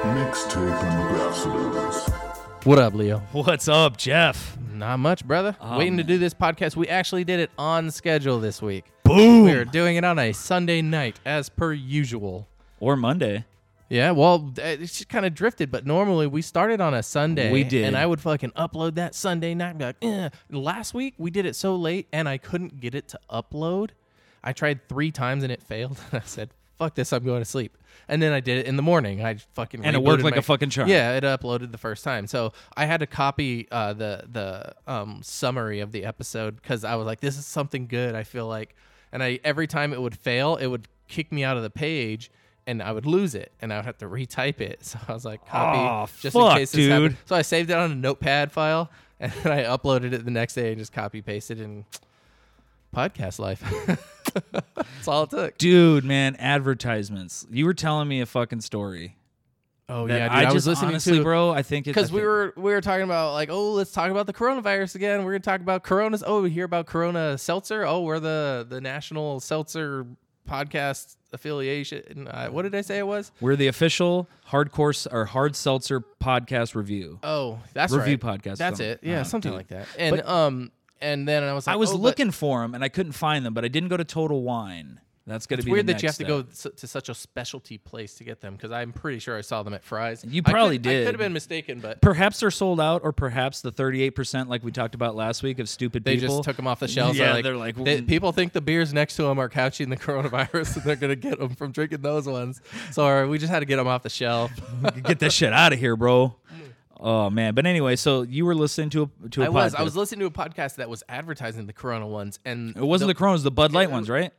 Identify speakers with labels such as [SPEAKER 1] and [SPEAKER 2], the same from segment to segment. [SPEAKER 1] Mixtape Ambassadors.
[SPEAKER 2] What up, Leo?
[SPEAKER 3] What's up, Jeff?
[SPEAKER 2] Not much, brother. Waiting to do this podcast. We actually did it on schedule this week.
[SPEAKER 3] Boom.
[SPEAKER 2] We are doing it on a Sunday night, as per usual.
[SPEAKER 4] or Monday.
[SPEAKER 2] Yeah, well, it just kind of drifted, but normally we started on a Sunday.
[SPEAKER 4] We did.
[SPEAKER 2] And I would fucking upload that Sunday night and be like, eh. Last week we did it so late and I couldn't get it to upload. I tried three times and it failed. And I said, fuck this, I'm going to sleep. And then I did it in the morning. I fucking
[SPEAKER 4] And it worked
[SPEAKER 2] rebooted
[SPEAKER 4] like
[SPEAKER 2] my-
[SPEAKER 4] a fucking charm.
[SPEAKER 2] Yeah, it uploaded the first time. So I had to copy uh, the the um, summary of the episode because I was like, this is something good. I feel like, and I every time it would fail, it would kick me out of the page. And I would lose it, and I would have to retype it. So I was like, "Copy,
[SPEAKER 4] Aw,
[SPEAKER 2] just in
[SPEAKER 4] fuck,
[SPEAKER 2] case this happened."
[SPEAKER 4] dude.
[SPEAKER 2] So I saved it on a Notepad file, and then I uploaded it the next day and just copy pasted and podcast life. That's all it took.
[SPEAKER 4] Dude, man, advertisements. You were telling me a fucking story.
[SPEAKER 2] Oh
[SPEAKER 4] that
[SPEAKER 2] yeah, dude,
[SPEAKER 4] I,
[SPEAKER 2] I,
[SPEAKER 4] just
[SPEAKER 2] was listening
[SPEAKER 4] honestly,
[SPEAKER 2] to
[SPEAKER 4] bro. I think
[SPEAKER 2] because we were we were talking about like oh let's talk about the coronavirus again we're gonna talk about coronas oh we hear about corona seltzer oh we're the the national seltzer podcast affiliation uh, what did i say it was
[SPEAKER 4] we're the official hardcore s- or hard seltzer podcast review.
[SPEAKER 2] oh that's
[SPEAKER 4] Review
[SPEAKER 2] right.
[SPEAKER 4] podcast,
[SPEAKER 2] that's
[SPEAKER 4] something.
[SPEAKER 2] it yeah
[SPEAKER 4] Oh,
[SPEAKER 2] something
[SPEAKER 4] dude.
[SPEAKER 2] like that and um and then i was like
[SPEAKER 4] I was
[SPEAKER 2] oh, but
[SPEAKER 4] looking for 'em for them and I couldn't find them, but I didn't go to Total Wine. That's gonna
[SPEAKER 2] it's
[SPEAKER 4] be
[SPEAKER 2] weird
[SPEAKER 4] the
[SPEAKER 2] that you have
[SPEAKER 4] next
[SPEAKER 2] to
[SPEAKER 4] step.
[SPEAKER 2] go s- to such a specialty place to get them because i'm pretty sure i saw them at fry's
[SPEAKER 4] You
[SPEAKER 2] I
[SPEAKER 4] probably
[SPEAKER 2] could, i could
[SPEAKER 4] did.
[SPEAKER 2] have been mistaken but
[SPEAKER 4] Perhaps they're sold out, or perhaps the thirty-eight percent, like we talked about last week, of stupid
[SPEAKER 2] they
[SPEAKER 4] people.
[SPEAKER 2] just took them off the shelves.
[SPEAKER 4] Yeah,
[SPEAKER 2] like,
[SPEAKER 4] they're like,
[SPEAKER 2] they-
[SPEAKER 4] "Mm."
[SPEAKER 2] people think the beers next to them are couching the coronavirus, and they're gonna get them from drinking those ones. So uh, we just had to get them off the shelf.
[SPEAKER 4] Get that shit out of here, bro. Oh man, but anyway, so you were listening to a to a
[SPEAKER 2] I was I
[SPEAKER 4] podcast.
[SPEAKER 2] was listening to a podcast that was advertising the Corona ones, and
[SPEAKER 4] It wasn't the, Coronas, the Bud Light ones, right?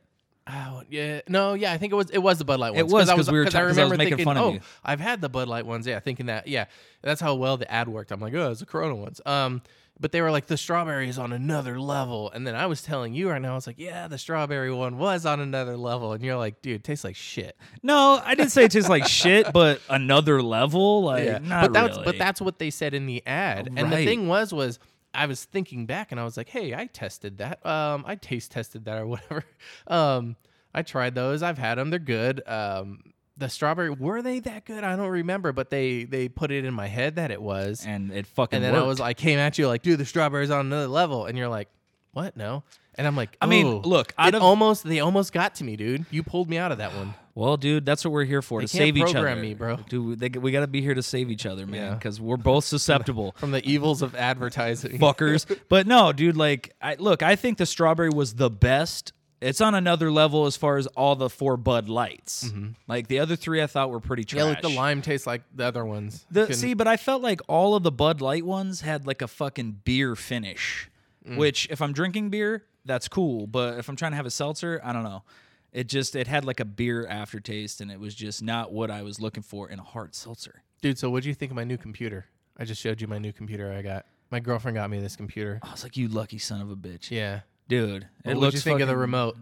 [SPEAKER 2] Oh, yeah, no, yeah, I think it was it was the Bud Light ones.
[SPEAKER 4] was,
[SPEAKER 2] I
[SPEAKER 4] 'cause we were
[SPEAKER 2] I
[SPEAKER 4] talking- 'cause I was
[SPEAKER 2] remember
[SPEAKER 4] making
[SPEAKER 2] thinking,
[SPEAKER 4] fun of
[SPEAKER 2] oh,
[SPEAKER 4] you."
[SPEAKER 2] I've had the Bud Light ones, yeah, thinking that, yeah, that's how well the ad worked. I'm like, oh, it's the Corona ones. Um, but they were like the strawberry is on another level, and then I was telling you right now, I was like, yeah, the strawberry one was on another level, and you're like, dude, it tastes like shit.
[SPEAKER 4] No, I didn't say it tastes like shit, but another level, like not
[SPEAKER 2] but that's
[SPEAKER 4] really.
[SPEAKER 2] but that's what they said in the ad. And the
[SPEAKER 4] Right.
[SPEAKER 2] thing was was I was thinking back and I was like, hey, I tested that. Um, I taste tested that or whatever. Um, I tried those. I've had them. They're good. Um, the strawberry were they that good? I don't remember, but they they put it in my head that it was.
[SPEAKER 4] and it fucking.
[SPEAKER 2] And then I
[SPEAKER 4] worked.
[SPEAKER 2] was I came at you like, dude, the strawberry's on another level, and you're like, what? No. And I'm like,
[SPEAKER 4] I mean,
[SPEAKER 2] "Ooh."
[SPEAKER 4] look, out
[SPEAKER 2] it
[SPEAKER 4] of-
[SPEAKER 2] almost they almost got to me, dude. You pulled me out of that one.
[SPEAKER 4] well, dude, that's what we're here for to
[SPEAKER 2] can't
[SPEAKER 4] save each
[SPEAKER 2] program
[SPEAKER 4] other,
[SPEAKER 2] me, bro.
[SPEAKER 4] Dude, they, we got to be here to save each other, man,
[SPEAKER 2] Yeah.
[SPEAKER 4] because we're both susceptible.
[SPEAKER 2] From the evils of advertising.
[SPEAKER 4] fuckers. But no, dude, like I look, I think the strawberry was the best. It's on another level as far as all the four Bud Lights. Like the other three, I thought were pretty trash.
[SPEAKER 2] Mm-hmm. Yeah, like the lime tastes like the other ones.
[SPEAKER 4] The-
[SPEAKER 2] Couldn't-
[SPEAKER 4] see, but I felt like all of the Bud Light ones had like a fucking beer finish,
[SPEAKER 2] Mm.
[SPEAKER 4] which if I'm drinking beer, that's cool. But if I'm trying to have a seltzer, I don't know. It just it had like a beer aftertaste, and it was just not what I was looking for in a hard seltzer.
[SPEAKER 2] dude. So, what do you think of my new computer? I just showed you my new computer. I got my girlfriend got me this computer.
[SPEAKER 4] I was like, "You lucky son of a bitch,
[SPEAKER 2] Yeah.
[SPEAKER 4] dude!"
[SPEAKER 2] What
[SPEAKER 4] it
[SPEAKER 2] would
[SPEAKER 4] looks
[SPEAKER 2] you think of the
[SPEAKER 4] fucking-
[SPEAKER 2] remote?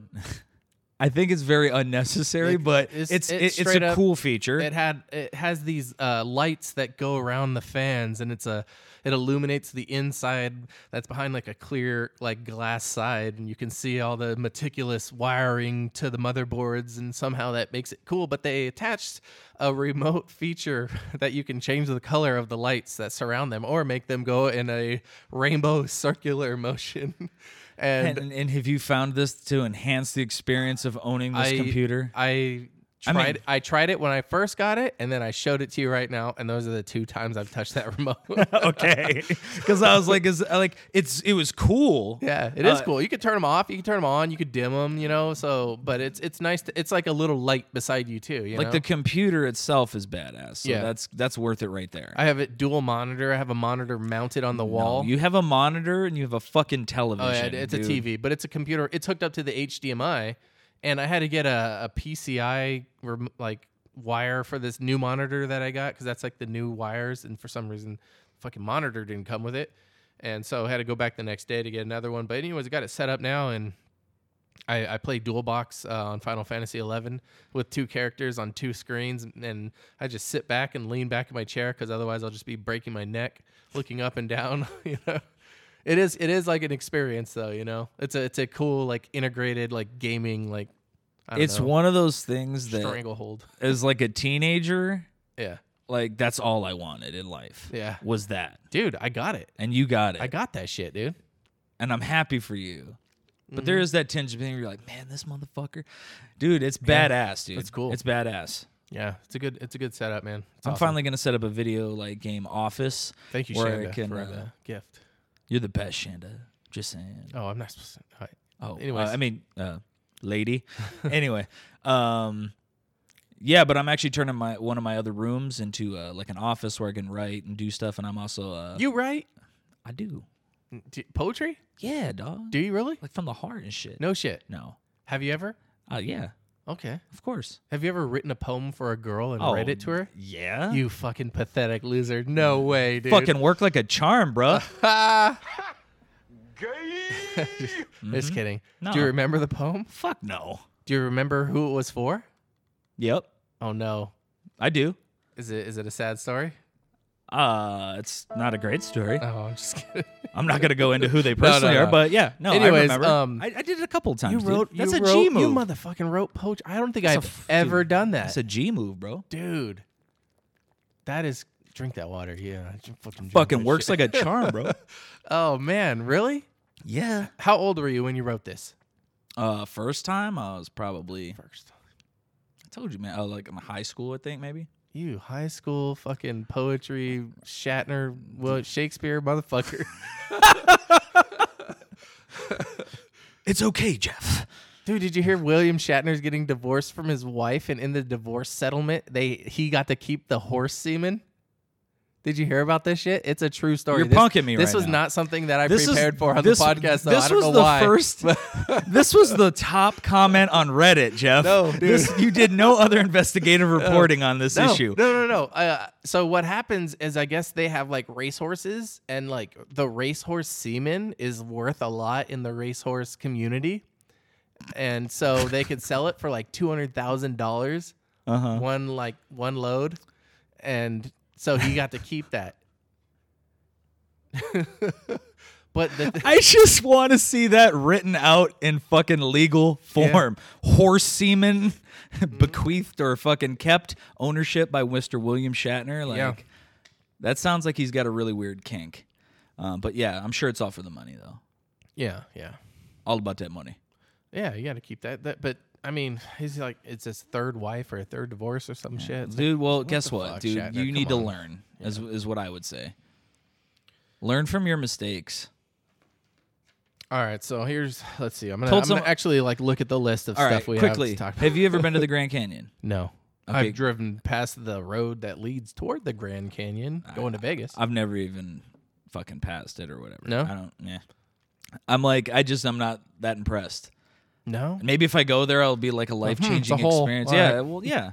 [SPEAKER 4] I think it's very unnecessary, but
[SPEAKER 2] it's-
[SPEAKER 4] it's
[SPEAKER 2] it's
[SPEAKER 4] it's, it- it's,
[SPEAKER 2] straight
[SPEAKER 4] a
[SPEAKER 2] up-
[SPEAKER 4] cool feature.
[SPEAKER 2] It had it has these uh, lights that go around the fans, and it's a it illuminates the inside that's behind like a clear like glass side, and you can see all the meticulous wiring to the motherboards, and somehow that makes it cool. But they attached a remote feature that you can change the color of the lights that surround them, or make them go in a rainbow circular motion. And,
[SPEAKER 4] and, and have you found this to enhance the experience of owning this
[SPEAKER 2] I-
[SPEAKER 4] computer?
[SPEAKER 2] I
[SPEAKER 4] I
[SPEAKER 2] tried
[SPEAKER 4] mean-
[SPEAKER 2] I, tried it when I first got it and then I showed it to you right now and those are the two times I've touched that remote.
[SPEAKER 4] okay, because I was like, is uh, like it's it was cool.
[SPEAKER 2] yeah, it is
[SPEAKER 4] Uh,
[SPEAKER 2] cool. You could turn them off, you could turn them on, you could dim them, you know. So, but it's it's nice to, it's like a little light beside you too, you
[SPEAKER 4] Like
[SPEAKER 2] know?
[SPEAKER 4] the computer itself is badass. So
[SPEAKER 2] Yeah.
[SPEAKER 4] that's that's worth it right there.
[SPEAKER 2] I have it dual monitor. I have a monitor mounted on the wall.
[SPEAKER 4] you have a monitor and you have a fucking
[SPEAKER 2] Oh,
[SPEAKER 4] television.
[SPEAKER 2] yeah, it's
[SPEAKER 4] dude.
[SPEAKER 2] a TV, but it's a computer. It's hooked up to the HDMI, and I had to get a, a PCI rem- like wire for this new monitor that I got because that's like the new wires, and for some reason, fucking monitor didn't come with it, and so I had to go back the next day to get another one. But anyways, I got it set up now, and I, I play dual box uh, on Final Fantasy XI with two characters on two screens, and I just sit back and lean back in my chair because otherwise I'll just be breaking my neck looking up and down. you know, it is it is like an experience though. You know, it's a it's a cool like integrated like gaming like I don't
[SPEAKER 4] It's
[SPEAKER 2] know,
[SPEAKER 4] one of those things that
[SPEAKER 2] stranglehold.
[SPEAKER 4] as like a teenager,
[SPEAKER 2] Yeah,
[SPEAKER 4] Like that's all I wanted in life.
[SPEAKER 2] Yeah.
[SPEAKER 4] Was that.
[SPEAKER 2] Dude, I got it.
[SPEAKER 4] And you got it.
[SPEAKER 2] I got that shit, dude.
[SPEAKER 4] and I'm happy for you. But
[SPEAKER 2] Mm-hmm.
[SPEAKER 4] there is that tinge of thing where you're like, man, this motherfucker. Dude, it's badass, dude.
[SPEAKER 2] that's cool.
[SPEAKER 4] It's badass.
[SPEAKER 2] Yeah, it's a good it's a good setup, man. It's
[SPEAKER 4] I'm
[SPEAKER 2] awesome.
[SPEAKER 4] finally gonna set up a video like game office.
[SPEAKER 2] Thank you,
[SPEAKER 4] where I
[SPEAKER 2] Shanda,
[SPEAKER 4] can,
[SPEAKER 2] for
[SPEAKER 4] uh,
[SPEAKER 2] the gift.
[SPEAKER 4] You're the best, Shanda. Just saying.
[SPEAKER 2] Oh, I'm not supposed to. all right.
[SPEAKER 4] Oh, anyway,
[SPEAKER 2] anyways.
[SPEAKER 4] I mean, uh, lady. anyway, um, yeah, but I'm actually turning my one of my other rooms into uh, like an office where I can write and do stuff, and I'm also uh,
[SPEAKER 2] You write
[SPEAKER 4] I do.
[SPEAKER 2] Do- poetry?
[SPEAKER 4] Yeah, dog.
[SPEAKER 2] Do you really?
[SPEAKER 4] Like from the heart and shit.
[SPEAKER 2] No shit.
[SPEAKER 4] no.
[SPEAKER 2] Have you ever?
[SPEAKER 4] Uh, yeah,
[SPEAKER 2] Okay.
[SPEAKER 4] of course.
[SPEAKER 2] Have you ever written a poem for a girl and read it to her?
[SPEAKER 4] Oh, Yeah. Mm.
[SPEAKER 2] You fucking pathetic loser. No way, dude.
[SPEAKER 4] fucking work like a charm, bruh.
[SPEAKER 2] Ah! Just kidding. Do you
[SPEAKER 4] Mm-hmm. No.
[SPEAKER 2] remember the poem?
[SPEAKER 4] Fuck no.
[SPEAKER 2] Do you remember who it was for?
[SPEAKER 4] Yep,
[SPEAKER 2] Oh no.
[SPEAKER 4] I do.
[SPEAKER 2] Is it is it a sad story?
[SPEAKER 4] Uh, it's not a great story.
[SPEAKER 2] Oh, I'm just kidding.
[SPEAKER 4] I'm not gonna go into who they personally
[SPEAKER 2] no.
[SPEAKER 4] are, but yeah, no.
[SPEAKER 2] Anyways,
[SPEAKER 4] I remember.
[SPEAKER 2] um,
[SPEAKER 4] I, I did it a couple times.
[SPEAKER 2] You
[SPEAKER 4] dude.
[SPEAKER 2] wrote
[SPEAKER 4] That's
[SPEAKER 2] you
[SPEAKER 4] a G
[SPEAKER 2] wrote-
[SPEAKER 4] move.
[SPEAKER 2] You motherfucking wrote poetry. I don't think
[SPEAKER 4] That's a
[SPEAKER 2] I've
[SPEAKER 4] f-
[SPEAKER 2] ever
[SPEAKER 4] dude,
[SPEAKER 2] done that.
[SPEAKER 4] That's a G move, bro.
[SPEAKER 2] dude. That is drink that water. Yeah, I should fucking drink
[SPEAKER 4] Fucking
[SPEAKER 2] that
[SPEAKER 4] works
[SPEAKER 2] shit.
[SPEAKER 4] like a charm, bro.
[SPEAKER 2] Oh man, really?
[SPEAKER 4] yeah.
[SPEAKER 2] How old were you when you wrote this?
[SPEAKER 4] Uh, first time I was probably
[SPEAKER 2] First,
[SPEAKER 4] I told you, man. Oh, like in high school, I think maybe.
[SPEAKER 2] you high school fucking poetry Shatner, well Shakespeare motherfucker.
[SPEAKER 4] It's okay, Jeff.
[SPEAKER 2] Dude, did you hear William Shatner's getting divorced from his wife, and in the divorce settlement, they he got to keep the horse semen. Did you hear about this shit? It's a true story.
[SPEAKER 4] You're
[SPEAKER 2] this,
[SPEAKER 4] punking me
[SPEAKER 2] This
[SPEAKER 4] right
[SPEAKER 2] was
[SPEAKER 4] now.
[SPEAKER 2] not something that I
[SPEAKER 4] This is-
[SPEAKER 2] prepared for on
[SPEAKER 4] this-
[SPEAKER 2] the podcast. Though.
[SPEAKER 4] this
[SPEAKER 2] I don't
[SPEAKER 4] was
[SPEAKER 2] know
[SPEAKER 4] the
[SPEAKER 2] why.
[SPEAKER 4] first- this was the top comment on Reddit, Jeff.
[SPEAKER 2] No, dude.
[SPEAKER 4] This, you did no other investigative reporting on this
[SPEAKER 2] no,
[SPEAKER 4] issue.
[SPEAKER 2] No, no, no. Uh, so what happens is, I guess they have like racehorses, and like the racehorse semen is worth a lot in the racehorse community, and so they could sell it for like two hundred thousand dollars, one like one load, and so he got to keep that. but the th-
[SPEAKER 4] I just want to see that written out in fucking legal form. Horse semen
[SPEAKER 2] Mm-hmm.
[SPEAKER 4] bequeathed or fucking kept ownership by Mr. William Shatner. Like,
[SPEAKER 2] Yeah.
[SPEAKER 4] that sounds like he's got a really weird kink. Um, but yeah, I'm sure it's all for the money though.
[SPEAKER 2] yeah, yeah,
[SPEAKER 4] All about that money.
[SPEAKER 2] yeah, you got to keep that. That, but I mean, he's like it's his third wife or a third divorce or some shit. It's like,
[SPEAKER 4] Dude, well, guess
[SPEAKER 2] the
[SPEAKER 4] what,
[SPEAKER 2] fuck,
[SPEAKER 4] dude?
[SPEAKER 2] Shatner?
[SPEAKER 4] you
[SPEAKER 2] Come
[SPEAKER 4] need to
[SPEAKER 2] on.
[SPEAKER 4] learn. Is is what I would say. Learn from your mistakes.
[SPEAKER 2] All right, so here's let's see. I'm gonna,
[SPEAKER 4] Told
[SPEAKER 2] I'm gonna
[SPEAKER 4] some-
[SPEAKER 2] actually like look at the list of
[SPEAKER 4] All right,
[SPEAKER 2] stuff we
[SPEAKER 4] quickly.
[SPEAKER 2] have to talk about.
[SPEAKER 4] Have you ever been to the Grand Canyon?
[SPEAKER 2] No,
[SPEAKER 4] Okay.
[SPEAKER 2] I've driven past the road that leads toward the Grand Canyon, going to Vegas.
[SPEAKER 4] I've never even fucking passed it or whatever.
[SPEAKER 2] No?
[SPEAKER 4] I don't. Yeah, I'm like, I just, I'm not that impressed.
[SPEAKER 2] no,
[SPEAKER 4] Maybe if I go there, I'll be like a life changing
[SPEAKER 2] Hmm, it's a whole-
[SPEAKER 4] experience.
[SPEAKER 2] all
[SPEAKER 4] Yeah,
[SPEAKER 2] right.
[SPEAKER 4] well, yeah.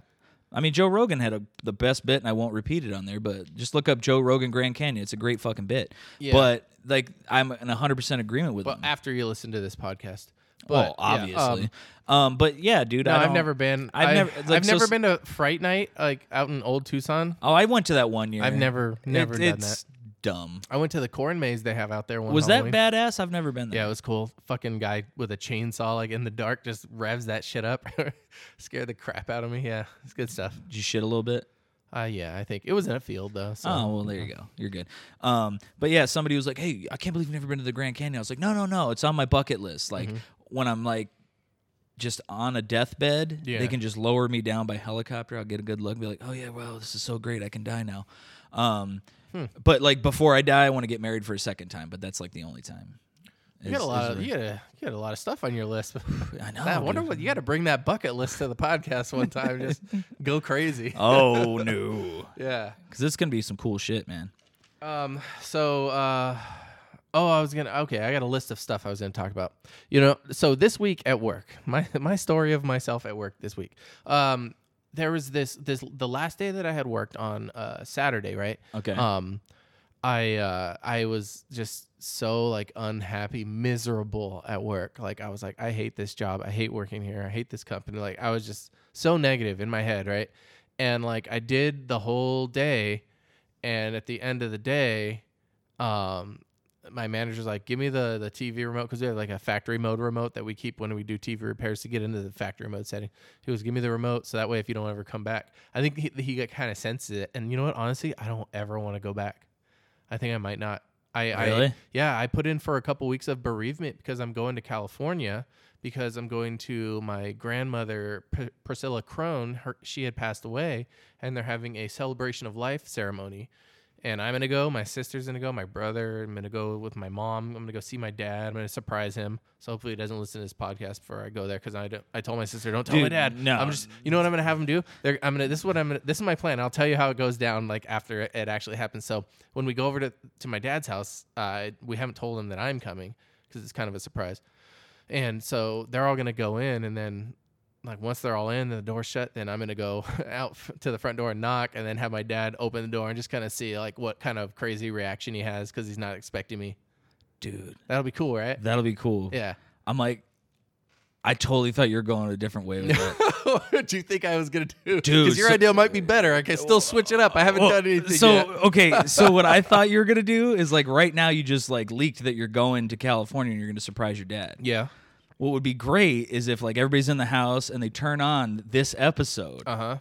[SPEAKER 4] I mean, Joe Rogan had a, the best bit, and I won't repeat it on there, but just look up Joe Rogan Grand Canyon. It's a great fucking bit.
[SPEAKER 2] Yeah.
[SPEAKER 4] But like, I'm in 100 percent agreement with
[SPEAKER 2] but
[SPEAKER 4] him.
[SPEAKER 2] after you listen to this podcast,
[SPEAKER 4] mm. well,
[SPEAKER 2] but, yeah, um,
[SPEAKER 4] obviously. um, but yeah, dude.
[SPEAKER 2] no,
[SPEAKER 4] I
[SPEAKER 2] I've
[SPEAKER 4] don't-
[SPEAKER 2] never been.
[SPEAKER 4] I've
[SPEAKER 2] I've,
[SPEAKER 4] never-
[SPEAKER 2] never.
[SPEAKER 4] like,
[SPEAKER 2] I've
[SPEAKER 4] so
[SPEAKER 2] never
[SPEAKER 4] s-
[SPEAKER 2] been to Fright Night, like out in old Tucson.
[SPEAKER 4] Oh, I went to that one year.
[SPEAKER 2] I've never, never
[SPEAKER 4] It-
[SPEAKER 2] done
[SPEAKER 4] it's
[SPEAKER 2] that.
[SPEAKER 4] dumb.
[SPEAKER 2] I went to the corn maze they have out there. One
[SPEAKER 4] Was that
[SPEAKER 2] Halloween.
[SPEAKER 4] badass? I've never been there.
[SPEAKER 2] Yeah, it was cool. Fucking guy with a chainsaw, like in the dark, just revs that shit up, scared the crap out of me. Yeah, it's good stuff.
[SPEAKER 4] Did you shit a little bit?
[SPEAKER 2] Uh, yeah, I think it was in a field though. So.
[SPEAKER 4] Oh well, there you go. You're good. Um, but yeah, somebody was like, "Hey, I can't believe you've never been to the Grand Canyon." I was like, "No, no, no, it's on my bucket list." Like
[SPEAKER 2] Mm-hmm.
[SPEAKER 4] when I'm like just on a deathbed,
[SPEAKER 2] Yeah.
[SPEAKER 4] they can just lower me down by helicopter. I'll get a good look and be like, "Oh yeah, wow, this is so great. I can die now." Um,
[SPEAKER 2] Hmm.
[SPEAKER 4] but like before I die, I want to get married for a second time. But that's like the only time.
[SPEAKER 2] You got a
[SPEAKER 4] Is-
[SPEAKER 2] lot
[SPEAKER 4] is
[SPEAKER 2] of
[SPEAKER 4] like-
[SPEAKER 2] you got a, you got a lot of stuff on your list.
[SPEAKER 4] I know.
[SPEAKER 2] I wonder
[SPEAKER 4] dude.
[SPEAKER 2] what you got to bring that bucket list to the podcast one time. Just go crazy.
[SPEAKER 4] Oh no,
[SPEAKER 2] Yeah.
[SPEAKER 4] because it's gonna be some cool shit, man.
[SPEAKER 2] Um. So. Uh. Oh, I was gonna. Okay, I got a list of stuff I was gonna talk about. You know. So this week at work, my my story of myself at work this week. Um. There was this this the last day that I had worked on uh Saturday, right?
[SPEAKER 4] Okay.
[SPEAKER 2] um i uh i was just so like unhappy miserable at work like i was like i hate this job i hate working here i hate this company like i was just so negative in my head right and like i did the whole day and at the end of the day um my manager's like, "Give me the the TV remote because we have like a factory mode remote that we keep when we do TV repairs to get into the factory mode setting." He was, "Give me the remote so that way if you don't ever come back." I think he he got kind of senses it, and you know what? Honestly, I don't ever want to go back. I think I might not. I I,
[SPEAKER 4] Really?
[SPEAKER 2] yeah, I put in for a couple weeks of bereavement because I'm going to California because I'm going to my grandmother Pr- Priscilla Crone. Her, she had passed away, and they're having a celebration of life ceremony. And I'm gonna go. My sister's gonna go. My brother. I'm gonna go with my mom. I'm gonna go see my dad. I'm gonna surprise him. So hopefully he doesn't listen to this podcast before I go there because I don't, I told my sister don't tell my
[SPEAKER 4] Dude,
[SPEAKER 2] dad.
[SPEAKER 4] no.
[SPEAKER 2] I'm just you know what I'm gonna have him do? They're, I'm gonna. This is what I'm gonna. This is my plan. I'll tell you how it goes down. Like after it, it actually happens. So when we go over to to my dad's house, uh, we haven't told him that I'm coming because it's kind of a surprise. And so they're all gonna go in, and then like once they're all in and the door's shut, then I'm gonna go out f- to the front door and knock, and then have my dad open the door and just kind of see like what kind of crazy reaction he has because he's not expecting me.
[SPEAKER 4] dude.
[SPEAKER 2] That'll be cool, right?
[SPEAKER 4] That'll be cool.
[SPEAKER 2] Yeah.
[SPEAKER 4] I'm like, I totally thought you were going a different way with that.
[SPEAKER 2] what do you think I was gonna do?
[SPEAKER 4] Dude,
[SPEAKER 2] because your
[SPEAKER 4] so-
[SPEAKER 2] idea might be better. I can still switch it up. I haven't done anything
[SPEAKER 4] so
[SPEAKER 2] yet.
[SPEAKER 4] okay, so what I thought you were gonna do is like right now you just like leaked that you're going to California and you're gonna surprise your dad.
[SPEAKER 2] Yeah.
[SPEAKER 4] What would be great is if like everybody's in the house and they turn on this episode
[SPEAKER 2] Uh huh.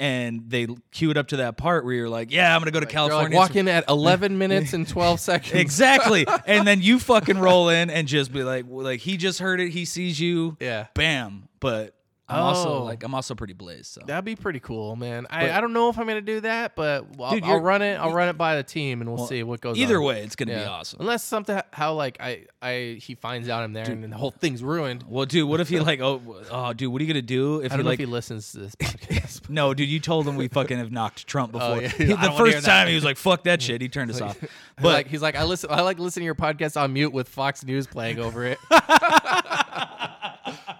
[SPEAKER 4] and they cue it up to that part where you're like, yeah, I'm gonna go to California.
[SPEAKER 2] Like walk in at 11 minutes and 12 seconds.
[SPEAKER 4] exactly, and then you fucking roll in and just be like, well, like he just heard it, he sees you,
[SPEAKER 2] Yeah.
[SPEAKER 4] bam. But I'm also
[SPEAKER 2] Oh.
[SPEAKER 4] like I'm also pretty blazed. So
[SPEAKER 2] That'd be pretty cool, man. I, I don't know if I'm gonna do that, but I'll,
[SPEAKER 4] Dude,
[SPEAKER 2] I'll
[SPEAKER 4] you're-
[SPEAKER 2] run it. I'll run it by the team, and we'll,
[SPEAKER 4] Well,
[SPEAKER 2] see what goes.
[SPEAKER 4] either
[SPEAKER 2] on.
[SPEAKER 4] way, it's gonna be
[SPEAKER 2] Yeah.
[SPEAKER 4] awesome.
[SPEAKER 2] Unless something how like I I he finds out I'm there, and then the whole thing's ruined.
[SPEAKER 4] Well, dude, what if he like oh, oh dude, what are you gonna do if
[SPEAKER 2] I
[SPEAKER 4] he
[SPEAKER 2] don't know
[SPEAKER 4] like
[SPEAKER 2] if he listens to this podcast.
[SPEAKER 4] no, dude, you told him we fucking have knocked Trump before.
[SPEAKER 2] Oh, yeah.
[SPEAKER 4] He-
[SPEAKER 2] I don't
[SPEAKER 4] the
[SPEAKER 2] wanna hear
[SPEAKER 4] first
[SPEAKER 2] that.
[SPEAKER 4] time he was like, "Fuck that shit," he turned us off.
[SPEAKER 2] but
[SPEAKER 4] But
[SPEAKER 2] like, he's like I listen I like listening to your podcast on mute with Fox News playing over it.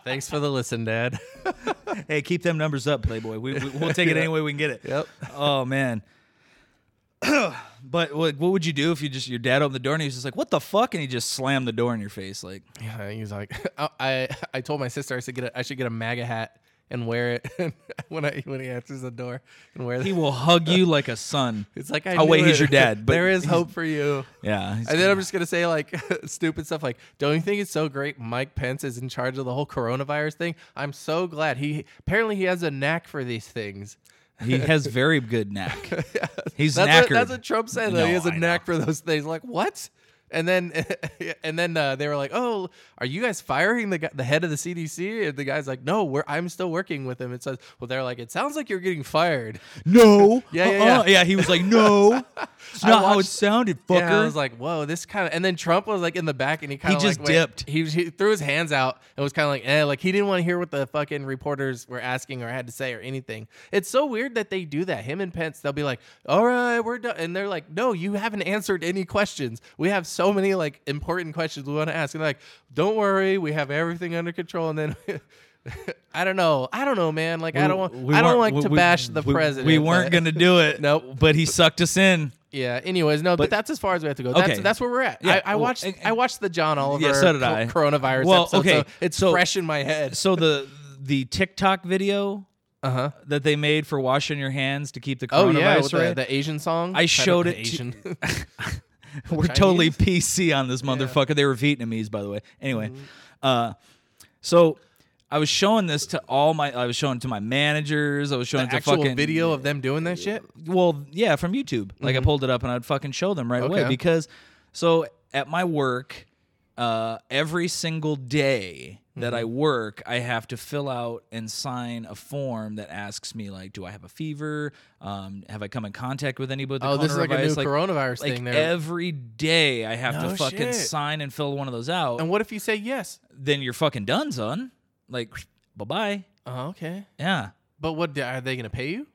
[SPEAKER 2] Thanks for the listen, Dad.
[SPEAKER 4] hey, keep them numbers up, Playboy. We, we we'll take it any way we can get it.
[SPEAKER 2] Yep.
[SPEAKER 4] Oh man. but like, what would you do if you just your dad opened the door and he was just like, "What the fuck?" and he just slammed the door in your face, like,
[SPEAKER 2] Yeah, he was like, I, I, I told my sister I should get a, I should get a MAGA hat and wear it when I when he answers the door and wear
[SPEAKER 4] he
[SPEAKER 2] it.
[SPEAKER 4] will hug you like a son.
[SPEAKER 2] It's like I
[SPEAKER 4] Oh, wait,
[SPEAKER 2] knew
[SPEAKER 4] he's
[SPEAKER 2] it.
[SPEAKER 4] your dad, but
[SPEAKER 2] there is
[SPEAKER 4] he's-
[SPEAKER 2] hope for you.
[SPEAKER 4] Yeah. he's-
[SPEAKER 2] And then I'm just gonna say like stupid stuff like, don't you think it's so great Mike Pence is in charge of the whole coronavirus thing? I'm so glad he apparently he has a knack for these things.
[SPEAKER 4] he has very good knack. He's
[SPEAKER 2] That's what,
[SPEAKER 4] knackered.
[SPEAKER 2] that's what Trump said. that he
[SPEAKER 4] No,
[SPEAKER 2] has a
[SPEAKER 4] I know.
[SPEAKER 2] knack for those things. Like what? And then, and then uh, they were like, "Oh, are you guys firing the guy, the head of the CDC?" And the guy's like, "No, we're I'm still working with him." It says, "Well, they're like, it sounds like you're getting fired."
[SPEAKER 4] No.
[SPEAKER 2] Yeah, yeah,
[SPEAKER 4] Uh-uh.
[SPEAKER 2] yeah.
[SPEAKER 4] He was like, no. It's
[SPEAKER 2] I
[SPEAKER 4] not how it
[SPEAKER 2] watched-
[SPEAKER 4] sounded, fucker.
[SPEAKER 2] Yeah, I was like, "Whoa, this kind of." And then Trump was like in the back, and he kind of
[SPEAKER 4] just
[SPEAKER 2] like, went-
[SPEAKER 4] dipped.
[SPEAKER 2] He, he threw his hands out and was kind of like, "Eh," like he didn't want to hear what the fucking reporters were asking or had to say or anything. It's so weird that they do that. Him and Pence, they'll be like, "All right, we're done," and they're like, "No, you haven't answered any questions. We have so many like important questions we want to ask." And they're like, "Don't worry, we have everything under control." And then. I don't know. I don't know, man. Like I don't want. I don't
[SPEAKER 4] weren't-
[SPEAKER 2] like
[SPEAKER 4] we-
[SPEAKER 2] to
[SPEAKER 4] we-
[SPEAKER 2] bash the
[SPEAKER 4] we-
[SPEAKER 2] president.
[SPEAKER 4] We weren't
[SPEAKER 2] but-
[SPEAKER 4] gonna do it.
[SPEAKER 2] Nope.
[SPEAKER 4] But he sucked us in.
[SPEAKER 2] yeah. Anyways, no, but,
[SPEAKER 4] But-
[SPEAKER 2] that's as far as we have to go. That's,
[SPEAKER 4] Okay.
[SPEAKER 2] that's where we're at.
[SPEAKER 4] Yeah,
[SPEAKER 2] I, I
[SPEAKER 4] well,
[SPEAKER 2] watched.
[SPEAKER 4] and-
[SPEAKER 2] I watched the John Oliver.
[SPEAKER 4] so did
[SPEAKER 2] co-
[SPEAKER 4] I.
[SPEAKER 2] Coronavirus.
[SPEAKER 4] Well,
[SPEAKER 2] episode,
[SPEAKER 4] okay,
[SPEAKER 2] So it's
[SPEAKER 4] so-
[SPEAKER 2] fresh in my head.
[SPEAKER 4] So the the TikTok video
[SPEAKER 2] Uh huh.
[SPEAKER 4] that they made for washing your hands to keep the
[SPEAKER 2] Oh
[SPEAKER 4] coronavirus
[SPEAKER 2] yeah, with the,
[SPEAKER 4] away,
[SPEAKER 2] the Asian song.
[SPEAKER 4] I showed it to-
[SPEAKER 2] Asian.
[SPEAKER 4] we're totally PC on this motherfucker. They were Vietnamese, by the way. Anyway,
[SPEAKER 2] Mm-hmm.
[SPEAKER 4] uh, so I was showing this to all my. I was showing it to my managers. I was showing it to
[SPEAKER 2] actual
[SPEAKER 4] fucking
[SPEAKER 2] video of them doing that shit.
[SPEAKER 4] well, yeah, from YouTube. Like I pulled it up and I'd fucking show them right away
[SPEAKER 2] Mm-hmm. Okay.
[SPEAKER 4] because so at my work, uh, every single day that
[SPEAKER 2] Mm-hmm.
[SPEAKER 4] I work, I have to fill out and sign a form that asks me like, do I have a fever? Um, have I come in contact with anybody? With the
[SPEAKER 2] Oh, this is like a new
[SPEAKER 4] coronavirus?
[SPEAKER 2] coronavirus
[SPEAKER 4] like
[SPEAKER 2] thing. There.
[SPEAKER 4] every day, I have
[SPEAKER 2] No
[SPEAKER 4] to fucking
[SPEAKER 2] shit.
[SPEAKER 4] sign and fill one of those out.
[SPEAKER 2] and what if you say yes?
[SPEAKER 4] then you're fucking done, son. Like, bye bye.
[SPEAKER 2] Oh, okay.
[SPEAKER 4] Yeah.
[SPEAKER 2] But what are they gonna pay you?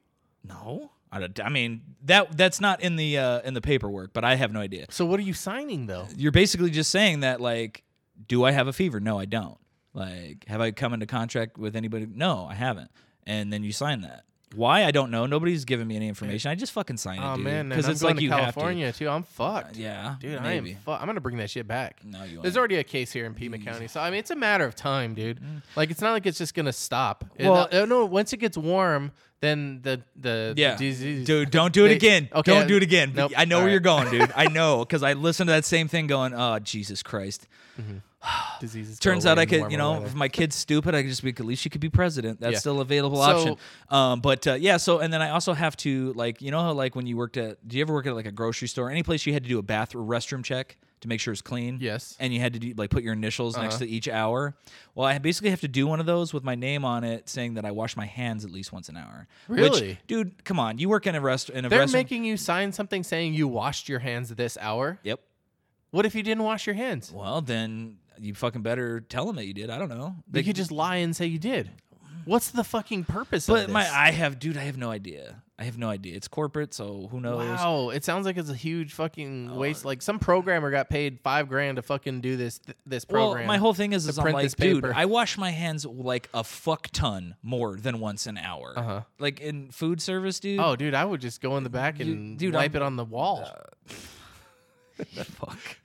[SPEAKER 4] No, I, don't- I mean that that's not in the uh, in the paperwork, but I have no idea.
[SPEAKER 2] So what are you signing though?
[SPEAKER 4] You're basically just saying that like, do I have a fever? No, I don't. Like, have I come into contract with anybody? No, I haven't. And then you sign that. Why I don't know. Nobody's given me any information. I just fucking sign it,
[SPEAKER 2] Oh
[SPEAKER 4] dude.
[SPEAKER 2] man,
[SPEAKER 4] because
[SPEAKER 2] because
[SPEAKER 4] it's
[SPEAKER 2] going
[SPEAKER 4] like
[SPEAKER 2] to
[SPEAKER 4] you
[SPEAKER 2] California too. I'm fucked.
[SPEAKER 4] have to. Yeah,
[SPEAKER 2] dude, I am.
[SPEAKER 4] maybe.
[SPEAKER 2] Fu- I'm gonna bring that shit back.
[SPEAKER 4] No, you
[SPEAKER 2] There's
[SPEAKER 4] ain't.
[SPEAKER 2] already a case here in Pima County, so I mean, it's a matter of time, dude.
[SPEAKER 4] Mm.
[SPEAKER 2] Like, it's not like it's just gonna stop. It-
[SPEAKER 4] Well-
[SPEAKER 2] no, no, once it gets warm, then the the
[SPEAKER 4] Yeah,
[SPEAKER 2] the disease.
[SPEAKER 4] dude, don't do it
[SPEAKER 2] They-
[SPEAKER 4] again.
[SPEAKER 2] okay,
[SPEAKER 4] don't do it again.
[SPEAKER 2] nope,
[SPEAKER 4] I know where
[SPEAKER 2] all
[SPEAKER 4] you're
[SPEAKER 2] right.
[SPEAKER 4] going, dude. I know because I listened to that same thing, going, "Oh Jesus Christ."
[SPEAKER 2] diseases. go
[SPEAKER 4] Turns
[SPEAKER 2] away
[SPEAKER 4] out I
[SPEAKER 2] in
[SPEAKER 4] could,
[SPEAKER 2] warmer
[SPEAKER 4] you know,
[SPEAKER 2] weather.
[SPEAKER 4] if my kid's stupid, I could just be at least she could be president. That's
[SPEAKER 2] Yeah.
[SPEAKER 4] still available
[SPEAKER 2] So-
[SPEAKER 4] option. Um, but uh, yeah, so and then I also have to like, you know how like when you worked at, do you ever work at like a grocery store, any place you had to do a bath or restroom check to make sure it's clean?
[SPEAKER 2] Yes. Uh-huh.
[SPEAKER 4] And you had to do, like put your initials next to each hour. Well, I basically have to do one of those with my name on it, saying that I wash my hands at least once an hour. Which,
[SPEAKER 2] Really?
[SPEAKER 4] dude? Come on, you work in a rest in a
[SPEAKER 2] they're
[SPEAKER 4] restroom.
[SPEAKER 2] making you sign something saying you washed your hands this hour.
[SPEAKER 4] yep.
[SPEAKER 2] What if you didn't wash your hands?
[SPEAKER 4] Well, then you fucking better tell them that you did. I don't know.
[SPEAKER 2] You could just lie and say you did. What's the fucking purpose of
[SPEAKER 4] But
[SPEAKER 2] this?
[SPEAKER 4] my, I have, dude, I have no idea. I have no idea. It's corporate, so who knows?
[SPEAKER 2] Wow, it sounds like it's a huge
[SPEAKER 4] Oh,
[SPEAKER 2] fucking waste. Like some programmer got paid five grand to fucking do this th- this
[SPEAKER 4] Well,
[SPEAKER 2] program.
[SPEAKER 4] my whole thing is,
[SPEAKER 2] to
[SPEAKER 4] is I'm
[SPEAKER 2] print
[SPEAKER 4] like,
[SPEAKER 2] this
[SPEAKER 4] dude,
[SPEAKER 2] paper.
[SPEAKER 4] I wash my hands like a fuck ton more than once an hour.
[SPEAKER 2] Uh-huh.
[SPEAKER 4] Like in food service, dude.
[SPEAKER 2] oh, dude, I would just go in the back and
[SPEAKER 4] dude,
[SPEAKER 2] wipe
[SPEAKER 4] I'm-
[SPEAKER 2] it on the wall.
[SPEAKER 4] fuck.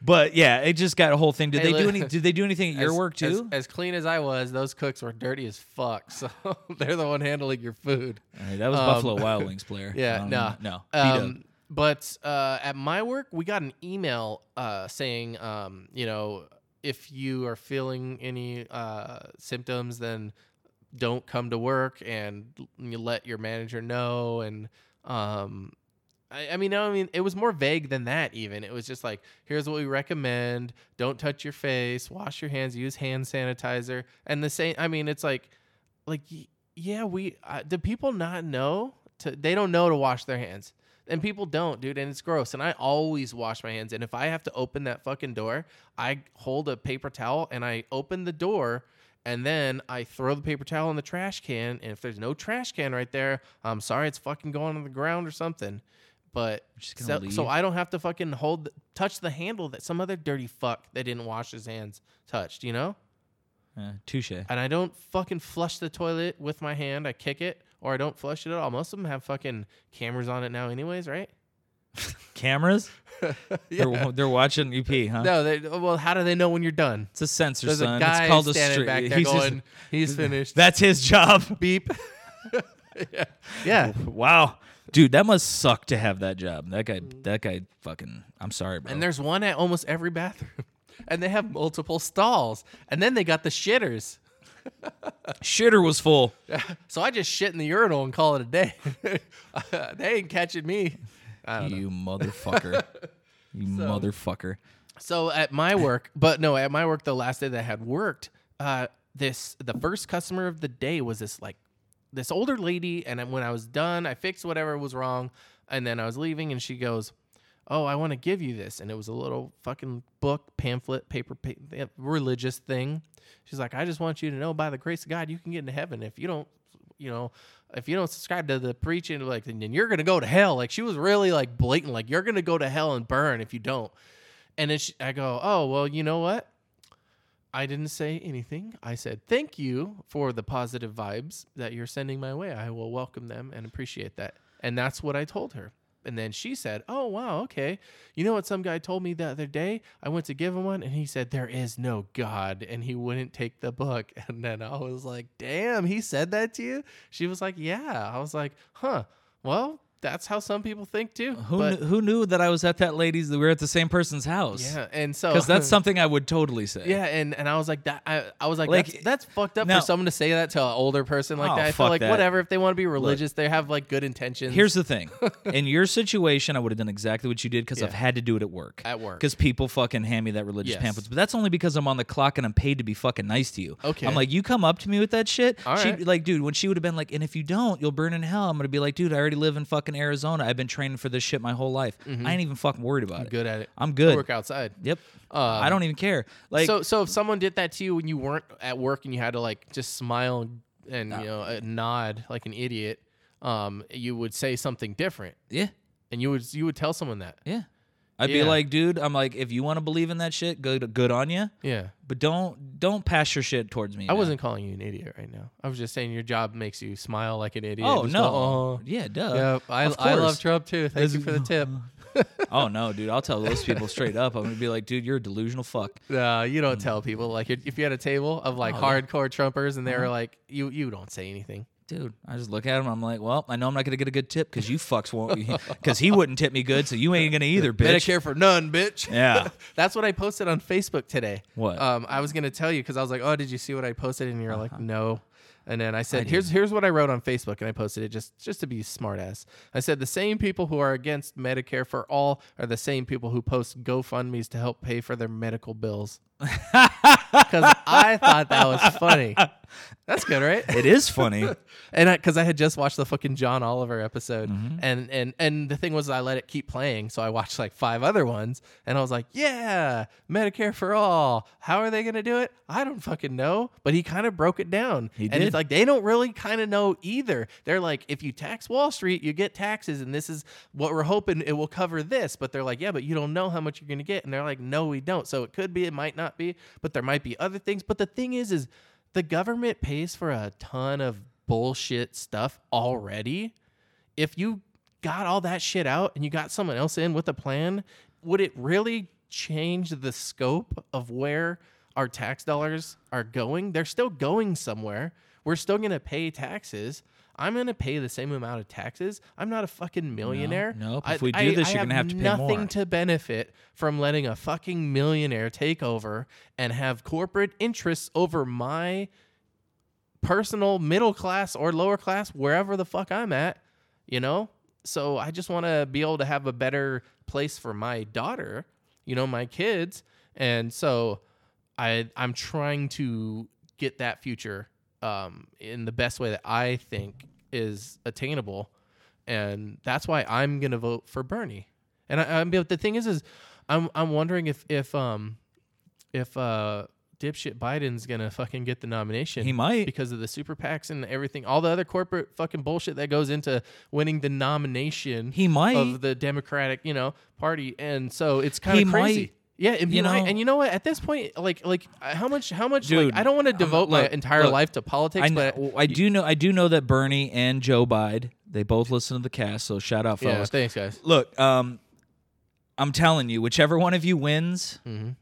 [SPEAKER 4] but yeah, it just got a whole thing. Did
[SPEAKER 2] Hey,
[SPEAKER 4] they do
[SPEAKER 2] look-
[SPEAKER 4] any? Did they do anything at your
[SPEAKER 2] As-
[SPEAKER 4] work
[SPEAKER 2] as-
[SPEAKER 4] too?
[SPEAKER 2] As, clean as I was, those cooks were dirty as fuck. So they're the one handling your food.
[SPEAKER 4] Hey, that was
[SPEAKER 2] um,
[SPEAKER 4] Buffalo Wild Wings player.
[SPEAKER 2] Yeah,
[SPEAKER 4] Um,
[SPEAKER 2] no,
[SPEAKER 4] no. beat up.
[SPEAKER 2] Um, but uh, at my work, we got an email uh, saying, um, you know, if you are feeling any uh, symptoms, then don't come to work and l- you let your manager know. And um, I, I mean, no, I mean, it was more vague than that. Even it was just like, here's what we recommend: don't touch your face, wash your hands, use hand sanitizer, and the same. I mean, it's like, like, y- yeah, we uh, do people not know? To, they don't know to wash their hands, and people don't, dude. And it's gross. And I always wash my hands. And if I have to open that fucking door, I hold a paper towel and I open the door. And then I throw the paper towel in the trash can, and if there's no trash can right there, I'm sorry, it's fucking going on the ground or something. But
[SPEAKER 4] Just gonna
[SPEAKER 2] so, so
[SPEAKER 4] leave?
[SPEAKER 2] I don't have to fucking hold, touch the handle that some other dirty fuck that didn't wash his hands touched, you know?
[SPEAKER 4] Yeah, touche.
[SPEAKER 2] And I don't fucking flush the toilet with my hand. I kick it, or I don't flush it at all. Most of them have fucking cameras on it now, anyways, right?
[SPEAKER 4] Cameras? They're they're watching EP, huh?
[SPEAKER 2] No, they, well, how do they know when you're done?
[SPEAKER 4] It's a sensor,
[SPEAKER 2] There's
[SPEAKER 4] son.
[SPEAKER 2] a guy
[SPEAKER 4] it's called a
[SPEAKER 2] standing
[SPEAKER 4] street.
[SPEAKER 2] back there
[SPEAKER 4] He's just-
[SPEAKER 2] going, "He's finished."
[SPEAKER 4] That's his job.
[SPEAKER 2] Beep. yeah. yeah.
[SPEAKER 4] Wow, dude, that must suck to have that job. That guy, that guy, fucking. I'm sorry, bro.
[SPEAKER 2] And there's one at almost every bathroom. And they have multiple stalls. And then they got the shitters.
[SPEAKER 4] shitter was full.
[SPEAKER 2] So I just shit in the urinal and call it a day. they ain't catching me.
[SPEAKER 4] You motherfucker. you motherfucker.
[SPEAKER 2] So at my work, but no, at my work, the last day that I had worked, uh, this the first customer of the day was this like this older lady, and then when I was done, I fixed whatever was wrong, and then I was leaving, and she goes, "Oh, I want to give you this," and it was a little fucking book, pamphlet, paper, pa- th- religious thing. She's like, "I just want you to know, by the grace of God, you can get into heaven if you don't." You know, if you don't subscribe to the preaching, like, then you're gonna go to hell. Like, she was really like blatant, like, you're gonna go to hell and burn if you don't. And it's, I go, oh, well, you know what? I didn't say anything. I said, thank you for the positive vibes that you're sending my way. I will welcome them and appreciate that. And that's what I told her. And then she said, oh, wow, okay. You know what some guy told me the other day? I went to give him one and he said, there is no God. And he wouldn't take the book. And then I was like, damn, he said that to you? She was like, yeah. I was like, huh, well, that's how some people think too.
[SPEAKER 4] Who
[SPEAKER 2] But-
[SPEAKER 4] knew, who knew that I was at that lady's? That we were at the same person's house.
[SPEAKER 2] yeah, and so
[SPEAKER 4] Because that's something I would totally say.
[SPEAKER 2] Yeah, and, and I was like that. I, I was like,
[SPEAKER 4] Like,
[SPEAKER 2] that's, that's fucked up
[SPEAKER 4] now-
[SPEAKER 2] for someone to say that to an older person like
[SPEAKER 4] Oh,
[SPEAKER 2] that. I feel
[SPEAKER 4] fuck
[SPEAKER 2] like
[SPEAKER 4] that.
[SPEAKER 2] whatever if they want to be religious, they have like good intentions.
[SPEAKER 4] Here's the thing. In your situation, I would have done exactly what you did because I've
[SPEAKER 2] Yeah.
[SPEAKER 4] had to do it at work.
[SPEAKER 2] At work.
[SPEAKER 4] Because people fucking hand me that religious
[SPEAKER 2] Yes.
[SPEAKER 4] pamphlets. But that's only because I'm on the clock and I'm paid to be fucking nice to you.
[SPEAKER 2] Okay.
[SPEAKER 4] I'm like, you come up to me with that shit.
[SPEAKER 2] All
[SPEAKER 4] she'd
[SPEAKER 2] right.
[SPEAKER 4] be like, dude, when she would have been like, and if you don't, you'll burn in hell. I'm gonna be like, dude, I already live in fucking Arizona. I've been training for this shit my whole life. I ain't even fucking worried about it.
[SPEAKER 2] Mm-hmm. good at it.
[SPEAKER 4] I'm good.
[SPEAKER 2] I work outside.
[SPEAKER 4] Yep.
[SPEAKER 2] Um,
[SPEAKER 4] I don't even care. Like
[SPEAKER 2] so so if someone did that to you when you weren't at work and you had to like just smile and, and you know uh, nod like an idiot, um, you would say something different,
[SPEAKER 4] yeah,
[SPEAKER 2] and you would you would tell someone that.
[SPEAKER 4] yeah. I'd
[SPEAKER 2] Yeah.
[SPEAKER 4] be like, dude, I'm like, if you want to believe in that shit, good, good on you.
[SPEAKER 2] Yeah.
[SPEAKER 4] But don't don't pass your shit towards me.
[SPEAKER 2] I
[SPEAKER 4] man.
[SPEAKER 2] wasn't calling you an idiot right now. I was just saying your job makes you smile like an idiot.
[SPEAKER 4] Oh
[SPEAKER 2] Just
[SPEAKER 4] no.
[SPEAKER 2] go, "Oh."
[SPEAKER 4] yeah, duh.
[SPEAKER 2] Yep, I,
[SPEAKER 4] Of
[SPEAKER 2] I love
[SPEAKER 4] course.
[SPEAKER 2] Trump too. Thank you for the tip.
[SPEAKER 4] oh no, dude. I'll tell those people straight up. I'm gonna be like, dude, you're a delusional fuck.
[SPEAKER 2] No, uh, you don't tell people. Like if if you had a table of like
[SPEAKER 4] Mm. Oh, yeah. Uh-huh.
[SPEAKER 2] hardcore Trumpers and they were like, you you don't say anything.
[SPEAKER 4] Dude, I just look at him. I'm like, well, I know I'm not gonna get a good tip because you fucks won't, because he wouldn't tip me good, so you ain't gonna either, bitch.
[SPEAKER 2] Medicare for none, bitch.
[SPEAKER 4] Yeah.
[SPEAKER 2] That's what I posted on Facebook today.
[SPEAKER 4] What?
[SPEAKER 2] Um, I was gonna tell you because I was like, oh, did you see what I posted? And you're
[SPEAKER 4] Uh-huh.
[SPEAKER 2] like, no. And then I said, here's here's what I wrote on Facebook, and I posted it just just to be smart ass. I said the same people who are against Medicare for all are the same people who post GoFundmes to help pay for their medical bills. Because I thought that was funny. That's good, right?
[SPEAKER 4] It is funny.
[SPEAKER 2] and I because I had just watched the fucking John Oliver episode,
[SPEAKER 4] Mm-hmm.
[SPEAKER 2] and and and the thing was I let it keep playing, so I watched like five other ones, and I was like, yeah, Medicare for all. How are they gonna do it? I don't fucking know. But he kind of broke it down,
[SPEAKER 4] He
[SPEAKER 2] and
[SPEAKER 4] did.
[SPEAKER 2] it's like they don't really kind of know either. They're like, if you tax Wall Street, you get taxes, and this is what we're hoping it will cover this. But they're like, yeah, but you don't know how much you're gonna get, and they're like, no, we don't. So it could be, it might not be, but there might be other things. But the thing is, is the government pays for a ton of bullshit stuff already. If you got all that shit out and you got someone else in with a plan, would it really change the scope of where our tax dollars are going? They're still going somewhere. We're still going to pay taxes. I'm going to pay the same amount of taxes. I'm not a fucking millionaire.
[SPEAKER 4] nope.
[SPEAKER 2] I-
[SPEAKER 4] If we do
[SPEAKER 2] I-
[SPEAKER 4] this,
[SPEAKER 2] I
[SPEAKER 4] you're gonna have to pay
[SPEAKER 2] nothing
[SPEAKER 4] more.
[SPEAKER 2] to benefit from letting a fucking millionaire take over and have corporate interests over my personal middle class or lower class wherever the fuck I'm at, you know? So I just want to be able to have a better place for my daughter, you know, my kids. And so I I'm trying to get that future um in the best way that I think is attainable. And that's why I'm going to vote for Bernie. And I, I but the thing is is I'm I'm wondering if if um if uh dipshit Biden's going to fucking get the nomination
[SPEAKER 4] He might.
[SPEAKER 2] because of the super PACs and everything, all the other corporate fucking bullshit that goes into winning the nomination
[SPEAKER 4] He might.
[SPEAKER 2] of the Democratic, you know, party. And so it's kind
[SPEAKER 4] He
[SPEAKER 2] of crazy.
[SPEAKER 4] might.
[SPEAKER 2] Yeah, and you
[SPEAKER 4] You
[SPEAKER 2] know,
[SPEAKER 4] know-
[SPEAKER 2] and you know what? At this point, like, like uh, how much, how much?
[SPEAKER 4] Dude,
[SPEAKER 2] like, I don't want to
[SPEAKER 4] I'm-
[SPEAKER 2] devote my
[SPEAKER 4] look,
[SPEAKER 2] entire
[SPEAKER 4] look,
[SPEAKER 2] life to politics,
[SPEAKER 4] I, know,
[SPEAKER 2] but
[SPEAKER 4] I do know. I do know that Bernie and Joe Biden, they both listen to the cast. So shout out,
[SPEAKER 2] yeah,
[SPEAKER 4] fellas.
[SPEAKER 2] thanks, guys.
[SPEAKER 4] Look, um, I'm telling you, whichever one of you wins,
[SPEAKER 2] Mhm.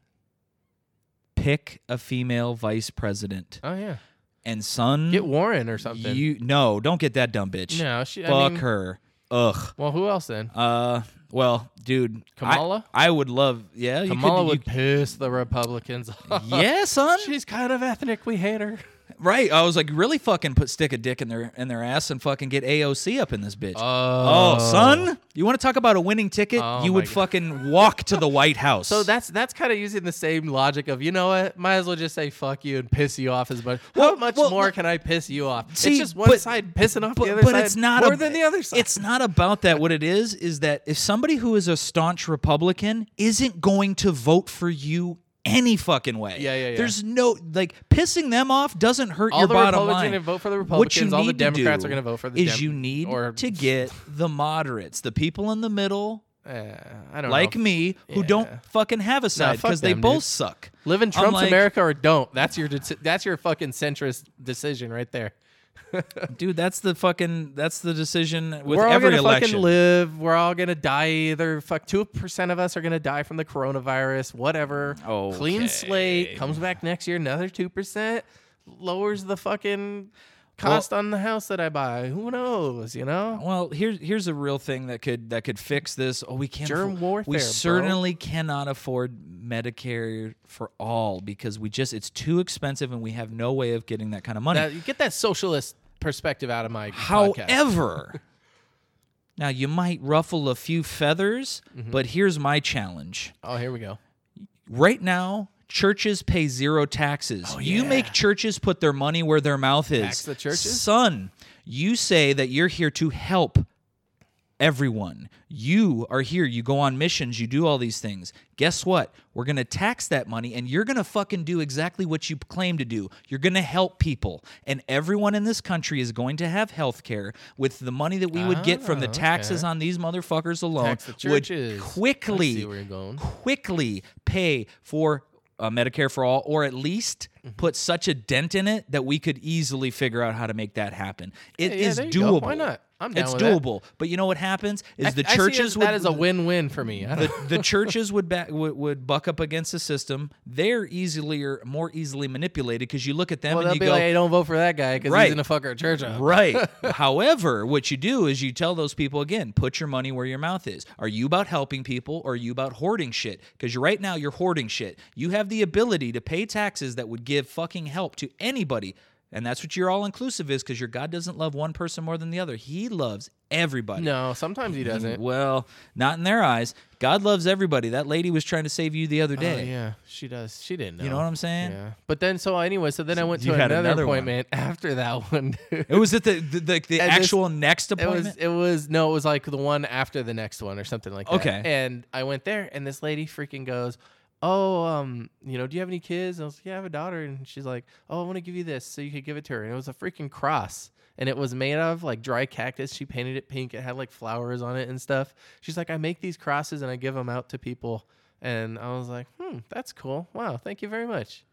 [SPEAKER 4] pick a female vice president.
[SPEAKER 2] Oh yeah,
[SPEAKER 4] And son,
[SPEAKER 2] get Warren or something.
[SPEAKER 4] Hmm? you no, don't get that dumb bitch.
[SPEAKER 2] no, she.
[SPEAKER 4] Fuck
[SPEAKER 2] I mean,
[SPEAKER 4] her. Ugh.
[SPEAKER 2] Well, who else then?
[SPEAKER 4] Uh. Well, dude, I-
[SPEAKER 2] Kamala?
[SPEAKER 4] I, would love. Yeah, you
[SPEAKER 2] Kamala
[SPEAKER 4] could,
[SPEAKER 2] would piss the Republicans off.
[SPEAKER 4] You, yeah, son.
[SPEAKER 2] She's kind of ethnic. We hate her.
[SPEAKER 4] Right. I was like, really fucking put stick a dick in their in their ass and fucking get AOC up in this bitch.
[SPEAKER 2] Oh,
[SPEAKER 4] Oh, son, you want to talk about a winning ticket?
[SPEAKER 2] Oh
[SPEAKER 4] you
[SPEAKER 2] my
[SPEAKER 4] would
[SPEAKER 2] God.
[SPEAKER 4] fucking walk to the White House.
[SPEAKER 2] So that's that's kind of using the same logic of you know what, might as well just say fuck you and piss you off as much. How
[SPEAKER 4] Well-
[SPEAKER 2] much
[SPEAKER 4] well,
[SPEAKER 2] more
[SPEAKER 4] look-
[SPEAKER 2] can I piss you off? it's
[SPEAKER 4] See,
[SPEAKER 2] just one
[SPEAKER 4] but-
[SPEAKER 2] side pissing off the
[SPEAKER 4] but,
[SPEAKER 2] other
[SPEAKER 4] but
[SPEAKER 2] side
[SPEAKER 4] it's not
[SPEAKER 2] more
[SPEAKER 4] ab-
[SPEAKER 2] than the other side.
[SPEAKER 4] It's not about that. What it is is that if somebody who is a staunch Republican isn't going to vote for you any fucking way.
[SPEAKER 2] Yeah, yeah, yeah.
[SPEAKER 4] There's no like pissing them off doesn't hurt
[SPEAKER 2] All
[SPEAKER 4] your
[SPEAKER 2] the
[SPEAKER 4] bottom
[SPEAKER 2] Republicans
[SPEAKER 4] line.
[SPEAKER 2] are gonna vote for the
[SPEAKER 4] What you
[SPEAKER 2] Republicans, all the
[SPEAKER 4] need to
[SPEAKER 2] Democrats
[SPEAKER 4] do
[SPEAKER 2] are gonna vote for the
[SPEAKER 4] is
[SPEAKER 2] Dem-
[SPEAKER 4] you need
[SPEAKER 2] or-
[SPEAKER 4] to get the moderates, the people in the middle,
[SPEAKER 2] Uh, I don't
[SPEAKER 4] like
[SPEAKER 2] know.
[SPEAKER 4] me, who don't fucking have a side
[SPEAKER 2] fuck
[SPEAKER 4] because they
[SPEAKER 2] them,
[SPEAKER 4] both
[SPEAKER 2] dude.
[SPEAKER 4] suck.
[SPEAKER 2] Live in
[SPEAKER 4] I'm
[SPEAKER 2] Trump's
[SPEAKER 4] like,
[SPEAKER 2] America or don't. That's your de- that's your fucking centrist decision right there.
[SPEAKER 4] dude. That's the fucking. That's the decision with
[SPEAKER 2] We're all
[SPEAKER 4] every
[SPEAKER 2] gonna
[SPEAKER 4] election.
[SPEAKER 2] fucking live. We're all gonna die. Either fuck two percent of us are gonna die from the coronavirus. Whatever. Clean
[SPEAKER 4] Okay.
[SPEAKER 2] slate comes back next year. Another two percent lowers the fucking cost on the house that I buy. Who knows? You know.
[SPEAKER 4] Well, here's here's a real thing that could that could fix this. Oh, we can't.
[SPEAKER 2] Germ
[SPEAKER 4] afford-
[SPEAKER 2] warfare,
[SPEAKER 4] We
[SPEAKER 2] bro.
[SPEAKER 4] certainly cannot afford Medicare for all because we just it's too expensive and we have no way of getting that kind of money.
[SPEAKER 2] Now, Uh, you get that socialist perspective out of my podcast.
[SPEAKER 4] However, now you might ruffle a few feathers,
[SPEAKER 2] Mm-hmm.
[SPEAKER 4] but here's my challenge.
[SPEAKER 2] Oh, here we go.
[SPEAKER 4] Right now, churches pay zero taxes.
[SPEAKER 2] Oh,
[SPEAKER 4] You make churches put their money where their mouth is.
[SPEAKER 2] Tax the churches?
[SPEAKER 4] Son, you say that you're here to help everyone. You are here. You go on missions. You do all these things. Guess what? We're going to tax that money and you're going to fucking do exactly what you claim to do. You're going to help people. And everyone in this country is going to have health care with the money that we would get from the
[SPEAKER 2] Ah,
[SPEAKER 4] taxes
[SPEAKER 2] okay.
[SPEAKER 4] on these motherfuckers alone
[SPEAKER 2] Tax the
[SPEAKER 4] would
[SPEAKER 2] churches. I
[SPEAKER 4] quickly
[SPEAKER 2] see where you're going.
[SPEAKER 4] quickly pay for uh, Medicare for all, or at least
[SPEAKER 2] Mm-hmm.
[SPEAKER 4] put such a dent in it that we could easily figure out how to make that happen. It
[SPEAKER 2] Yeah, yeah,
[SPEAKER 4] is
[SPEAKER 2] there you go.
[SPEAKER 4] doable.
[SPEAKER 2] Why not? I'm down
[SPEAKER 4] it's
[SPEAKER 2] with that.
[SPEAKER 4] doable. But you know what happens is
[SPEAKER 2] I-
[SPEAKER 4] the
[SPEAKER 2] I see it
[SPEAKER 4] churches
[SPEAKER 2] as
[SPEAKER 4] would
[SPEAKER 2] that is a win-win for me. I don't,
[SPEAKER 4] the, the churches would, back, would would buck up against the system. They're easily or more easily manipulated because you look at them
[SPEAKER 2] well,
[SPEAKER 4] and
[SPEAKER 2] they'll
[SPEAKER 4] you
[SPEAKER 2] be
[SPEAKER 4] go,
[SPEAKER 2] like, "Hey, don't vote for that guy because
[SPEAKER 4] Right.
[SPEAKER 2] he's gonna fuck our church up."
[SPEAKER 4] Right. However, what you do is you tell those people again, put your money where your mouth is. Are you about helping people or are you about hoarding shit? Because right now you're hoarding shit. You have the ability to pay taxes that would give fucking help to anybody. And that's what your all inclusive is because your God doesn't love one person more than the other. He loves everybody.
[SPEAKER 2] No, sometimes he doesn't.
[SPEAKER 4] Well, not in their eyes. God loves everybody. That lady was trying to save you the other
[SPEAKER 2] Oh,
[SPEAKER 4] day.
[SPEAKER 2] yeah, she does. She didn't know.
[SPEAKER 4] You know what I'm saying?
[SPEAKER 2] Yeah. But then, so anyway, so then I went
[SPEAKER 4] you
[SPEAKER 2] to
[SPEAKER 4] had
[SPEAKER 2] another,
[SPEAKER 4] another one.
[SPEAKER 2] appointment after that one. dude.
[SPEAKER 4] It was at the the, the, the
[SPEAKER 2] And this-
[SPEAKER 4] actual next
[SPEAKER 2] It
[SPEAKER 4] appointment.
[SPEAKER 2] was it was no, it was like the one after the next one or something like that.
[SPEAKER 4] Okay.
[SPEAKER 2] And I went there and this lady freaking goes, Oh, um, you know, do you have any kids? And I was like, Yeah, I have a daughter. And she's like, Oh, I want to give you this so you could give it to her. And it was a freaking cross. And it was made out of like dry cactus. She painted it pink. It had like flowers on it and stuff. She's like, I make these crosses and I give them out to people. And I was like, Hmm, that's cool. Wow, thank you very much.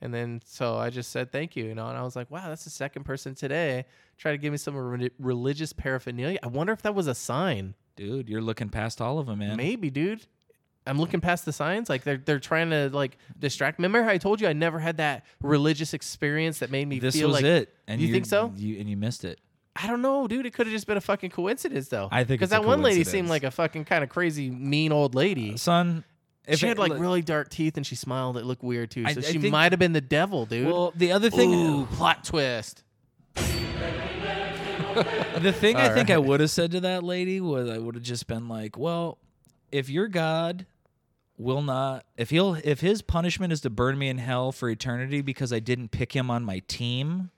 [SPEAKER 2] And then so I just said thank you, you know, and I was like, wow, that's the second person today try to give me some re- religious paraphernalia. I wonder if that was a sign.
[SPEAKER 4] Dude, you're looking past all of them, man.
[SPEAKER 2] Maybe, dude. I'm looking past the signs. Like they're they're trying to like distract. me. Remember how I told you I never had that religious experience that made me
[SPEAKER 4] this
[SPEAKER 2] feel
[SPEAKER 4] was
[SPEAKER 2] like
[SPEAKER 4] it. And
[SPEAKER 2] you think so?
[SPEAKER 4] You and you missed it.
[SPEAKER 2] I don't know, dude. It could have just been a fucking coincidence, though.
[SPEAKER 4] I think
[SPEAKER 2] because
[SPEAKER 4] it's a
[SPEAKER 2] that one lady seemed
[SPEAKER 4] coincidence.
[SPEAKER 2] like a fucking kind of crazy, mean old lady.
[SPEAKER 4] Son, if
[SPEAKER 2] she
[SPEAKER 4] it-
[SPEAKER 2] had like
[SPEAKER 4] look-
[SPEAKER 2] really dark teeth and she smiled. It looked weird too.
[SPEAKER 4] I-
[SPEAKER 2] So
[SPEAKER 4] I
[SPEAKER 2] she
[SPEAKER 4] think-
[SPEAKER 2] might have been the devil, dude.
[SPEAKER 4] Well, the other thing
[SPEAKER 2] Ooh, plot twist.
[SPEAKER 4] the thing I think I would have said to that lady was I would have just been like, "Well, if your God will not if he'll if his punishment is to burn me in hell for eternity because I didn't pick him on my team,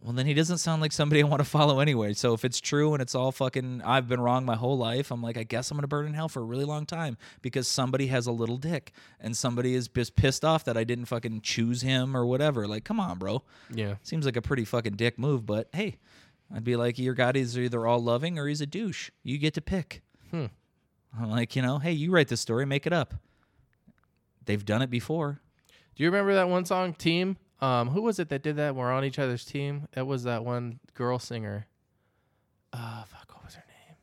[SPEAKER 4] well then he doesn't sound like somebody I want to follow anyway. So if it's true and it's all fucking I've been wrong my whole life, I'm like I guess I'm going to burn in hell for a really long time because somebody has a little dick and somebody is just pissed off that I didn't fucking choose him or whatever. Like come on, bro.
[SPEAKER 2] Yeah.
[SPEAKER 4] Seems like a pretty fucking dick move, but hey, I'd be like, your God is either all loving or he's a douche. You get to pick.
[SPEAKER 2] Hmm.
[SPEAKER 4] I'm like, you know, hey, you write this story, make it up. They've done it before.
[SPEAKER 2] Do you remember that one song, Team? Um, who was it that did that? We're on each other's team. It was that one girl singer. Uh fuck, what was her name?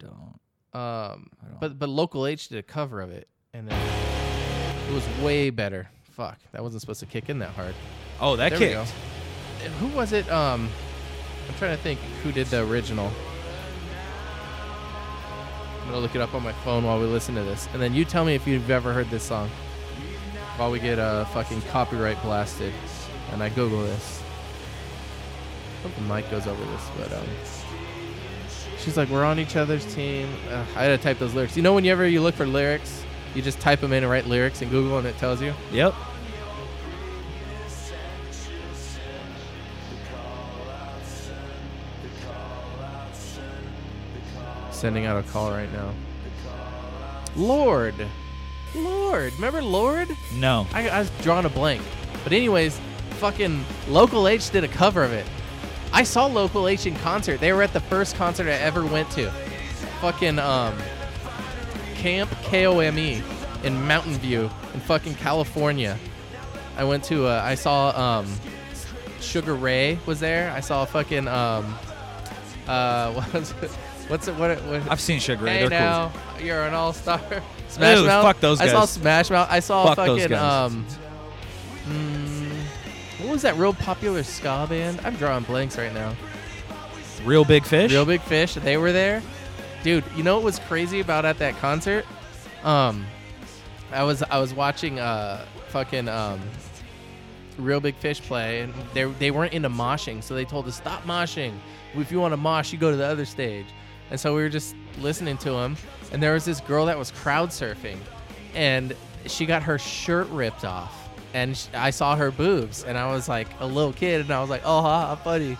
[SPEAKER 4] Don't.
[SPEAKER 2] Um,
[SPEAKER 4] don't-
[SPEAKER 2] but but Local H did a cover of it, and then it was way better. Fuck, that wasn't supposed to kick in that hard.
[SPEAKER 4] Oh, that
[SPEAKER 2] There we
[SPEAKER 4] kicked.
[SPEAKER 2] go. And Who was it? Um, I'm trying to think who did the original. I'm gonna look it up on my phone while we listen to this, and then you tell me if you've ever heard this song. While we get uh, fucking copyright blasted, and I Google this. Hope the mic goes over this, but um, she's like, "We're on each other's team." Uh, I had to type those lyrics. You know, whenever you look for lyrics, you just type them in and write lyrics in Google, and it tells you.
[SPEAKER 4] Yep.
[SPEAKER 2] Sending out a call right now. Lord. Lord. Remember Lord?
[SPEAKER 4] No.
[SPEAKER 2] I, I was drawing a blank. But, anyways, fucking Local H did a cover of it. I saw Local H in concert. They were at the first concert I ever went to. Fucking um, Camp KOME E in Mountain View in fucking California. I went to, uh, I saw um, Sugar Ray was there. I saw fucking, um, uh, what was it? What's it? What, what,
[SPEAKER 4] I've seen Sugar Ray.
[SPEAKER 2] Hey
[SPEAKER 4] They're
[SPEAKER 2] now, you're an all star. Smash
[SPEAKER 4] Ew,
[SPEAKER 2] Mouth.
[SPEAKER 4] fuck those
[SPEAKER 2] I saw
[SPEAKER 4] guys.
[SPEAKER 2] Smash Mouth. I saw
[SPEAKER 4] Fuck those
[SPEAKER 2] fucking
[SPEAKER 4] guys.
[SPEAKER 2] um. mm, what was that real popular ska band? I'm drawing blanks right now.
[SPEAKER 4] cool. Real big fish.
[SPEAKER 2] Real Big Fish. They were there, dude. You know what was crazy about at that concert? Um, I was I was watching uh fucking um. Real Big Fish play, and they they weren't into moshing, so they told us stop moshing. If you want to mosh, you go to the other stage. And so we were just listening to them, and there was this girl that was crowd surfing, and she got her shirt ripped off, and sh I saw her boobs, and I was like a little kid, and I was like, oh, ha, ha, funny.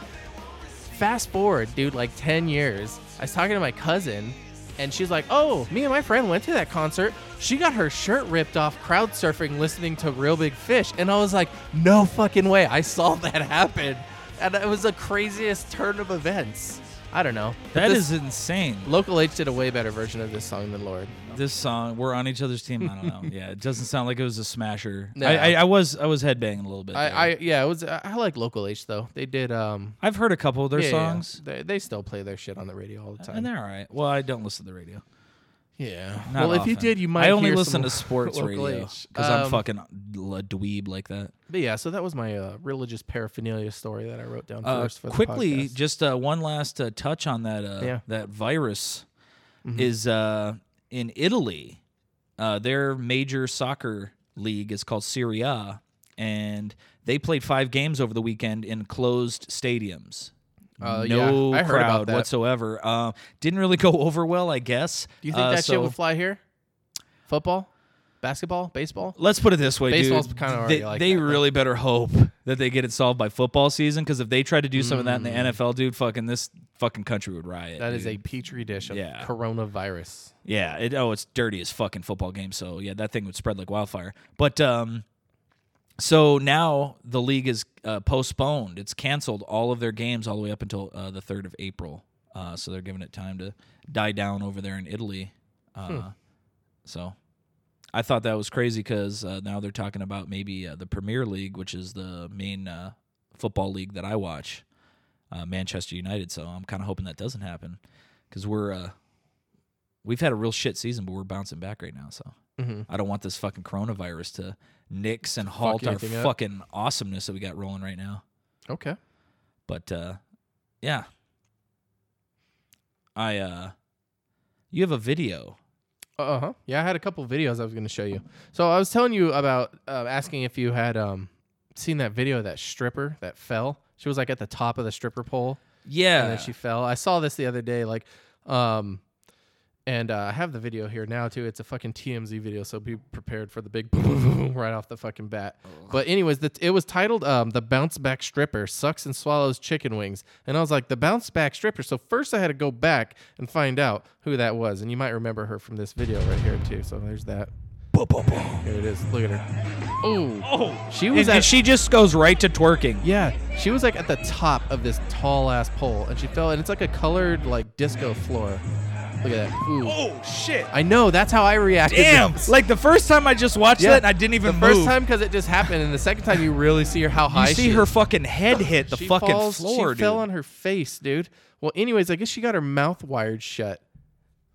[SPEAKER 2] Fast forward, dude, like 10 years. I was talking to my cousin, and she's like, Oh, me and my friend went to that concert. She got her shirt ripped off crowd surfing listening to Real Big Fish. And I was like, No fucking way. I saw that happen. And it was the craziest turn of events. I don't know. But
[SPEAKER 4] That
[SPEAKER 2] this-
[SPEAKER 4] is insane.
[SPEAKER 2] Local H did a way better version of this song than Lord.
[SPEAKER 4] This song, we're on each other's team. I don't know. yeah, it doesn't sound like it was a smasher.
[SPEAKER 2] No.
[SPEAKER 4] I, I, I was I was headbanging a little bit. there.
[SPEAKER 2] I, I yeah, it was. I I like Local H though. They did um
[SPEAKER 4] I've heard a couple of their
[SPEAKER 2] yeah, yeah,
[SPEAKER 4] songs,
[SPEAKER 2] They, they still play their shit on the radio all the time.
[SPEAKER 4] and they're all right. Well, I don't listen to the radio.
[SPEAKER 2] yeah.
[SPEAKER 4] Not
[SPEAKER 2] well, if you
[SPEAKER 4] often.
[SPEAKER 2] did, you might.
[SPEAKER 4] I only
[SPEAKER 2] hear
[SPEAKER 4] listen
[SPEAKER 2] some
[SPEAKER 4] to sports
[SPEAKER 2] Local
[SPEAKER 4] radio
[SPEAKER 2] H.
[SPEAKER 4] because I'm
[SPEAKER 2] Um,
[SPEAKER 4] fucking a dweeb like that.
[SPEAKER 2] But yeah, so that was my uh, religious paraphernalia story that I wrote down
[SPEAKER 4] Uh,
[SPEAKER 2] first for the
[SPEAKER 4] quickly,
[SPEAKER 2] podcast.
[SPEAKER 4] just uh, one last uh, touch on that. Uh,
[SPEAKER 2] Yeah. Mm-hmm.
[SPEAKER 4] That virus is uh, in Italy. Uh, their major soccer league is called Serie A, and they played five games over the weekend in closed stadiums.
[SPEAKER 2] Uh, yeah,
[SPEAKER 4] no
[SPEAKER 2] I heard about
[SPEAKER 4] crowd
[SPEAKER 2] that.
[SPEAKER 4] whatsoever. Uh, didn't really go over well, I guess.
[SPEAKER 2] Do you think
[SPEAKER 4] Uh,
[SPEAKER 2] that shit
[SPEAKER 4] so-
[SPEAKER 2] would fly here? Football, basketball, baseball.
[SPEAKER 4] Let's put it this way,
[SPEAKER 2] Baseball's
[SPEAKER 4] dude.
[SPEAKER 2] kinda already
[SPEAKER 4] they
[SPEAKER 2] like
[SPEAKER 4] they
[SPEAKER 2] that, though.
[SPEAKER 4] really better hope that they get it solved by football season because if they try to do some of that in the NFL, dude, fucking this fucking country would riot.
[SPEAKER 2] Mm. That is
[SPEAKER 4] dude.
[SPEAKER 2] a petri dish of
[SPEAKER 4] Yeah.
[SPEAKER 2] coronavirus.
[SPEAKER 4] yeah. It, oh, it's dirty as fucking football game. So yeah, that thing would spread like wildfire. But um, so now the league is uh, postponed. It's canceled all of their games all the way up until uh, the third of April. Uh, so they're giving it time to die down over there in Italy. Uh, So I thought that was crazy because uh, now they're talking about maybe uh, the Premier League, which is the main uh, football league that I watch, uh, Manchester United. So I'm kind of hoping that doesn't happen because we're uh, we've had a real shit season, but we're bouncing back right now. So
[SPEAKER 2] Mm-hmm.
[SPEAKER 4] I don't want this fucking coronavirus to nix and halt our
[SPEAKER 2] everything up.
[SPEAKER 4] fucking awesomeness that we got rolling right now.
[SPEAKER 2] Okay.
[SPEAKER 4] But uh, yeah, I uh, you have a video.
[SPEAKER 2] Uh huh. Yeah, I had a couple videos I was going to show you. So I was telling you about uh, asking if you had um seen that video of that stripper that fell. She was like at the top of the stripper pole. and
[SPEAKER 4] Yeah,
[SPEAKER 2] then she fell. I saw this the other day, like, um, and uh, I have the video here now too. It's a fucking TMZ video, so be prepared for the big boom, boom, boom right off the fucking bat. But anyways, the, it was titled um, "The Bounce Back Stripper Sucks and Swallows Chicken Wings," and I was like, "The Bounce Back Stripper." So first, I had to go back and find out who that was, and you might remember her from this video right here too. So there's that. Here it is. Look at her. Oh,
[SPEAKER 4] Oh,
[SPEAKER 2] she
[SPEAKER 4] and,
[SPEAKER 2] was at
[SPEAKER 4] and she just goes right to twerking.
[SPEAKER 2] yeah, she was like at the top of this tall ass pole, and she fell, and it's like a colored like disco floor. Look at that. Ooh.
[SPEAKER 4] Oh shit!
[SPEAKER 2] I know. That's how I reacted. to
[SPEAKER 4] Damn!
[SPEAKER 2] this.
[SPEAKER 4] Like the first time I just watched that, and I didn't even
[SPEAKER 2] The first
[SPEAKER 4] move.
[SPEAKER 2] time because it just happened, and the second time you really see her how
[SPEAKER 4] you
[SPEAKER 2] high.
[SPEAKER 4] see
[SPEAKER 2] she
[SPEAKER 4] her
[SPEAKER 2] is.
[SPEAKER 4] fucking head hit the
[SPEAKER 2] She
[SPEAKER 4] fucking
[SPEAKER 2] falls- She
[SPEAKER 4] floor, dude.
[SPEAKER 2] fell on her face, dude. Well, anyways, I guess she got her mouth wired shut.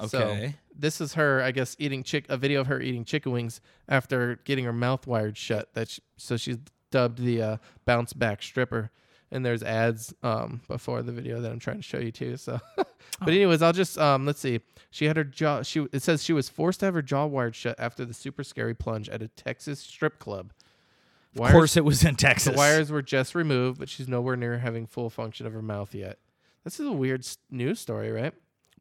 [SPEAKER 2] So,
[SPEAKER 4] Okay.
[SPEAKER 2] this is her, I guess, eating chick a video of her eating chicken wings after getting her mouth wired shut. That she, so she's dubbed the uh, bounce back stripper. And there's ads um, before the video that I'm trying to show you too. So, but anyways, I'll just um, let's see. She had her jaw. She it says she was forced to have her jaw wired shut after the super scary plunge at a Texas strip club.
[SPEAKER 4] of course, it was in
[SPEAKER 2] The
[SPEAKER 4] Texas.
[SPEAKER 2] wires were just removed, but she's nowhere near having full function of her mouth yet. This is a weird s- news story, right?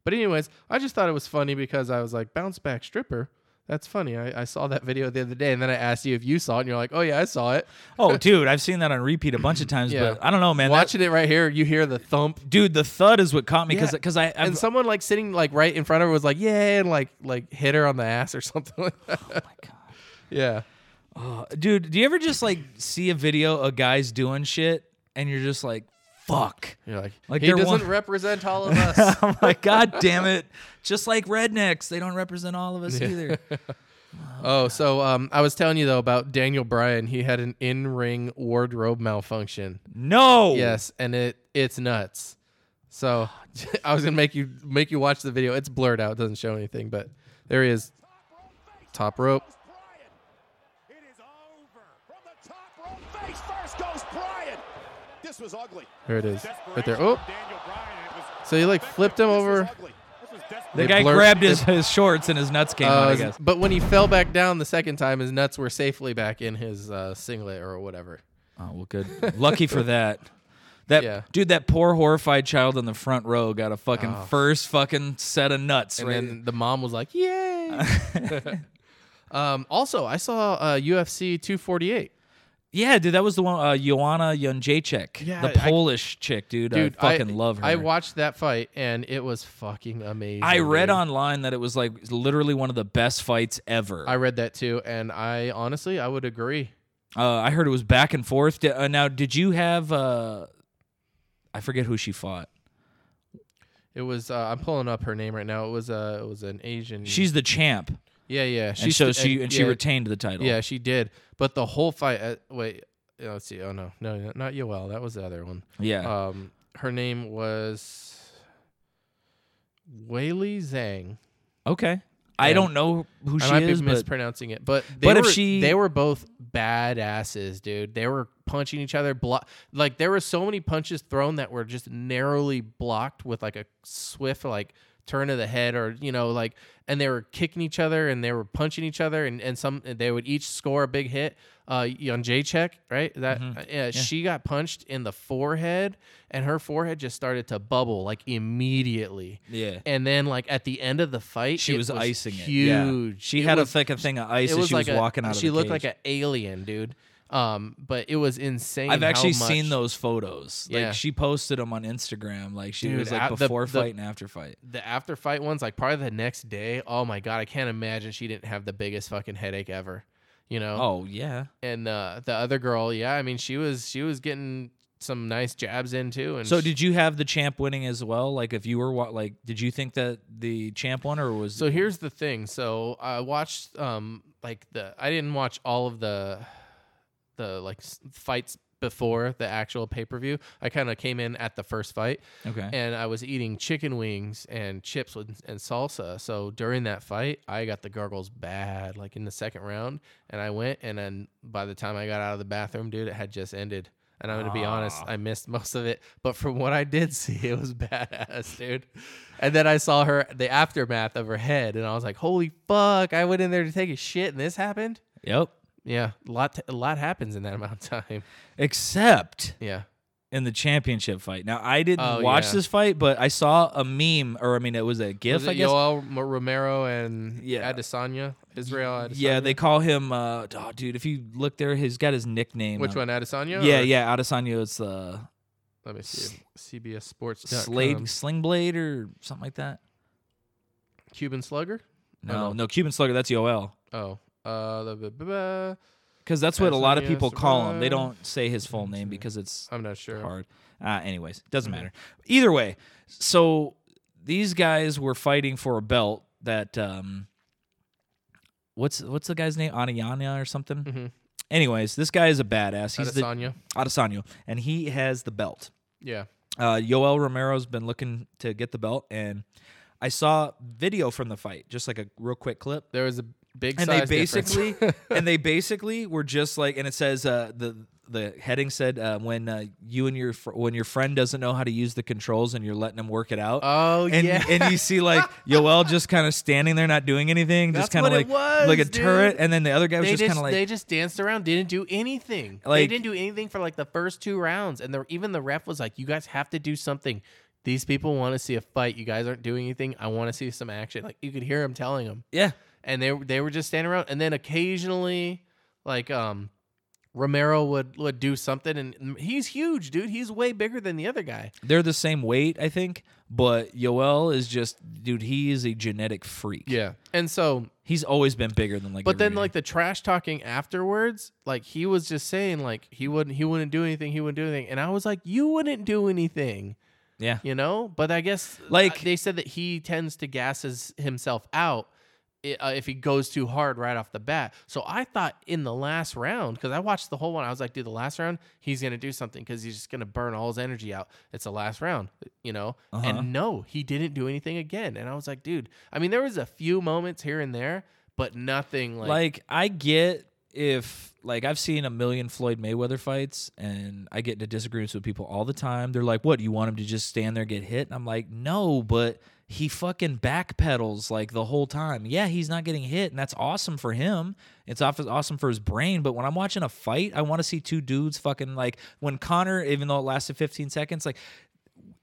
[SPEAKER 2] But anyways, I just thought it was funny because I was like, bounce back stripper. That's funny. I, I saw that video the other day, and then I asked you if you saw it, and you're like, oh yeah, I saw it.
[SPEAKER 4] oh, dude, I've seen that on repeat a bunch of times,
[SPEAKER 2] Yeah.
[SPEAKER 4] but I don't know, man. That-
[SPEAKER 2] Watching it right here, you hear the thump,
[SPEAKER 4] dude, the thud is what caught me because
[SPEAKER 2] Yeah.
[SPEAKER 4] I
[SPEAKER 2] and
[SPEAKER 4] I've-
[SPEAKER 2] someone like sitting like right in front of her was like, yeah, and like like hit her on the ass or something like that. Oh my god. Yeah.
[SPEAKER 4] dude, do you ever just like see a video of guys doing shit and you're just like, fuck.
[SPEAKER 2] You're like,
[SPEAKER 4] Like
[SPEAKER 2] he
[SPEAKER 4] they're
[SPEAKER 2] doesn't
[SPEAKER 4] one-
[SPEAKER 2] represent all of us.
[SPEAKER 4] I'm like, god damn it! Just like rednecks, they don't represent all of us either.
[SPEAKER 2] Oh, so um, I was telling you though about Daniel Bryan. He had an in-ring wardrobe malfunction.
[SPEAKER 4] No.
[SPEAKER 2] Yes, and it it's nuts. So I was gonna make you make you watch the video. It's blurred out, doesn't show anything, but there he is. Top rope.
[SPEAKER 3] Bryan. It is over. From the top rope, face first goes Bryan. This was ugly.
[SPEAKER 2] There it is. Right there.
[SPEAKER 3] Desperation
[SPEAKER 2] Oh,
[SPEAKER 3] from Daniel Bryan, and it was
[SPEAKER 2] so he like flipped him
[SPEAKER 3] This was
[SPEAKER 2] over.
[SPEAKER 3] ugly. This was desperate.
[SPEAKER 4] The
[SPEAKER 2] They
[SPEAKER 4] guy
[SPEAKER 2] blurred-
[SPEAKER 4] grabbed his, his shorts and his nuts came out, I
[SPEAKER 2] Uh,
[SPEAKER 4] guess.
[SPEAKER 2] but when he fell back down the second time, his nuts were safely back in his uh, singlet or whatever.
[SPEAKER 4] Oh well, good. Lucky for that. That
[SPEAKER 2] Yeah.
[SPEAKER 4] dude, that poor horrified child in the front row got a fucking first fucking set of nuts.
[SPEAKER 2] Oh. And
[SPEAKER 4] right?
[SPEAKER 2] then the mom was like, "Yay!" um, also, I saw uh, UFC 248.
[SPEAKER 4] Yeah, dude, that was the one uh Joanna Jędrzejczyk,
[SPEAKER 2] Yeah,
[SPEAKER 4] the
[SPEAKER 2] I-
[SPEAKER 4] Polish chick, dude.
[SPEAKER 2] Dude,
[SPEAKER 4] I fucking love her.
[SPEAKER 2] I watched that fight and it was fucking amazing.
[SPEAKER 4] I read
[SPEAKER 2] dude.
[SPEAKER 4] online that it was like literally one of the best fights ever.
[SPEAKER 2] I read that too, and I honestly I would agree.
[SPEAKER 4] Uh, I heard it was back and forth. Di- uh, now, did you have? Uh, I forget who she fought.
[SPEAKER 2] It was uh, I'm pulling up her name right now. It was uh it was an Asian.
[SPEAKER 4] She's the champ,
[SPEAKER 2] yeah yeah.
[SPEAKER 4] and so she and, she
[SPEAKER 2] yeah,
[SPEAKER 4] retained the title.
[SPEAKER 2] Yeah, she did. But the whole fight. Uh, wait, uh, let's see. Oh no, no, no, not Yoel. That was the other one.
[SPEAKER 4] yeah.
[SPEAKER 2] Um, her name was Whaley Zhang.
[SPEAKER 4] okay, I
[SPEAKER 2] yeah.
[SPEAKER 4] don't know who
[SPEAKER 2] I
[SPEAKER 4] she
[SPEAKER 2] might
[SPEAKER 4] is,
[SPEAKER 2] be
[SPEAKER 4] but
[SPEAKER 2] mispronouncing it, but they
[SPEAKER 4] But
[SPEAKER 2] were,
[SPEAKER 4] if she-
[SPEAKER 2] they were both badasses, dude. They were punching each other. Blo- like there were so many punches thrown that were just narrowly blocked with like a swift like turn of the head, or you know, like and they were kicking each other and they were punching each other, and and some and they would each score a big hit. Uh, on Jacek, right? That
[SPEAKER 4] Mm-hmm.
[SPEAKER 2] uh, yeah, she got punched in the forehead, and her forehead just started to bubble like immediately.
[SPEAKER 4] Yeah.
[SPEAKER 2] and then like at the end of the fight,
[SPEAKER 4] she
[SPEAKER 2] it
[SPEAKER 4] was, icing
[SPEAKER 2] huge.
[SPEAKER 4] it. Yeah. She
[SPEAKER 2] It
[SPEAKER 4] had
[SPEAKER 2] was-
[SPEAKER 4] a like a thing of ice
[SPEAKER 2] it
[SPEAKER 4] as
[SPEAKER 2] was
[SPEAKER 4] she
[SPEAKER 2] like
[SPEAKER 4] was
[SPEAKER 2] a-
[SPEAKER 4] walking out.
[SPEAKER 2] She
[SPEAKER 4] of the
[SPEAKER 2] looked like
[SPEAKER 4] cage.
[SPEAKER 2] an alien, dude. Um, but it was insane.
[SPEAKER 4] I've
[SPEAKER 2] how
[SPEAKER 4] actually
[SPEAKER 2] much-
[SPEAKER 4] seen those photos.
[SPEAKER 2] Yeah.
[SPEAKER 4] Like she posted them on Instagram. Like she
[SPEAKER 2] Dude,
[SPEAKER 4] was
[SPEAKER 2] at
[SPEAKER 4] like
[SPEAKER 2] the-
[SPEAKER 4] before
[SPEAKER 2] the-
[SPEAKER 4] fight and after fight.
[SPEAKER 2] the after fight ones, like probably the next day. Oh my god, I can't imagine she didn't have the biggest fucking headache ever. You know.
[SPEAKER 4] Oh yeah.
[SPEAKER 2] And uh, the other girl, yeah, I mean, she was she was getting some nice jabs in too. And
[SPEAKER 4] So
[SPEAKER 2] she-
[SPEAKER 4] did you have the champ winning as well? Like if you were wa- like, did you think that the champ won or was
[SPEAKER 2] So here's the thing. So I watched um like the I didn't watch all of the the like s- fights before the actual pay-per-view. I kind of came in at the first fight.
[SPEAKER 4] okay?
[SPEAKER 2] and I was eating chicken wings and chips with, and salsa. So during that fight, I got the gurgles bad, like in the second round. And I went, and then by the time I got out of the bathroom, dude, it had just ended. And I'm gonna be honest, I missed most of it, but from what I did see, it was badass, dude. And then I saw her the aftermath of her head, and I was like, "Holy fuck!" I went in there to take a shit, and this happened.
[SPEAKER 4] yep.
[SPEAKER 2] Yeah, a lot, a lot happens in that amount of time.
[SPEAKER 4] Except
[SPEAKER 2] Yeah,
[SPEAKER 4] in the championship fight. Now I didn't
[SPEAKER 2] Oh,
[SPEAKER 4] watch
[SPEAKER 2] yeah.
[SPEAKER 4] this fight, but I saw a meme, or I mean, it was a GIF.
[SPEAKER 2] was
[SPEAKER 4] I
[SPEAKER 2] it
[SPEAKER 4] guess.
[SPEAKER 2] Yoel Mo- Romero and
[SPEAKER 4] Yeah.
[SPEAKER 2] Adesanya, Israel Adesanya?
[SPEAKER 4] yeah, they call him. Uh, oh, dude, if you look there, he's got his nickname.
[SPEAKER 2] Which
[SPEAKER 4] up.
[SPEAKER 2] one, Adesanya?
[SPEAKER 4] Yeah,
[SPEAKER 2] or-
[SPEAKER 4] yeah, Adesanya. It's uh,
[SPEAKER 2] Let me see. CBS Sports.
[SPEAKER 4] Slade Slingblade or something like that.
[SPEAKER 2] Cuban Slugger.
[SPEAKER 4] No,
[SPEAKER 2] no.
[SPEAKER 4] no, Cuban Slugger. That's Yoel.
[SPEAKER 2] Oh, uh, the, the- the- the-
[SPEAKER 4] Because that's what a lot of
[SPEAKER 2] Adesanya
[SPEAKER 4] people call him.
[SPEAKER 2] Sarai.
[SPEAKER 4] They don't say his full name because it's
[SPEAKER 2] I'm not sure.
[SPEAKER 4] hard. Uh, anyways, doesn't matter. Either way, so these guys were fighting for a belt that um, what's what's the guy's name? Anayana or something. Anyways, this guy is a badass. He's
[SPEAKER 2] Adesanya.
[SPEAKER 4] the Adesanya, and he has the belt.
[SPEAKER 2] yeah.
[SPEAKER 4] Uh, Yoel Romero's been looking to get the belt, and I saw video from the fight, just like a real quick clip
[SPEAKER 2] There was a big.
[SPEAKER 4] and they
[SPEAKER 2] size difference.
[SPEAKER 4] basically and they basically were just like and it says uh, the the heading said uh, when uh, you and your fr- when your friend doesn't know how to use the controls and you're letting him work it out.
[SPEAKER 2] Oh,
[SPEAKER 4] and,
[SPEAKER 2] yeah.
[SPEAKER 4] and you see like Yoel just kind of standing there not doing anything, just
[SPEAKER 2] That's
[SPEAKER 4] kind of
[SPEAKER 2] what
[SPEAKER 4] like
[SPEAKER 2] it was,
[SPEAKER 4] like a
[SPEAKER 2] dude.
[SPEAKER 4] turret, and then the other guy was
[SPEAKER 2] They
[SPEAKER 4] just kind
[SPEAKER 2] just,
[SPEAKER 4] of like
[SPEAKER 2] they just danced around, didn't do anything. they
[SPEAKER 4] Like-
[SPEAKER 2] didn't do anything for like the first two rounds, and the, even the ref was like, "You guys have to do something. These people want to see a fight. You guys aren't doing anything. I want to see some action." Like you could hear him telling them.
[SPEAKER 4] yeah.
[SPEAKER 2] and they they were just standing around. And then occasionally, like um, Romero would would do something, and he's huge, dude. He's way bigger than the other guy.
[SPEAKER 4] They're the same weight, I think, but Yoel is just dude. He is a genetic freak.
[SPEAKER 2] and so
[SPEAKER 4] he's always been bigger than like.
[SPEAKER 2] but then
[SPEAKER 4] everybody.
[SPEAKER 2] like the trash talking afterwards, like he was just saying like he wouldn't he wouldn't do anything, he wouldn't do anything, and I was like, you wouldn't do anything.
[SPEAKER 4] yeah,
[SPEAKER 2] you know but i guess
[SPEAKER 4] Like-
[SPEAKER 2] uh, they said that he tends to gas his, himself out i- uh, if he goes too hard right off the bat so i thought in the last round because i watched the whole one i was like dude the last round he's gonna do something because he's just gonna burn all his energy out it's the last round uh, you know
[SPEAKER 4] Uh-huh.
[SPEAKER 2] and no he didn't do anything again and i was like dude i mean there was a few moments here and there but nothing like,
[SPEAKER 4] like I get if like I've seen a million Floyd Mayweather fights and I get into disagreements with people all the time. They're like, "What? You want him to just stand there and get hit?" And I'm like, "No, but he fucking backpedals like the whole time. Yeah, he's not getting hit, and that's awesome for him. It's off- awesome for his brain. But when I'm watching a fight, I want to see two dudes fucking like when Connor, even though it lasted 15 seconds, like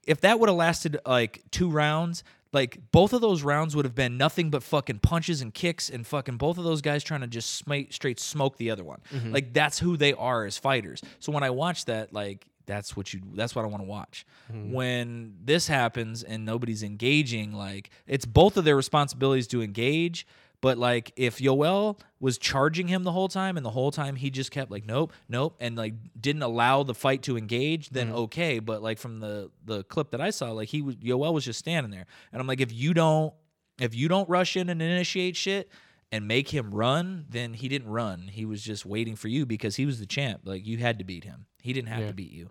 [SPEAKER 4] if that would have lasted like two rounds, Like both of those rounds would have been nothing but fucking punches and kicks and fucking both of those guys trying to just sma straight smoke the other one. Like that's who they are as fighters. So when I watch that, like that's what you that's what I want to watch. When this happens and nobody's engaging, like it's both of their responsibilities to engage. But like if Yoel was charging him the whole time and the whole time he just kept like nope, nope and like didn't allow the fight to engage, then okay, but like from the the clip that I saw like he was Yoel was just standing there. And I'm like if you don't if you don't rush in and initiate shit and make him run, then he didn't run. He was just waiting for you because he was the champ. Like you had to beat him. He didn't have
[SPEAKER 2] Yeah.
[SPEAKER 4] to beat you.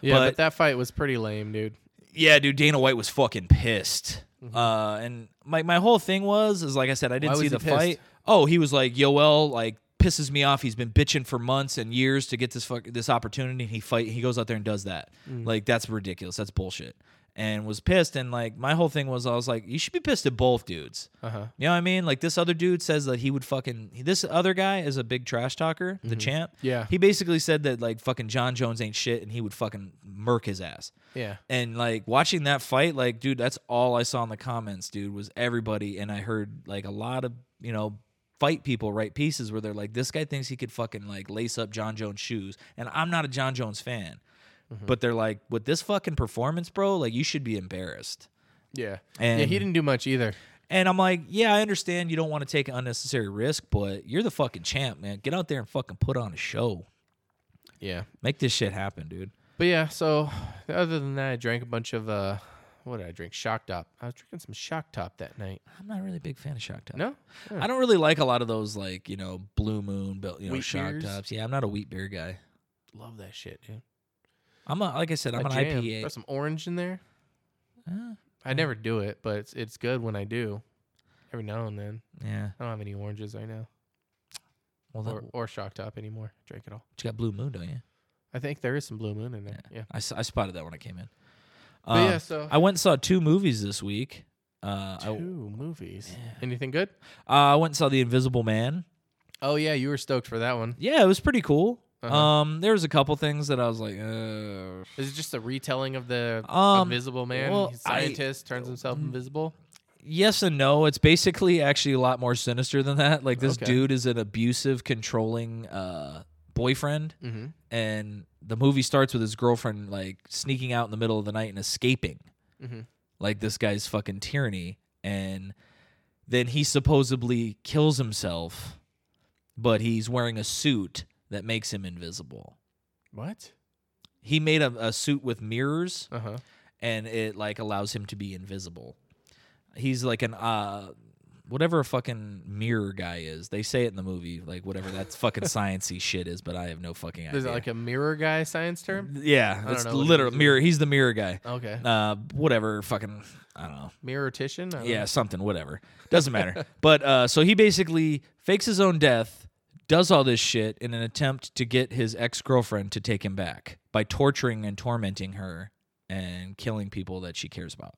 [SPEAKER 2] Yeah, but,
[SPEAKER 4] But-
[SPEAKER 2] that fight was pretty lame, dude.
[SPEAKER 4] Yeah, dude, Dana White was fucking pissed. Uh, and my my whole thing was is like I said, I didn't
[SPEAKER 2] Mm-hmm. Why
[SPEAKER 4] see
[SPEAKER 2] was
[SPEAKER 4] the
[SPEAKER 2] he pissed?
[SPEAKER 4] fight. Oh, he was like Yoel like pisses me off. He's been bitching for months and years to get this fuck, this opportunity. And he fight. He goes out there and does that.
[SPEAKER 2] Mm.
[SPEAKER 4] Like that's ridiculous. That's bullshit. And was pissed. And like my whole thing was I was like, you should be pissed at both dudes.
[SPEAKER 2] Uh-huh.
[SPEAKER 4] You know what I mean? Like this other dude says that he would fucking this other guy is a big trash talker, the champ.
[SPEAKER 2] Mm-hmm. Yeah.
[SPEAKER 4] He basically said that like fucking John Jones ain't shit and he would fucking murk his ass.
[SPEAKER 2] Yeah.
[SPEAKER 4] And like watching that fight, like, dude, that's all I saw in the comments, dude, was everybody. And I heard like a lot of, you know, fight people write pieces where they're like, this guy thinks he could fucking like lace up John Jones shoes. And I'm not a John Jones fan. But they're like, with this fucking performance, bro, like you should be embarrassed.
[SPEAKER 2] Yeah. yeah,
[SPEAKER 4] And-
[SPEAKER 2] he didn't do much either.
[SPEAKER 4] And I'm like, yeah, I understand you don't want to take an unnecessary risk, but you're the fucking champ, man. Get out there and fucking put on a show.
[SPEAKER 2] Yeah.
[SPEAKER 4] Make this shit happen, dude.
[SPEAKER 2] But yeah, so other than that, I drank a bunch of uh what did I drink? Shock Top. I was drinking some Shock Top that night.
[SPEAKER 4] I'm not really a big fan of Shock Top.
[SPEAKER 2] No?
[SPEAKER 4] I don't really like a lot of those, like you know, Blue Moon, but you know,
[SPEAKER 2] Wheat
[SPEAKER 4] Shock
[SPEAKER 2] beers?
[SPEAKER 4] Tops. Yeah, I'm not a wheat beer guy.
[SPEAKER 2] Love that shit, dude.
[SPEAKER 4] I'm a, like I said, I'm
[SPEAKER 2] My
[SPEAKER 4] an
[SPEAKER 2] jam.
[SPEAKER 4] IPA.
[SPEAKER 2] There's some orange in there.
[SPEAKER 4] Uh,
[SPEAKER 2] I never do it, but it's it's good when I do. Every now and then.
[SPEAKER 4] yeah.
[SPEAKER 2] I don't have any oranges right now.
[SPEAKER 4] Well, that,
[SPEAKER 2] Or or shock top anymore. Drink it all.
[SPEAKER 4] you got Blue Moon, don't you?
[SPEAKER 2] I think there is some blue moon in there. Yeah.
[SPEAKER 4] I, s- I spotted that when I came in.
[SPEAKER 2] But
[SPEAKER 4] Uh,
[SPEAKER 2] yeah, so
[SPEAKER 4] I went and saw two movies this week. Uh, I,
[SPEAKER 2] two movies. Anything good?
[SPEAKER 4] uh, I went and saw The Invisible Man.
[SPEAKER 2] Oh yeah, you were stoked for that one.
[SPEAKER 4] Yeah, it was pretty cool.
[SPEAKER 2] Uh-huh.
[SPEAKER 4] Um, there was a couple things that I was like, uh,
[SPEAKER 2] Is it just a retelling of the
[SPEAKER 4] Um,
[SPEAKER 2] Invisible Man?
[SPEAKER 4] well,
[SPEAKER 2] He's a
[SPEAKER 4] I- Mm-hmm.
[SPEAKER 2] scientist turns himself invisible.
[SPEAKER 4] yes and no. It's basically actually a lot more sinister than that. Like this
[SPEAKER 2] Okay.
[SPEAKER 4] dude is an abusive, controlling uh, boyfriend,
[SPEAKER 2] Mm-hmm.
[SPEAKER 4] and the movie starts with his girlfriend like sneaking out in the middle of the night and escaping,
[SPEAKER 2] Mhm.
[SPEAKER 4] like this guy's fucking tyranny, and then he supposedly kills himself, but he's wearing a suit that makes him invisible.
[SPEAKER 2] What?
[SPEAKER 4] He made a, a suit with mirrors
[SPEAKER 2] Uh huh.
[SPEAKER 4] and it like allows him to be invisible. He's like an uh whatever a fucking mirror guy is. They say it in the movie, like whatever that fucking sciency shit is, but I have no fucking idea.
[SPEAKER 2] Is it like a mirror guy science term?
[SPEAKER 4] yeah,
[SPEAKER 2] don't
[SPEAKER 4] that's
[SPEAKER 2] know what it
[SPEAKER 4] literal
[SPEAKER 2] is.
[SPEAKER 4] mirror. He's the mirror guy.
[SPEAKER 2] Okay.
[SPEAKER 4] Uh, whatever, fucking, I don't know.
[SPEAKER 2] Mirrortician? I don't
[SPEAKER 4] Yeah, something, whatever. Doesn't matter. but uh, so he basically fakes his own death, does all this shit in an attempt to get his ex girlfriend to take him back by torturing and tormenting her and killing people that she cares about.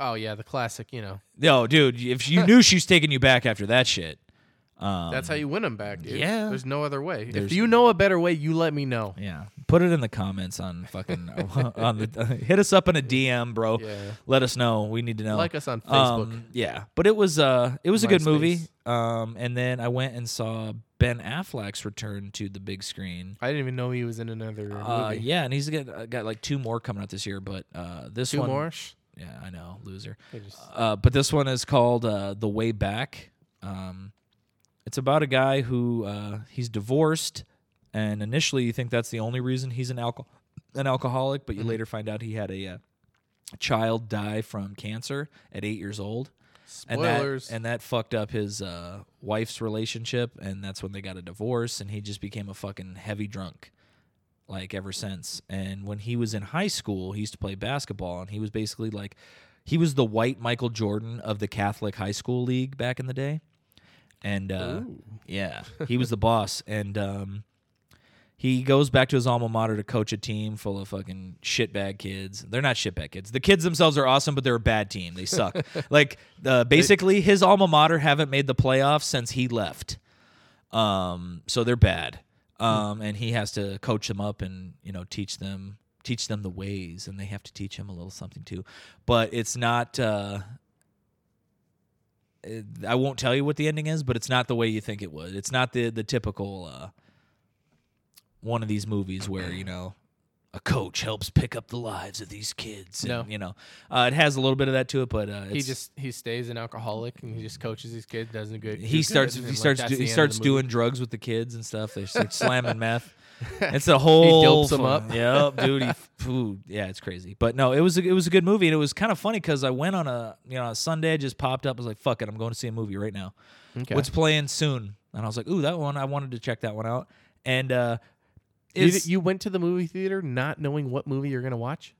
[SPEAKER 2] know. Oh yeah, the classic. You know,
[SPEAKER 4] Yo, dude, if you knew she was taking you back after that shit. Um,
[SPEAKER 2] that's how you win them back, dude.
[SPEAKER 4] yeah.
[SPEAKER 2] There's no other way. If
[SPEAKER 4] There's-
[SPEAKER 2] you know a better way, you let me know.
[SPEAKER 4] Yeah, put it in the comments on fucking on the hit us up in a DM, bro.
[SPEAKER 2] Yeah.
[SPEAKER 4] Let us know. We need to know.
[SPEAKER 2] Like us on Facebook.
[SPEAKER 4] Um, yeah, but it was uh it was a good
[SPEAKER 2] MySpace.
[SPEAKER 4] movie. Um, and then I went and saw Ben Affleck's return to the big screen.
[SPEAKER 2] I didn't even know he was in another
[SPEAKER 4] Uh,
[SPEAKER 2] movie.
[SPEAKER 4] yeah, and he's got, uh, got like two more coming out this year, but uh, this
[SPEAKER 2] Two
[SPEAKER 4] one,
[SPEAKER 2] more.
[SPEAKER 4] yeah, I know, loser.
[SPEAKER 2] They just-
[SPEAKER 4] Uh, but this one is called uh, The Way Back. Um, it's about a guy who uh, he's divorced, and initially you think that's the only reason he's an alcohol an alcoholic, but you later find out he had a, uh child die from cancer at eight years old. And that,
[SPEAKER 2] Spoilers.
[SPEAKER 4] and that fucked up his uh, wife's relationship, and that's when they got a divorce, and he just became a fucking heavy drunk like ever since. And when he was in high school, he used to play basketball, and he was basically like, he was the white Michael Jordan of the Catholic high school league back in the day. And uh, yeah, he was the boss. And um, he goes back to his alma mater to coach a team full of fucking shitbag kids. They're not shitbag kids. The kids themselves are awesome, but they're a bad team. They suck. like uh, basically, his alma mater haven't made the playoffs since he left.
[SPEAKER 2] Hmm.
[SPEAKER 4] Um, so they're bad. Um, and he has to coach them up and you know teach them teach them the ways, and they have to teach him a little something too. But it's not. Uh, it- I won't tell you what the ending is, but it's not the way you think it would. It's not the the typical uh, one of these movies where you know a coach helps pick up the lives of these kids. And,
[SPEAKER 2] No.
[SPEAKER 4] you know, uh, it has a little bit of that to it, but uh, it's,
[SPEAKER 2] He just he stays an alcoholic and he just coaches his kid. Doesn't good. do
[SPEAKER 4] he
[SPEAKER 2] good,
[SPEAKER 4] starts
[SPEAKER 2] and,
[SPEAKER 4] he
[SPEAKER 2] like,
[SPEAKER 4] starts
[SPEAKER 2] that's
[SPEAKER 4] do,
[SPEAKER 2] the
[SPEAKER 4] he
[SPEAKER 2] end of
[SPEAKER 4] starts
[SPEAKER 2] the movie.
[SPEAKER 4] doing drugs with the kids and stuff. They start slamming meth. It's a whole.
[SPEAKER 2] them up.
[SPEAKER 4] fu- Yep, dude. He, phew, yeah, it's crazy. But no, it was a, it was a good movie, and it was kind of funny because I went on a you know a Sunday. I just popped up. I was like, "Fuck it, I'm going to see a movie right now."
[SPEAKER 2] Okay.
[SPEAKER 4] What's playing soon? And I was like, "Ooh, that one. I wanted to check that one out." And uh,
[SPEAKER 2] You d-
[SPEAKER 4] it's,
[SPEAKER 2] you went to the movie theater not knowing what movie you're gonna watch.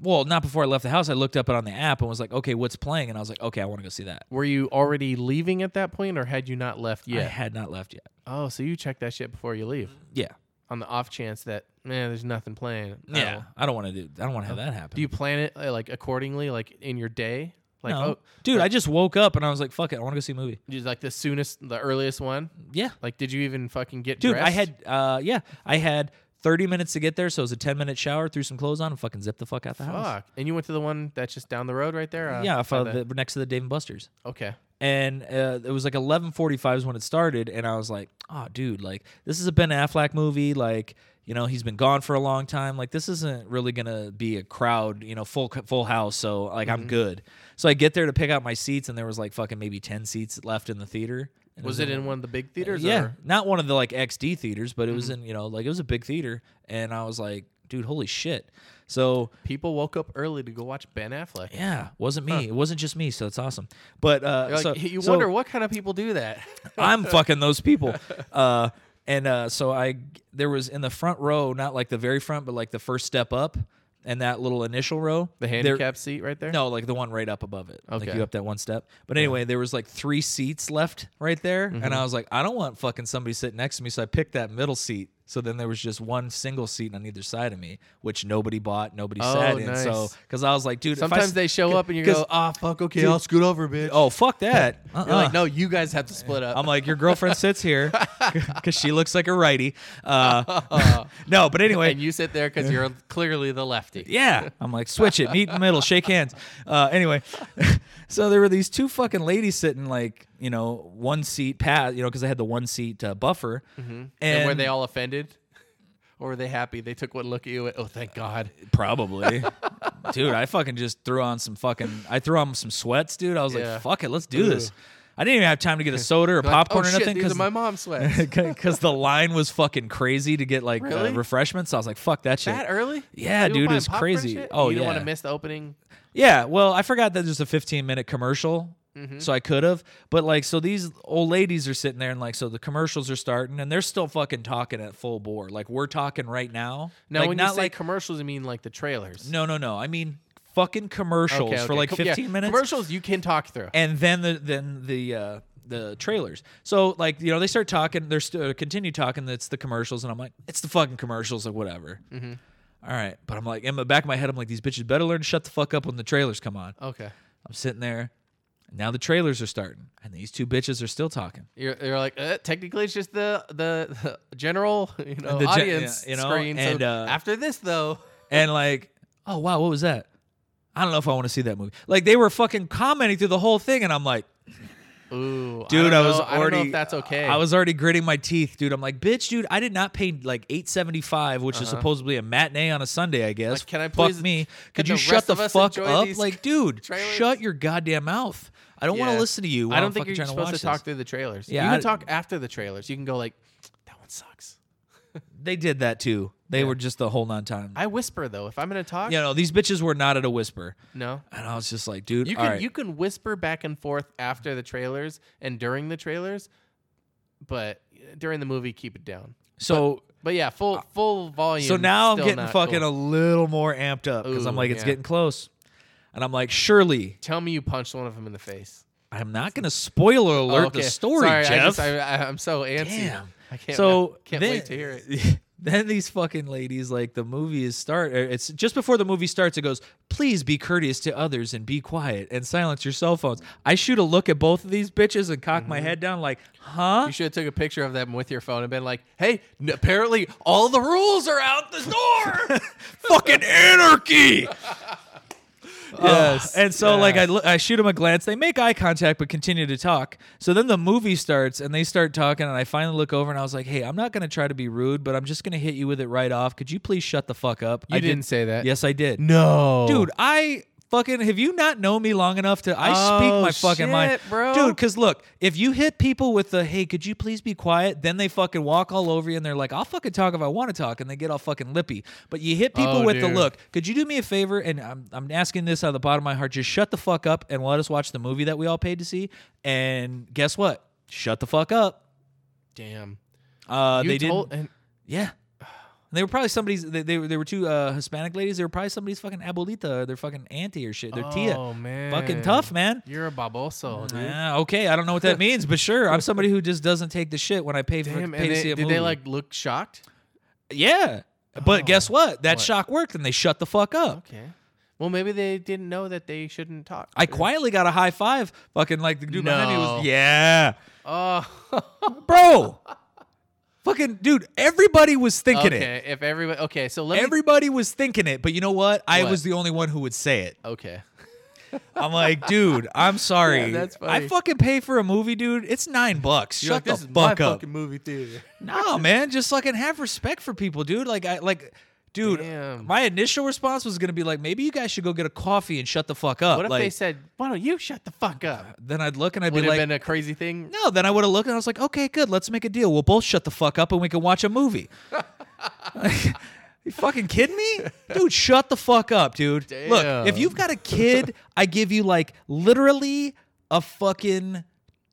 [SPEAKER 4] well, not before I left the house, I looked up it on the app and was like, "Okay, what's playing?" And I was like, "Okay, I want to go see that."
[SPEAKER 2] Were you already leaving at that point, or had you not left
[SPEAKER 4] I
[SPEAKER 2] yet?
[SPEAKER 4] had not left yet.
[SPEAKER 2] oh, so you check that shit before you leave
[SPEAKER 4] Yeah,
[SPEAKER 2] on the off chance that man, there's nothing playing. Oh.
[SPEAKER 4] yeah. I don't want to do. I don't want to have that happen.
[SPEAKER 2] Do you plan it uh, like accordingly, like in your day? Like
[SPEAKER 4] no.
[SPEAKER 2] oh,
[SPEAKER 4] dude, I just woke up and I was like, "Fuck it, I want to go see a movie."
[SPEAKER 2] just like the soonest, the earliest one.
[SPEAKER 4] Yeah,
[SPEAKER 2] Like, did you even fucking get
[SPEAKER 4] dude,
[SPEAKER 2] dressed?
[SPEAKER 4] I had, uh, yeah, I had 30 minutes to get there, so it was a 10 minute shower, threw some clothes on, and fucking zipped the fuck out the house.
[SPEAKER 2] fuck, and you went to the one that's just down the road right there. Uh,
[SPEAKER 4] Yeah, off
[SPEAKER 2] by
[SPEAKER 4] of the, next to the Dave and Buster's.
[SPEAKER 2] okay.
[SPEAKER 4] And uh, it was like 11:45 is when it started, and I was like, "Oh, dude, like this is a Ben Affleck movie. Like, you know, he's been gone for a long time. Like, this isn't really gonna be a crowd, you know, full full house. So, like,
[SPEAKER 2] Mm-hmm.
[SPEAKER 4] I'm good." So I get there to pick out my seats, and there was like fucking maybe 10 seats left in the theater. And
[SPEAKER 2] Was it in one of the big theaters?
[SPEAKER 4] Uh, Yeah,
[SPEAKER 2] or-
[SPEAKER 4] not one of the like XD theaters, but it was
[SPEAKER 2] Mm-hmm.
[SPEAKER 4] in you know like it was a big theater, and I was like, dude, holy shit! So
[SPEAKER 2] People woke up early to go watch Ben Affleck.
[SPEAKER 4] yeah, wasn't me. It wasn't just me. So it's awesome. But uh,
[SPEAKER 2] You're like,
[SPEAKER 4] so,
[SPEAKER 2] you
[SPEAKER 4] so
[SPEAKER 2] wonder what kind of people do that.
[SPEAKER 4] I'm fucking those people. Uh, and uh, so I there was in the front row, not like the very front, but like the first step up, and that little initial row,
[SPEAKER 2] The
[SPEAKER 4] there-
[SPEAKER 2] handicap seat right there.
[SPEAKER 4] No, like the one right up above it. Like
[SPEAKER 2] Okay.
[SPEAKER 4] you up that one step. But anyway, there was like three seats left right there,
[SPEAKER 2] Mm-hmm.
[SPEAKER 4] and I was like, I don't want fucking somebody sitting next to me, so I picked that middle seat. So then there was just one single seat on either side of me, which nobody bought, nobody
[SPEAKER 2] Oh,
[SPEAKER 4] sat in. So
[SPEAKER 2] nice.
[SPEAKER 4] because I was like, dude, if I
[SPEAKER 2] Sometimes
[SPEAKER 4] s-
[SPEAKER 2] they show up and you
[SPEAKER 4] 'cause-
[SPEAKER 2] go, ah, fuck, okay,
[SPEAKER 4] Dude.
[SPEAKER 2] I'll scoot over, bitch.
[SPEAKER 4] oh fuck that. Uh-uh.
[SPEAKER 2] You're like, no, you guys have to split up.
[SPEAKER 4] I'm like, your girlfriend sits here because she looks like a righty. Uh, no, but anyway,
[SPEAKER 2] and you sit there because you're clearly the lefty.
[SPEAKER 4] Yeah. I'm like, switch it, meet in the middle, shake hands. Uh, anyway, so there were these two fucking ladies sitting like, you know, one seat past, you know, because I had the one seat uh, buffer. And,
[SPEAKER 2] Mm-hmm. And, were they all offended? Or were they happy? They took one look at you and, oh, thank God.
[SPEAKER 4] Probably. dude, I fucking just threw on some fucking, I threw on some sweats, dude. I was
[SPEAKER 2] Yeah.
[SPEAKER 4] like, fuck it, let's do this. I didn't even have time to get a soda or
[SPEAKER 2] Like,
[SPEAKER 4] popcorn
[SPEAKER 2] oh,
[SPEAKER 4] or
[SPEAKER 2] shit,
[SPEAKER 4] nothing
[SPEAKER 2] these are my mom's sweats.
[SPEAKER 4] because the line was fucking crazy to get like
[SPEAKER 2] Really?
[SPEAKER 4] uh, refreshments. I was like, fuck that shit.
[SPEAKER 2] that early?
[SPEAKER 4] Yeah,
[SPEAKER 2] People
[SPEAKER 4] dude,
[SPEAKER 2] buying
[SPEAKER 4] it's
[SPEAKER 2] popcorn
[SPEAKER 4] crazy.
[SPEAKER 2] shit?
[SPEAKER 4] Oh,
[SPEAKER 2] you didn't want
[SPEAKER 4] yeah.
[SPEAKER 2] to miss the opening.
[SPEAKER 4] Yeah, well, I forgot that there's a 15 minute commercial,
[SPEAKER 2] Mm-hmm.
[SPEAKER 4] so I could have. But like, so these old ladies are sitting there, and like, so the commercials are starting, and they're still fucking talking at full bore. Like we're talking right now.
[SPEAKER 2] Now,
[SPEAKER 4] like,
[SPEAKER 2] when
[SPEAKER 4] not
[SPEAKER 2] you say
[SPEAKER 4] like
[SPEAKER 2] commercials, you mean like the trailers.
[SPEAKER 4] no, no, no. I mean fucking commercials
[SPEAKER 2] Okay,
[SPEAKER 4] for
[SPEAKER 2] okay.
[SPEAKER 4] like
[SPEAKER 2] Com- yeah,
[SPEAKER 4] 15 minutes,
[SPEAKER 2] Commercials you can talk through.
[SPEAKER 4] and then the then the. uh the trailers. So like, you know, they start talking, they're st- uh, continue talking that's the commercials and I'm like, it's the fucking commercials like whatever.
[SPEAKER 2] Mm-hmm.
[SPEAKER 4] All right, but I'm like in the back of my head I'm like these bitches better learn to shut the fuck up when the trailers come on.
[SPEAKER 2] Okay.
[SPEAKER 4] I'm sitting there. and Now the trailers are starting, and these two bitches are still talking.
[SPEAKER 2] You're, you're like uh, technically it's just the the, the general you know
[SPEAKER 4] The gen-
[SPEAKER 2] audience
[SPEAKER 4] yeah, you know,
[SPEAKER 2] screen.
[SPEAKER 4] and,
[SPEAKER 2] so
[SPEAKER 4] uh,
[SPEAKER 2] after this though,
[SPEAKER 4] And like, oh wow, what was that? I don't know if I want to see that movie. Like they were fucking commenting through the whole thing, and I'm like,
[SPEAKER 2] ooh,
[SPEAKER 4] dude,
[SPEAKER 2] I,
[SPEAKER 4] I,
[SPEAKER 2] don't
[SPEAKER 4] was
[SPEAKER 2] know- I don't
[SPEAKER 4] already.
[SPEAKER 2] know if that's okay.
[SPEAKER 4] I was already gritting my teeth, dude. I'm like, bitch, dude, I did not pay like 8.75, which is supposedly a matinee on a Sunday, I guess.
[SPEAKER 2] Uh-huh. Like, can I
[SPEAKER 4] fuck
[SPEAKER 2] please-
[SPEAKER 4] me? Could
[SPEAKER 2] can
[SPEAKER 4] you
[SPEAKER 2] the
[SPEAKER 4] shut
[SPEAKER 2] rest
[SPEAKER 4] the
[SPEAKER 2] of us
[SPEAKER 4] fuck
[SPEAKER 2] enjoy
[SPEAKER 4] up?
[SPEAKER 2] these
[SPEAKER 4] Like, dude,
[SPEAKER 2] trailers?
[SPEAKER 4] shut your goddamn mouth. I don't want
[SPEAKER 2] Yeah.
[SPEAKER 4] to listen to you.
[SPEAKER 2] I
[SPEAKER 4] while
[SPEAKER 2] don't
[SPEAKER 4] I'm
[SPEAKER 2] think
[SPEAKER 4] fucking
[SPEAKER 2] you're
[SPEAKER 4] trying
[SPEAKER 2] supposed to,
[SPEAKER 4] watch
[SPEAKER 2] talk
[SPEAKER 4] this.
[SPEAKER 2] through the trailers.
[SPEAKER 4] Yeah,
[SPEAKER 2] you can
[SPEAKER 4] I-
[SPEAKER 2] talk after the trailers. You can go like, that one sucks.
[SPEAKER 4] They did that too. They were just the whole on time.
[SPEAKER 2] I whisper though if I'm gonna talk.
[SPEAKER 4] you know, these bitches were not at a whisper.
[SPEAKER 2] No.
[SPEAKER 4] And I was just like, dude,
[SPEAKER 2] You
[SPEAKER 4] all
[SPEAKER 2] can
[SPEAKER 4] right.
[SPEAKER 2] you can whisper back and forth after the trailers and during the trailers, but during the movie keep it down.
[SPEAKER 4] so
[SPEAKER 2] But yeah, full full volume.
[SPEAKER 4] Uh, so now I'm
[SPEAKER 2] still
[SPEAKER 4] getting
[SPEAKER 2] not
[SPEAKER 4] fucking
[SPEAKER 2] cool.
[SPEAKER 4] a little more amped up because I'm
[SPEAKER 2] Ooh,
[SPEAKER 4] like, it's
[SPEAKER 2] yeah.
[SPEAKER 4] getting close. And I'm like, surely
[SPEAKER 2] Tell me you punched one of them in the face.
[SPEAKER 4] I'm not gonna spoiler alert
[SPEAKER 2] Oh, okay.
[SPEAKER 4] the story,
[SPEAKER 2] Sorry, I
[SPEAKER 4] Jeff.
[SPEAKER 2] just, I, I, am so antsy.
[SPEAKER 4] Damn.
[SPEAKER 2] I can't.
[SPEAKER 4] so
[SPEAKER 2] I can't
[SPEAKER 4] then,
[SPEAKER 2] wait to hear it.
[SPEAKER 4] Then these fucking ladies, like the movie is start. or It's just before the movie starts. It goes, please be courteous to others and be quiet and silence your cell phones. I shoot a look at both of these bitches and cock
[SPEAKER 2] Mm-hmm.
[SPEAKER 4] my head down, like, huh?
[SPEAKER 2] You should have took a picture of them with your phone and been like, "Hey, n- apparently all the rules are out the door.
[SPEAKER 4] fucking anarchy.
[SPEAKER 2] Yes. Oh,
[SPEAKER 4] And so, like, I, look- I shoot him a glance. They make eye contact, but continue to talk. So then the movie starts, and they start talking. And I finally look over, and I was like, "Hey, I'm not gonna try to be rude, but I'm just gonna hit you with it right off. Could you please shut the fuck up?"
[SPEAKER 2] You
[SPEAKER 4] I
[SPEAKER 2] didn't say that.
[SPEAKER 4] Yes, I did.
[SPEAKER 2] No.
[SPEAKER 4] dude, I fucking have you not known me long enough to I
[SPEAKER 2] Oh,
[SPEAKER 4] speak my fucking mind,
[SPEAKER 2] shit, bro.
[SPEAKER 4] dude. Because look, if you hit people with the "Hey, could you please be quiet?" then they fucking walk all over you and they're like, "I'll fucking talk if I want to talk," and they get all fucking lippy. But you hit people
[SPEAKER 2] Oh,
[SPEAKER 4] with the
[SPEAKER 2] dude.
[SPEAKER 4] look. Could you do me a favor? And I'm I'm asking this out of the bottom of my heart. Just shut the fuck up and let us watch the movie that we all paid to see. And guess what? Shut the fuck up.
[SPEAKER 2] Damn.
[SPEAKER 4] Uh,
[SPEAKER 2] You
[SPEAKER 4] they
[SPEAKER 2] told-
[SPEAKER 4] didn't.
[SPEAKER 2] and-
[SPEAKER 4] Yeah. And they were probably somebody's. They, they, were- they were two uh, Hispanic ladies. They were probably somebody's fucking abuelita or their fucking auntie or shit. Their tia.
[SPEAKER 2] Oh man.
[SPEAKER 4] Fucking tough, man.
[SPEAKER 2] You're a baboso, dude.
[SPEAKER 4] Yeah, okay, I don't know what that means, but sure, I'm somebody who just doesn't take the shit when I pay for
[SPEAKER 2] Damn.
[SPEAKER 4] pay
[SPEAKER 2] And
[SPEAKER 4] to
[SPEAKER 2] they,
[SPEAKER 4] see a
[SPEAKER 2] did
[SPEAKER 4] movie.
[SPEAKER 2] they like look shocked?
[SPEAKER 4] yeah, but guess what? That
[SPEAKER 2] What?
[SPEAKER 4] shock worked, and they shut the fuck up.
[SPEAKER 2] Okay. Well, maybe they didn't know that they shouldn't talk.
[SPEAKER 4] I quietly got a high five. Fucking like the dude behind me
[SPEAKER 2] No.
[SPEAKER 4] was yeah,
[SPEAKER 2] Oh.
[SPEAKER 4] bro. fucking dude, everybody was thinking it.
[SPEAKER 2] okay. If everybody. Okay. So let me.
[SPEAKER 4] Everybody was thinking it, but you know what? I
[SPEAKER 2] What?
[SPEAKER 4] was the only one who would say it.
[SPEAKER 2] Okay.
[SPEAKER 4] I'm like, dude, I'm sorry.
[SPEAKER 2] Yeah, that's
[SPEAKER 4] I
[SPEAKER 2] funny.
[SPEAKER 4] fucking pay for a movie, dude. It's nine bucks.
[SPEAKER 2] You're
[SPEAKER 4] Shut
[SPEAKER 2] like, this
[SPEAKER 4] the
[SPEAKER 2] is
[SPEAKER 4] fuck
[SPEAKER 2] my
[SPEAKER 4] up.
[SPEAKER 2] Fucking movie theater.
[SPEAKER 4] No, man, just fucking have respect for people, dude. Like I like dude,
[SPEAKER 2] Damn.
[SPEAKER 4] my initial response was gonna be like, maybe you guys should go get a coffee and shut the fuck up.
[SPEAKER 2] What if
[SPEAKER 4] like,
[SPEAKER 2] they said, "Why don't you shut the fuck up"?
[SPEAKER 4] then I'd look and I'd be
[SPEAKER 2] Would it
[SPEAKER 4] like,
[SPEAKER 2] have been a crazy thing?
[SPEAKER 4] no, then I would have looked and I was like, okay, good, let's make a deal. We'll both shut the fuck up and we can watch a movie. Like, you fucking kidding me? Dude, shut the fuck up, dude. Look, if
[SPEAKER 2] Damn.
[SPEAKER 4] you've got a kid, I give you like literally a fucking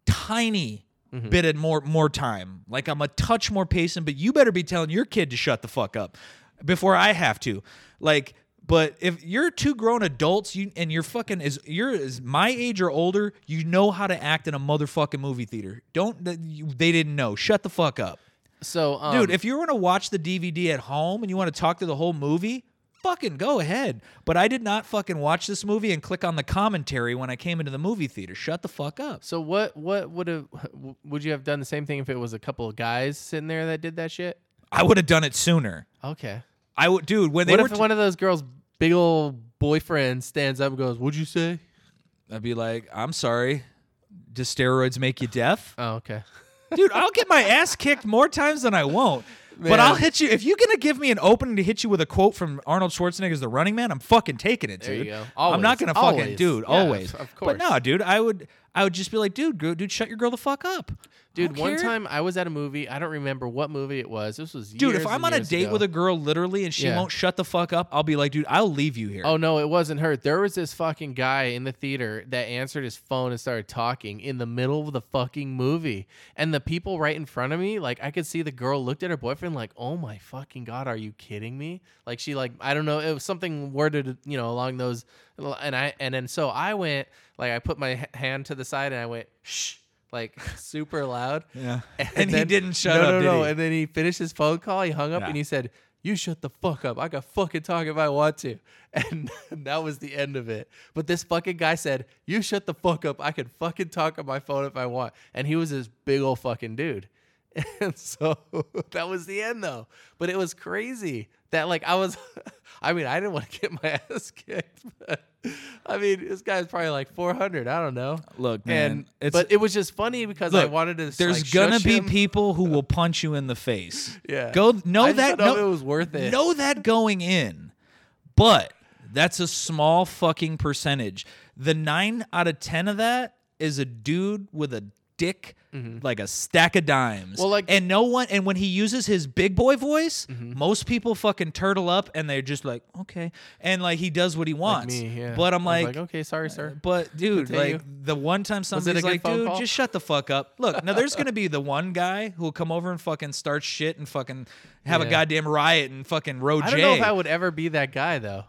[SPEAKER 4] tiny bit of more more time. Like I'm a touch more patient, but you better be telling your kid to shut the fuck up before I have to. Like but if you're two grown adults, you and you're fucking is you're is my age or older, you know how to act in a motherfucking movie theater. Don't that you, they didn't know. Shut the fuck up,
[SPEAKER 2] So, um,
[SPEAKER 4] dude. if you want to watch the DVD at home and you want to talk to the whole movie, fucking go ahead. But I did not fucking watch this movie and click on the commentary when I came into the movie theater. Shut the fuck up.
[SPEAKER 2] So what what would have would you have done the same thing if it was a couple of guys sitting there that did that shit?
[SPEAKER 4] I would have done it sooner.
[SPEAKER 2] Okay.
[SPEAKER 4] I would, dude. When they
[SPEAKER 2] What
[SPEAKER 4] were,
[SPEAKER 2] if
[SPEAKER 4] t-
[SPEAKER 2] one of those girls' big old boyfriend stands up and goes, "What'd you say?"
[SPEAKER 4] I'd be like, I'm sorry. Do steroids make you deaf?
[SPEAKER 2] Oh, okay.
[SPEAKER 4] dude i'll get my ass kicked more times than i won't but
[SPEAKER 2] Man.
[SPEAKER 4] i'll hit you if you're gonna give me an opening to hit you with a quote from arnold schwarzenegger's the running man i'm fucking taking it dude
[SPEAKER 2] There you go.
[SPEAKER 4] i'm
[SPEAKER 2] Always.
[SPEAKER 4] not gonna fucking
[SPEAKER 2] Always.
[SPEAKER 4] dude
[SPEAKER 2] Yeah,
[SPEAKER 4] always
[SPEAKER 2] of course.
[SPEAKER 4] but no dude i would i would just be like dude girl, dude shut your girl the fuck up I
[SPEAKER 2] Dude,
[SPEAKER 4] don't
[SPEAKER 2] one
[SPEAKER 4] care.
[SPEAKER 2] time I was at a movie. I don't remember what movie it was. This was
[SPEAKER 4] dude
[SPEAKER 2] years
[SPEAKER 4] if i'm
[SPEAKER 2] and
[SPEAKER 4] on a
[SPEAKER 2] years
[SPEAKER 4] date
[SPEAKER 2] ago.
[SPEAKER 4] with a girl literally and she
[SPEAKER 2] Yeah.
[SPEAKER 4] won't shut the fuck up i'll be like dude i'll leave you here
[SPEAKER 2] Oh no, it wasn't her. There was this fucking guy in the theater that answered his phone and started talking in the middle of the fucking movie. And the people right in front of me, like I could see the girl looked at her boyfriend like, "Oh my fucking god, are you kidding me?" Like she like I don't know, it was something worded, you know, along those and I and then so I went like I put my h- hand to the side and I went, "Shh." Like super loud.
[SPEAKER 4] Yeah. And he didn't shut
[SPEAKER 2] no,
[SPEAKER 4] up,
[SPEAKER 2] No,
[SPEAKER 4] did
[SPEAKER 2] no,
[SPEAKER 4] he?
[SPEAKER 2] And then he finished his phone call. He hung up
[SPEAKER 4] Nah.
[SPEAKER 2] and he said, "You shut the fuck up. I can fucking talk if I want to." And that was the end of it. But this fucking guy said, "You shut the fuck up. I can fucking talk on my phone if I want." And he was this big old fucking dude. And so that was the end though. But it was crazy that like I was I mean, I didn't want to get my ass kicked. But, I mean, this guy's probably like 400, I don't know.
[SPEAKER 4] Look, man,
[SPEAKER 2] And,
[SPEAKER 4] it's-
[SPEAKER 2] but it was just funny because I
[SPEAKER 4] Look,
[SPEAKER 2] wanted to
[SPEAKER 4] There's
[SPEAKER 2] like,
[SPEAKER 4] gonna
[SPEAKER 2] shush
[SPEAKER 4] be
[SPEAKER 2] him.
[SPEAKER 4] people who will punch you in the face.
[SPEAKER 2] Yeah.
[SPEAKER 4] Go know
[SPEAKER 2] I just
[SPEAKER 4] that
[SPEAKER 2] don't know
[SPEAKER 4] know-
[SPEAKER 2] if it was worth it.
[SPEAKER 4] Know that going in. But that's a small fucking percentage. The 9 out of 10 of that is a dude with a dick like a stack of dimes.
[SPEAKER 2] Mm-hmm. Well, like- Mm-hmm.
[SPEAKER 4] and no one and when he uses his big boy voice, most people fucking turtle up and they're just like, "Okay." And like he does what he wants.
[SPEAKER 2] me, yeah.
[SPEAKER 4] But I'm
[SPEAKER 2] I was
[SPEAKER 4] like uh,
[SPEAKER 2] okay, sorry, sir.
[SPEAKER 4] but dude,
[SPEAKER 2] tell
[SPEAKER 4] like
[SPEAKER 2] you.
[SPEAKER 4] the one time
[SPEAKER 2] it a
[SPEAKER 4] somebody's
[SPEAKER 2] good
[SPEAKER 4] like,
[SPEAKER 2] phone
[SPEAKER 4] dude,
[SPEAKER 2] call?"
[SPEAKER 4] just shut the fuck up. Look, now there's gonna be the one guy who'll come over and fucking start shit and fucking have a
[SPEAKER 2] Yeah.
[SPEAKER 4] goddamn riot and fucking road
[SPEAKER 2] I don't know if I would ever be that guy though.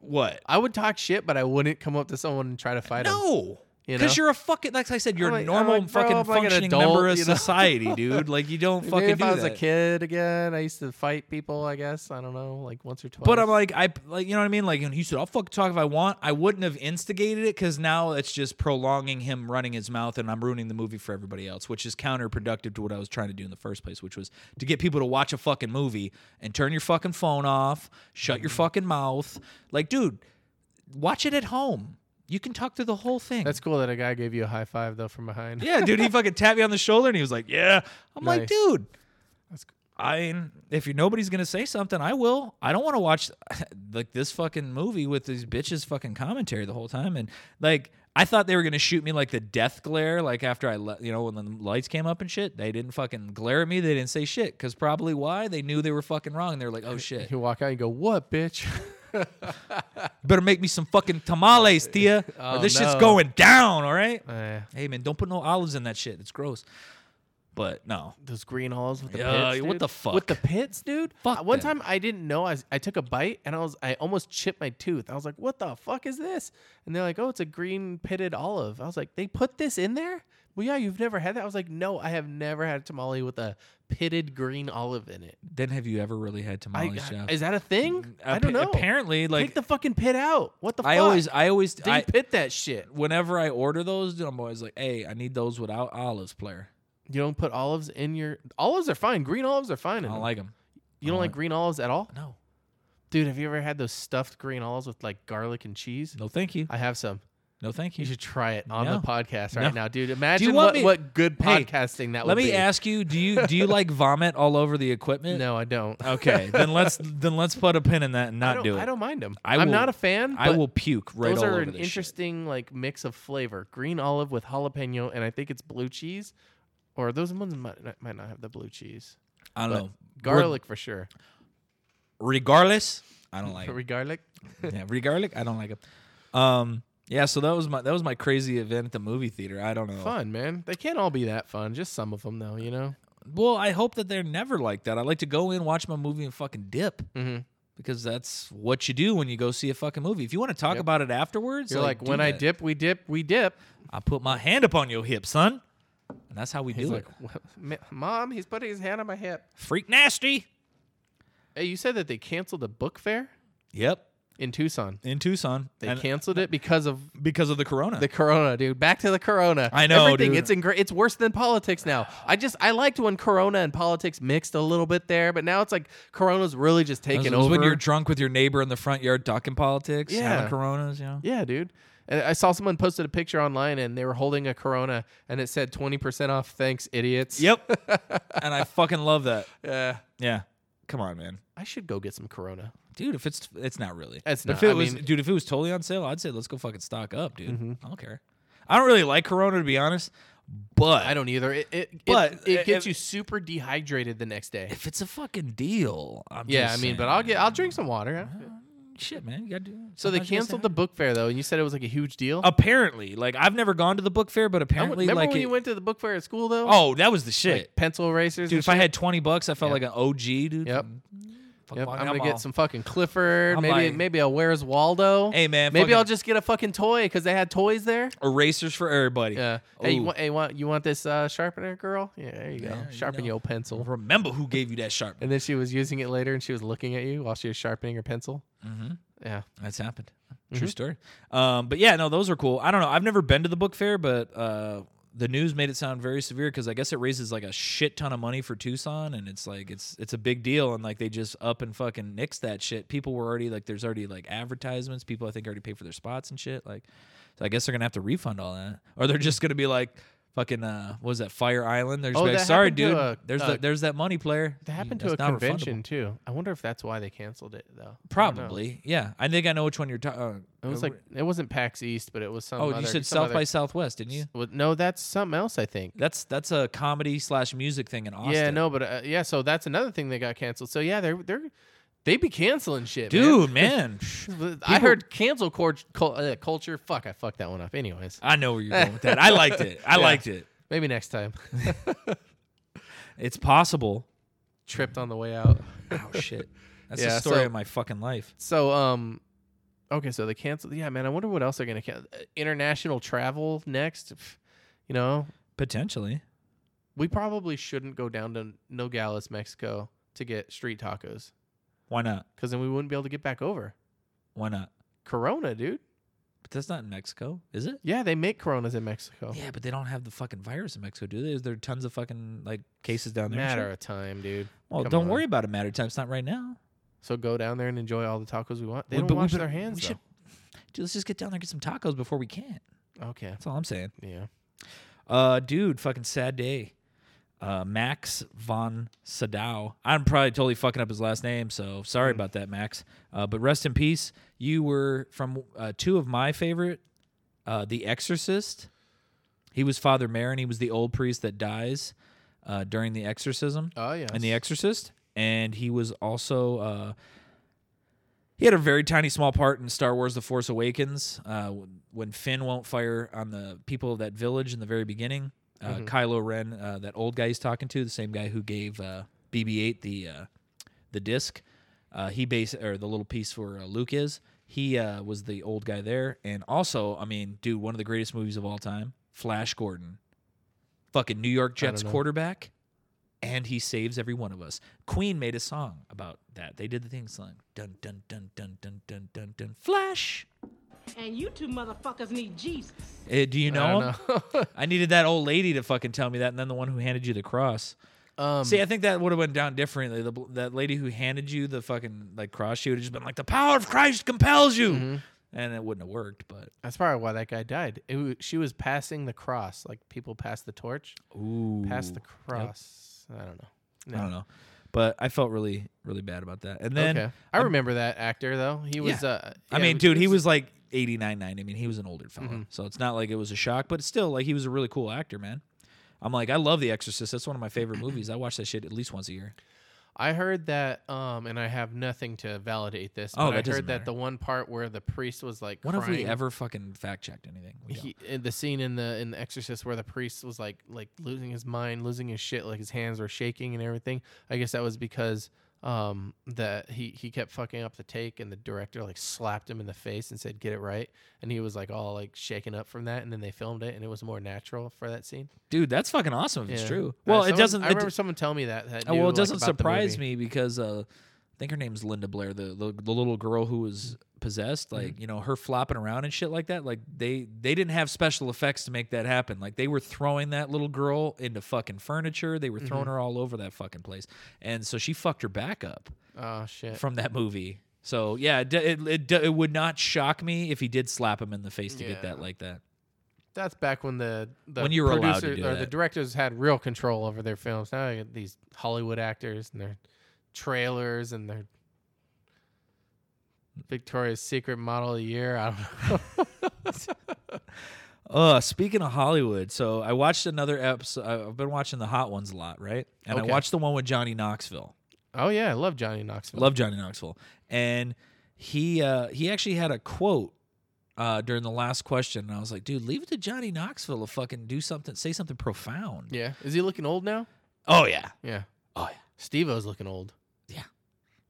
[SPEAKER 4] what?
[SPEAKER 2] I would talk shit, but I wouldn't come up to someone and try to fight him.
[SPEAKER 4] No.
[SPEAKER 2] You know,
[SPEAKER 4] Because you are a fucking, like I said, you're
[SPEAKER 2] I'm
[SPEAKER 4] a
[SPEAKER 2] like- I'm
[SPEAKER 4] normal
[SPEAKER 2] like, bro,
[SPEAKER 4] fucking
[SPEAKER 2] I'm like an
[SPEAKER 4] functioning
[SPEAKER 2] adult,
[SPEAKER 4] member of
[SPEAKER 2] you know?
[SPEAKER 4] society, dude. Like you don't
[SPEAKER 2] Maybe
[SPEAKER 4] fucking
[SPEAKER 2] if
[SPEAKER 4] do
[SPEAKER 2] I was
[SPEAKER 4] that.
[SPEAKER 2] a kid again, I used to fight people. I guess I don't know, like once or twice.
[SPEAKER 4] But I'm like, I like, you know what I mean? Like, and he said, I'll fucking talk if I want. I wouldn't have instigated it because now it's just prolonging him running his mouth and I'm ruining the movie for everybody else, which is counterproductive to what I was trying to do in the first place, which was to get people to watch a fucking movie and turn your fucking phone off, shut your fucking mouth. Like, dude, watch it at home. You can talk through the whole thing.
[SPEAKER 2] that's cool that a guy gave you a high five though from behind.
[SPEAKER 4] yeah, dude, he fucking tapped me on the shoulder and he was like, Yeah. I'm like,
[SPEAKER 2] Nice.
[SPEAKER 4] dude.
[SPEAKER 2] That's cool.
[SPEAKER 4] I mean, if you nobody's gonna say something, I will. I don't want to watch like this fucking movie with these bitches fucking commentary the whole time. And like, I thought they were gonna shoot me like the death glare, like after I let you know when the lights came up and shit. They didn't fucking glare at me. They didn't say shit because probably why they knew they were fucking wrong. They're like, oh shit,
[SPEAKER 2] You walk out and go, "What, bitch?"
[SPEAKER 4] better make me some fucking tamales, Tia. or
[SPEAKER 2] Oh,
[SPEAKER 4] this shit's
[SPEAKER 2] no.
[SPEAKER 4] going down. All right.
[SPEAKER 2] Eh,
[SPEAKER 4] Hey man, don't put no olives in that shit. It's gross. But no,
[SPEAKER 2] those green halls with the
[SPEAKER 4] Yeah,
[SPEAKER 2] pits.
[SPEAKER 4] what
[SPEAKER 2] dude.
[SPEAKER 4] the fuck?
[SPEAKER 2] With the pits, dude.
[SPEAKER 4] Fuck
[SPEAKER 2] Uh, One
[SPEAKER 4] them.
[SPEAKER 2] time I didn't know I, was, I took a bite and I was I almost chipped my tooth. I was like, "What the fuck is this?" And they're like, "Oh, it's a green pitted olive." I was like, "They put this in there?" Well, yeah, you've never had that. I was like, "No, I have never had a tamale with a pitted green olive in it."
[SPEAKER 4] then have you ever really had
[SPEAKER 2] I,
[SPEAKER 4] tamales, Jeff?
[SPEAKER 2] is that a thing? I don't know.
[SPEAKER 4] Mm, Appa- Apparently, like
[SPEAKER 2] Take the fucking pit out. What the fuck?
[SPEAKER 4] I always, I always,
[SPEAKER 2] They
[SPEAKER 4] I,
[SPEAKER 2] pit that shit.
[SPEAKER 4] whenever I order those, dude, I'm always like, hey, I need those without olives, player.
[SPEAKER 2] You don't put olives in your olives are fine. Green olives are fine.
[SPEAKER 4] I
[SPEAKER 2] in
[SPEAKER 4] don't
[SPEAKER 2] them.
[SPEAKER 4] like them.
[SPEAKER 2] you don't
[SPEAKER 4] I
[SPEAKER 2] like
[SPEAKER 4] like-
[SPEAKER 2] green olives at all?
[SPEAKER 4] No,
[SPEAKER 2] Dude, have you ever had those stuffed green olives with like garlic and cheese?
[SPEAKER 4] no, thank you.
[SPEAKER 2] I have some.
[SPEAKER 4] No, thank
[SPEAKER 2] You
[SPEAKER 4] you.
[SPEAKER 2] should try it on
[SPEAKER 4] No.
[SPEAKER 2] the podcast right
[SPEAKER 4] No.
[SPEAKER 2] now, dude. Imagine
[SPEAKER 4] want
[SPEAKER 2] what,
[SPEAKER 4] me-
[SPEAKER 2] what good
[SPEAKER 4] Hey,
[SPEAKER 2] podcasting that
[SPEAKER 4] Let
[SPEAKER 2] would
[SPEAKER 4] me
[SPEAKER 2] be.
[SPEAKER 4] ask you: Do you do you like vomit all over the equipment?
[SPEAKER 2] No, I don't.
[SPEAKER 4] Okay, then let's then let's put a pin in that and
[SPEAKER 2] I
[SPEAKER 4] not
[SPEAKER 2] don't,
[SPEAKER 4] do it.
[SPEAKER 2] I don't mind them.
[SPEAKER 4] I
[SPEAKER 2] am
[SPEAKER 4] will-
[SPEAKER 2] not a fan.
[SPEAKER 4] I
[SPEAKER 2] but
[SPEAKER 4] will puke right
[SPEAKER 2] Those
[SPEAKER 4] all
[SPEAKER 2] are
[SPEAKER 4] over
[SPEAKER 2] an
[SPEAKER 4] this shit.
[SPEAKER 2] interesting like mix of flavor: green olive with jalapeno, and I think it's blue cheese. Or those ones might, might not have the blue cheese.
[SPEAKER 4] I don't know.
[SPEAKER 2] Garlic for sure.
[SPEAKER 4] Re- regardless, I don't like. 'em.
[SPEAKER 2] Garlic.
[SPEAKER 4] yeah, regardless, I don't like them. Um, yeah. So that was my that was my crazy event at the movie theater. I don't know.
[SPEAKER 2] fun, man. They can't all be that fun. Just some of them, though. You know.
[SPEAKER 4] Well, I hope that they're never like that. I like to go in, watch my movie, and fucking dip
[SPEAKER 2] Mm-hmm.
[SPEAKER 4] because that's what you do when you go see a fucking movie. If you want to talk about it afterwards,
[SPEAKER 2] You're like,
[SPEAKER 4] do
[SPEAKER 2] when I
[SPEAKER 4] that.
[SPEAKER 2] dip, we dip, we dip.
[SPEAKER 4] I put my hand upon your hip, son, and that's how we
[SPEAKER 2] He's
[SPEAKER 4] do
[SPEAKER 2] like,
[SPEAKER 4] it.
[SPEAKER 2] "What? Ma- Mom, he's putting his hand on my hip.
[SPEAKER 4] Freak nasty.
[SPEAKER 2] Hey, you said that they canceled the book fair
[SPEAKER 4] Yep,
[SPEAKER 2] in Tucson.
[SPEAKER 4] in Tucson,
[SPEAKER 2] They
[SPEAKER 4] And-
[SPEAKER 2] canceled it because of
[SPEAKER 4] because of the corona.
[SPEAKER 2] the corona, dude. Back to the corona.
[SPEAKER 4] I know,
[SPEAKER 2] Everything.
[SPEAKER 4] dude.
[SPEAKER 2] It's ingra- It's worse than politics now. I just I liked when corona and politics mixed a little bit there, but now it's like corona's really just
[SPEAKER 4] It was-
[SPEAKER 2] taking
[SPEAKER 4] it was
[SPEAKER 2] over.
[SPEAKER 4] when you're drunk with your neighbor in the front yard talking politics, having
[SPEAKER 2] Yeah.
[SPEAKER 4] coronas, you know.
[SPEAKER 2] Yeah, dude. And I saw someone posted a picture online and they were holding a Corona and it said 20% off. Thanks, idiots.
[SPEAKER 4] Yep. and I fucking love that.
[SPEAKER 2] Yeah.
[SPEAKER 4] Yeah. Come on, man.
[SPEAKER 2] I should go get some Corona.
[SPEAKER 4] dude. If it's it's not really.
[SPEAKER 2] It's
[SPEAKER 4] If
[SPEAKER 2] not.
[SPEAKER 4] it
[SPEAKER 2] I
[SPEAKER 4] was,
[SPEAKER 2] mean- Mm-hmm.
[SPEAKER 4] dude, if it was totally on sale, I'd say let's go fucking stock up, dude. I don't care. I don't really like Corona to be honest, but
[SPEAKER 2] I don't either. It it, it-
[SPEAKER 4] But
[SPEAKER 2] it, gets
[SPEAKER 4] if-
[SPEAKER 2] you super dehydrated the next day.
[SPEAKER 4] If it's a fucking deal, I'm
[SPEAKER 2] Yeah, I
[SPEAKER 4] just
[SPEAKER 2] mean, but
[SPEAKER 4] saying.
[SPEAKER 2] I'll get I'll drink some water.
[SPEAKER 4] shit, man. You gotta do.
[SPEAKER 2] So they
[SPEAKER 4] sometimes you gotta
[SPEAKER 2] canceled
[SPEAKER 4] say
[SPEAKER 2] the book fair though, and you said it was like a huge deal.
[SPEAKER 4] hi. Apparently, like I've never gone to the book fair, but
[SPEAKER 2] I w-
[SPEAKER 4] apparently,
[SPEAKER 2] remember
[SPEAKER 4] like
[SPEAKER 2] when
[SPEAKER 4] it-
[SPEAKER 2] you went to the book fair at school though?
[SPEAKER 4] oh, that was the shit,
[SPEAKER 2] like pencil erasers.
[SPEAKER 4] dude.
[SPEAKER 2] and
[SPEAKER 4] If I
[SPEAKER 2] shit?
[SPEAKER 4] had twenty bucks, I felt like an OG, dude.
[SPEAKER 2] Yep.
[SPEAKER 4] Fuck,
[SPEAKER 2] Yep,
[SPEAKER 4] fuck,
[SPEAKER 2] I'm gonna
[SPEAKER 4] all-
[SPEAKER 2] get some fucking Clifford.
[SPEAKER 4] I'm
[SPEAKER 2] maybe
[SPEAKER 4] like-
[SPEAKER 2] maybe I'll where's Waldo.
[SPEAKER 4] Hey, man,
[SPEAKER 2] Maybe
[SPEAKER 4] fucking-
[SPEAKER 2] I'll just get a fucking toy because they had toys there.
[SPEAKER 4] erasers for everybody. Oh,
[SPEAKER 2] Yeah. Hey, you
[SPEAKER 4] Ooh.
[SPEAKER 2] want, hey, want you want this uh, sharpener, girl? Yeah, there you go.
[SPEAKER 4] Yeah, you
[SPEAKER 2] Sharpen
[SPEAKER 4] know.
[SPEAKER 2] your old pencil.
[SPEAKER 4] Remember who gave you that sharp?
[SPEAKER 2] And then she was using it later, and she was looking at you while she was sharpening her pencil. Mm-hmm. Yeah.
[SPEAKER 4] That's happened.
[SPEAKER 2] Mm-hmm.
[SPEAKER 4] True story. Um, but yeah, no, those are cool. I don't know. I've never been to the book fair, but uh, the news made it sound very severe because I guess it raises like a shit ton of money for Tucson, and it's like it's it's a big deal, and like they just up and fucking nix that shit. People were already like, there's already like advertisements. People I think already paid for their spots and shit. Like, so I guess they're gonna have to refund all that, or they're just gonna be like. Fucking uh, what was that Fire Island? There's
[SPEAKER 2] Oh,
[SPEAKER 4] like,
[SPEAKER 2] that
[SPEAKER 4] sorry,
[SPEAKER 2] happened to
[SPEAKER 4] dude.
[SPEAKER 2] a-
[SPEAKER 4] there's
[SPEAKER 2] uh,
[SPEAKER 4] that there's that money player.
[SPEAKER 2] That happened
[SPEAKER 4] Mm, That's
[SPEAKER 2] to a
[SPEAKER 4] not refundable.
[SPEAKER 2] convention too. I wonder if that's why they canceled it though. I don't know.
[SPEAKER 4] Probably, yeah. I think I know which one you're uh, talking.
[SPEAKER 2] It was like it wasn't PAX East, but it was some.
[SPEAKER 4] Oh, you
[SPEAKER 2] other-
[SPEAKER 4] said
[SPEAKER 2] some
[SPEAKER 4] South
[SPEAKER 2] other-
[SPEAKER 4] by Southwest, didn't you?
[SPEAKER 2] Well, no, that's something else. I think.
[SPEAKER 4] That's that's a comedy slash music thing in Austin.
[SPEAKER 2] Yeah, no, but uh, yeah, so that's another thing that got canceled. So yeah, they're they're they be canceling shit,
[SPEAKER 4] dude, man.
[SPEAKER 2] Man. I heard cancel cor- cul- uh, culture. Fuck, I fucked that one up. Anyways,
[SPEAKER 4] I know where you're going with that. I liked it. I
[SPEAKER 2] Yeah.
[SPEAKER 4] liked it.
[SPEAKER 2] maybe next time.
[SPEAKER 4] It's possible.
[SPEAKER 2] Tripped on the way out.
[SPEAKER 4] Oh shit, that's
[SPEAKER 2] Yeah,
[SPEAKER 4] the story
[SPEAKER 2] so-
[SPEAKER 4] of my fucking life.
[SPEAKER 2] So um, okay, so they canceled. Yeah, man, I wonder what else they're gonna cancel. International travel next. Pff, You know,
[SPEAKER 4] Potentially.
[SPEAKER 2] we probably shouldn't go down to Nogales, Mexico, to get street tacos
[SPEAKER 4] Why not?
[SPEAKER 2] because then we wouldn't be able to get back over.
[SPEAKER 4] Why not?
[SPEAKER 2] Corona, dude.
[SPEAKER 4] But that's not in Mexico, is it?
[SPEAKER 2] Yeah, they make Coronas in Mexico.
[SPEAKER 4] Yeah, but they don't have the fucking virus in Mexico, do they? Is there tons of fucking like cases down there? and shit?
[SPEAKER 2] Matter of time, dude.
[SPEAKER 4] Well,
[SPEAKER 2] Come
[SPEAKER 4] don't
[SPEAKER 2] on.
[SPEAKER 4] worry about it. Matter of time. It's not right now.
[SPEAKER 2] So go down there and enjoy all the tacos we want. They
[SPEAKER 4] We-
[SPEAKER 2] don't
[SPEAKER 4] but we
[SPEAKER 2] wash
[SPEAKER 4] better-
[SPEAKER 2] their hands.
[SPEAKER 4] we
[SPEAKER 2] though.
[SPEAKER 4] should- Dude, let's just get down there and get some tacos before we can.
[SPEAKER 2] Okay.
[SPEAKER 4] That's all I'm saying.
[SPEAKER 2] Yeah.
[SPEAKER 4] Uh, dude, fucking sad day. Uh, Max von Sadow. I'm probably totally fucking up his last name, so sorry about that, Max. Uh, but rest in peace. You were from uh, two of my favorite, uh, The Exorcist. He was Father Marin. He was the old priest that dies uh, during the exorcism.
[SPEAKER 2] Oh yeah.
[SPEAKER 4] and The Exorcist, and he was also uh, he had a very tiny small part in Star Wars: The Force Awakens uh, when- when Finn won't fire on the people of that village in the very beginning. Uh, Kylo Ren, uh, that old guy he's talking to, the same guy who gave uh, BB-8 the uh, the disc, uh, he base or the little piece where uh, Luke is. He uh, was the old guy there, and also, I mean, dude, one of the greatest movies of all time, Flash Gordon, fucking New York Jets
[SPEAKER 2] know.
[SPEAKER 4] quarterback and he saves every one of us. Queen made a song about that. They did the thing song. Dun dun dun dun dun dun dun dun. Flash.
[SPEAKER 5] And you two motherfuckers need Jesus.
[SPEAKER 4] Eh, do you
[SPEAKER 2] I
[SPEAKER 4] know? I, him?
[SPEAKER 2] don't know.
[SPEAKER 4] I needed that old lady to fucking tell me that, and then the one who handed you the cross.
[SPEAKER 2] um,
[SPEAKER 4] See, I think that would have went down differently. The, bl- that lady who handed you the fucking like cross, she would have just been like, "The power of Christ compels you,"
[SPEAKER 2] Mm-hmm.
[SPEAKER 4] and it wouldn't have worked. But
[SPEAKER 2] that's probably why that guy died. It, wa- she was passing the cross, like people pass the torch.
[SPEAKER 4] ooh,
[SPEAKER 2] Pass the cross. I don't know.
[SPEAKER 4] I don't know. But I felt really, really bad about that. And then,
[SPEAKER 2] okay. I remember that actor though. He was. Mm-hmm.
[SPEAKER 4] Yeah.
[SPEAKER 2] Uh,
[SPEAKER 4] I
[SPEAKER 2] yeah,
[SPEAKER 4] mean,
[SPEAKER 2] we-
[SPEAKER 4] dude, he was like 89, 90. I mean, he was an older fella. So it's not like it was a shock, but still, like, he was a really cool actor, man. I'm like, I love The Exorcist. That's one of my favorite movies. I watch that shit at least once a year.
[SPEAKER 2] I heard that, um, and I have nothing to validate this.
[SPEAKER 4] Oh,
[SPEAKER 2] but
[SPEAKER 4] that
[SPEAKER 2] I
[SPEAKER 4] doesn't
[SPEAKER 2] heard
[SPEAKER 4] matter.
[SPEAKER 2] that the one part where the priest was like,
[SPEAKER 4] What if we
[SPEAKER 2] crying-
[SPEAKER 4] ever fucking fact checked anything? We don't.
[SPEAKER 2] He, in the scene in the in the Exorcist where the priest was like like losing his mind, losing his shit, like his hands were shaking and everything. I guess that was because um that he he kept fucking up the take and the director like slapped him in the face and said get it right and he was like all like shaken up from that and then they filmed it and it was more natural for that scene.
[SPEAKER 4] Dude, that's fucking awesome if it's
[SPEAKER 2] Yeah.
[SPEAKER 4] true.
[SPEAKER 2] Uh,
[SPEAKER 4] Well, it
[SPEAKER 2] someone-
[SPEAKER 4] doesn't.
[SPEAKER 2] I
[SPEAKER 4] it-
[SPEAKER 2] remember someone telling me that. that
[SPEAKER 4] oh,
[SPEAKER 2] knew,
[SPEAKER 4] well, it
[SPEAKER 2] like,
[SPEAKER 4] doesn't
[SPEAKER 2] about the
[SPEAKER 4] surprise
[SPEAKER 2] movie.
[SPEAKER 4] me because uh, I think her name's Linda Blair, the, the the little girl who was possessed.
[SPEAKER 2] Mm-hmm.
[SPEAKER 4] Like you know, her flopping around and shit like that. Like they they didn't have special effects to make that happen. Like they were throwing that little girl into fucking furniture. They were throwing
[SPEAKER 2] Mm-hmm.
[SPEAKER 4] her all over that fucking place, and so she fucked her back up
[SPEAKER 2] Oh shit.
[SPEAKER 4] from that movie. So yeah, it d- it it, d- it would not shock me if he did slap him in the face to get
[SPEAKER 2] Yeah.
[SPEAKER 4] that like that.
[SPEAKER 2] That's back when the, the
[SPEAKER 4] When you were allowed to
[SPEAKER 2] producer-
[SPEAKER 4] do
[SPEAKER 2] or the
[SPEAKER 4] that.
[SPEAKER 2] directors had real control over their films. Now you got these Hollywood actors and their trailers and their Victoria's Secret model of the year. I don't know.
[SPEAKER 4] Uh, speaking of Hollywood, so I watched another episode. I've been watching the Hot Ones a lot, right? And I
[SPEAKER 2] Okay.
[SPEAKER 4] watched the one with Johnny Knoxville.
[SPEAKER 2] oh yeah, I love Johnny Knoxville.
[SPEAKER 4] Love Johnny Knoxville, and he uh, he actually had a quote uh, during the last question, and I was like, dude, leave it to Johnny Knoxville to fucking do something, say something profound.
[SPEAKER 2] yeah, is he looking old now?
[SPEAKER 4] Oh yeah,
[SPEAKER 2] Yeah,
[SPEAKER 4] oh yeah.
[SPEAKER 2] Steve-O's looking old.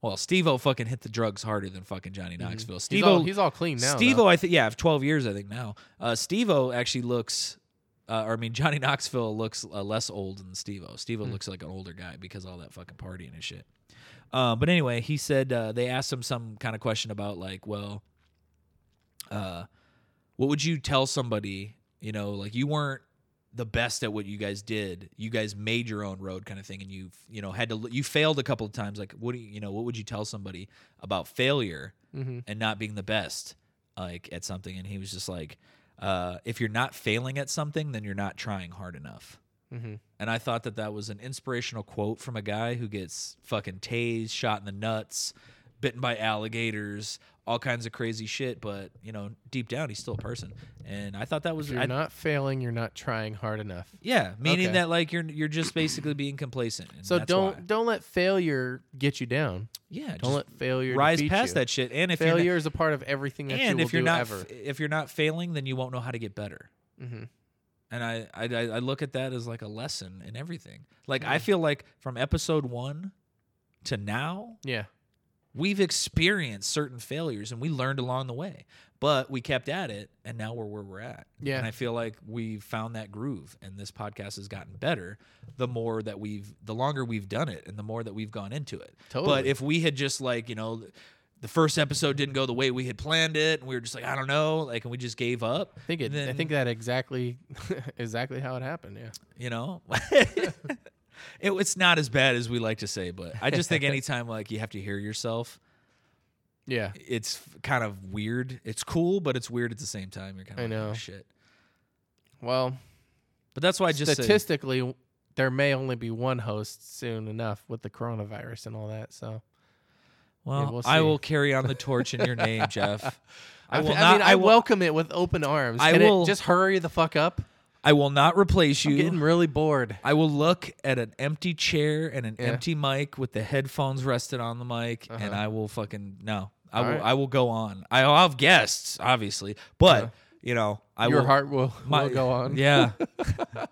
[SPEAKER 4] Well, Steve-O fucking hit the drugs harder than fucking Johnny Knoxville.
[SPEAKER 2] He's
[SPEAKER 4] Mm-hmm. Steve-O,
[SPEAKER 2] all, he's all clean now. though.
[SPEAKER 4] Steve-O, I think yeah, I've twelve years, I think now. Uh, Steve-O actually looks, uh, or I mean, Johnny Knoxville looks uh, less old than Steve-O.
[SPEAKER 2] Hmm.
[SPEAKER 4] Steve-O looks like an older guy because of all that fucking partying and shit. Uh, but anyway, he said uh, they asked him some kind of question about like, well, uh, what would you tell somebody? You know, like you weren't the best at what you guys did. You guys made your own road kind of thing and you you know had to you failed a couple of times like what do you, you know what would you tell somebody about failure and not being the best like at something and he was just like uh, if you're not failing at something then you're not trying hard enough. And I thought that that was an inspirational quote from a guy who gets fucking tased, shot in the nuts, bitten by alligators, all kinds of crazy shit, but you know, deep down he's still a person. And I thought that was
[SPEAKER 2] If you're
[SPEAKER 4] I-
[SPEAKER 2] not failing. You're not trying hard enough.
[SPEAKER 4] yeah, meaning
[SPEAKER 2] Okay.
[SPEAKER 4] that like you're you're just basically being complacent. and
[SPEAKER 2] So
[SPEAKER 4] that's
[SPEAKER 2] don't
[SPEAKER 4] why.
[SPEAKER 2] don't let failure get you down.
[SPEAKER 4] yeah,
[SPEAKER 2] Don't
[SPEAKER 4] just
[SPEAKER 2] let failure
[SPEAKER 4] rise
[SPEAKER 2] defeat
[SPEAKER 4] past
[SPEAKER 2] you.
[SPEAKER 4] that shit. And if
[SPEAKER 2] failure
[SPEAKER 4] you're
[SPEAKER 2] is a part of everything
[SPEAKER 4] not,
[SPEAKER 2] that
[SPEAKER 4] and
[SPEAKER 2] you will
[SPEAKER 4] if you're
[SPEAKER 2] do
[SPEAKER 4] not
[SPEAKER 2] ever.
[SPEAKER 4] f- if you're not failing, then you won't know how to get better.
[SPEAKER 2] Mhm.
[SPEAKER 4] And I, I I I look at that as like a lesson in everything. Like I feel like from episode one to now,
[SPEAKER 2] yeah.
[SPEAKER 4] We've experienced certain failures and we learned along the way, but we kept at it and now we're where we're at.
[SPEAKER 2] Yeah.
[SPEAKER 4] And I feel like we found that groove and this podcast has gotten better the more that we've, the longer we've done it and the more that we've gone into it. But
[SPEAKER 2] Totally.
[SPEAKER 4] if we had just like, you know, the first episode didn't go the way we had planned it and we were just like, I don't know, like, and we just gave up.
[SPEAKER 2] I think it, I
[SPEAKER 4] then-
[SPEAKER 2] think that exactly exactly how it happened. Yeah.
[SPEAKER 4] you know it, it's not as bad as we like to say but i just think anytime like you have to hear yourself
[SPEAKER 2] Yeah.
[SPEAKER 4] it's f- kind of weird it's cool but it's weird at the same time you're kind
[SPEAKER 2] I
[SPEAKER 4] of like, oh,
[SPEAKER 2] know.
[SPEAKER 4] shit
[SPEAKER 2] Well,
[SPEAKER 4] but that's why i just say,
[SPEAKER 2] statistically, there may only be one host soon enough with the coronavirus and all that. So
[SPEAKER 4] well
[SPEAKER 2] we'll
[SPEAKER 4] i
[SPEAKER 2] see.
[SPEAKER 4] will carry on the torch in your name jeff i will
[SPEAKER 2] I
[SPEAKER 4] not
[SPEAKER 2] mean, I,
[SPEAKER 4] will,
[SPEAKER 2] welcome it with open arms.
[SPEAKER 4] I
[SPEAKER 2] Can it
[SPEAKER 4] will-
[SPEAKER 2] just hurry the fuck up.
[SPEAKER 4] I will not replace
[SPEAKER 2] I'm
[SPEAKER 4] you
[SPEAKER 2] getting really bored.
[SPEAKER 4] I will look at an empty chair and an
[SPEAKER 2] Yeah. Uh-huh.
[SPEAKER 4] empty mic with the headphones rested on the mic, and I will fucking no. I will.
[SPEAKER 2] right.
[SPEAKER 4] I will go on. I- I'll have guests, obviously,
[SPEAKER 2] Uh-huh.
[SPEAKER 4] but you know, I
[SPEAKER 2] Your
[SPEAKER 4] will.
[SPEAKER 2] heart will,
[SPEAKER 4] my-
[SPEAKER 2] will go on.
[SPEAKER 4] Yeah,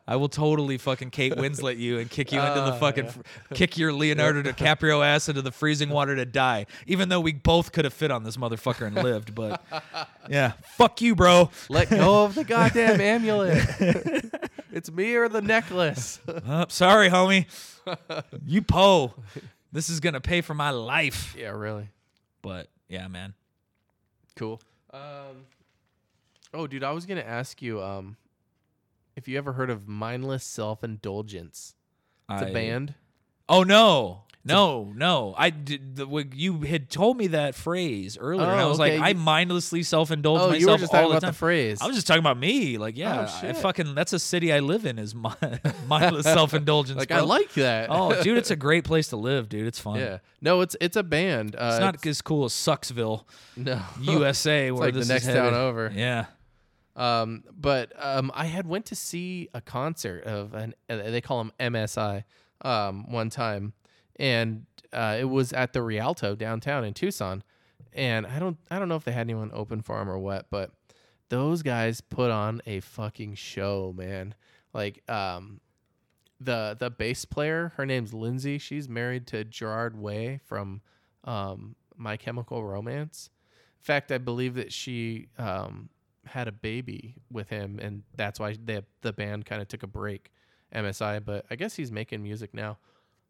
[SPEAKER 4] I will totally fucking Kate Winslet you and kick you into
[SPEAKER 2] Ah,
[SPEAKER 4] the fucking fr- kick your Leonardo DiCaprio ass into the freezing water to die. Even though we both could have fit on this motherfucker and lived, but yeah, fuck you, bro.
[SPEAKER 2] Let go of the goddamn amulet. it's me or the necklace.
[SPEAKER 4] Uh, sorry, homie. You po. This is gonna pay for my life.
[SPEAKER 2] yeah, really.
[SPEAKER 4] But yeah, man.
[SPEAKER 2] Cool. Um, oh, dude, I was gonna ask you um, if you ever heard of mindless self indulgence. It's a
[SPEAKER 4] I-
[SPEAKER 2] band.
[SPEAKER 4] Oh no. No, no. I did the, when you had told me that phrase earlier and I
[SPEAKER 2] Oh,
[SPEAKER 4] was
[SPEAKER 2] okay,
[SPEAKER 4] like I
[SPEAKER 2] you-
[SPEAKER 4] mindlessly self-indulge
[SPEAKER 2] Oh,
[SPEAKER 4] myself
[SPEAKER 2] you were just
[SPEAKER 4] all
[SPEAKER 2] talking
[SPEAKER 4] the
[SPEAKER 2] about the
[SPEAKER 4] time.
[SPEAKER 2] phrase.
[SPEAKER 4] I was just talking about me. Like, yeah,
[SPEAKER 2] Oh,
[SPEAKER 4] I
[SPEAKER 2] shit.
[SPEAKER 4] fucking that's a city I live in is my, mindless self-indulgence.
[SPEAKER 2] like,
[SPEAKER 4] bro.
[SPEAKER 2] I like that.
[SPEAKER 4] Oh, dude, it's a great place to live, dude. It's fun.
[SPEAKER 2] yeah. No, it's it's a band. Uh,
[SPEAKER 4] It's not as cool as Sucksville,
[SPEAKER 2] no
[SPEAKER 4] USA, where
[SPEAKER 2] like the
[SPEAKER 4] this is
[SPEAKER 2] next town
[SPEAKER 4] headed.
[SPEAKER 2] over.
[SPEAKER 4] Yeah.
[SPEAKER 2] Um, but um, I had went to see a concert of an uh, they call him MSI um, one time, and uh, it was at the Rialto downtown in Tucson, and I don't I don't know if they had anyone open for him or what, but those guys put on a fucking show, man. Like um, the the bass player, her name's Lindsay. She's married to Gerard Way from um, My Chemical Romance. In fact, I believe that she um, had a baby with him, and that's why the the band kind of took a break. MSI, but I guess he's making music now.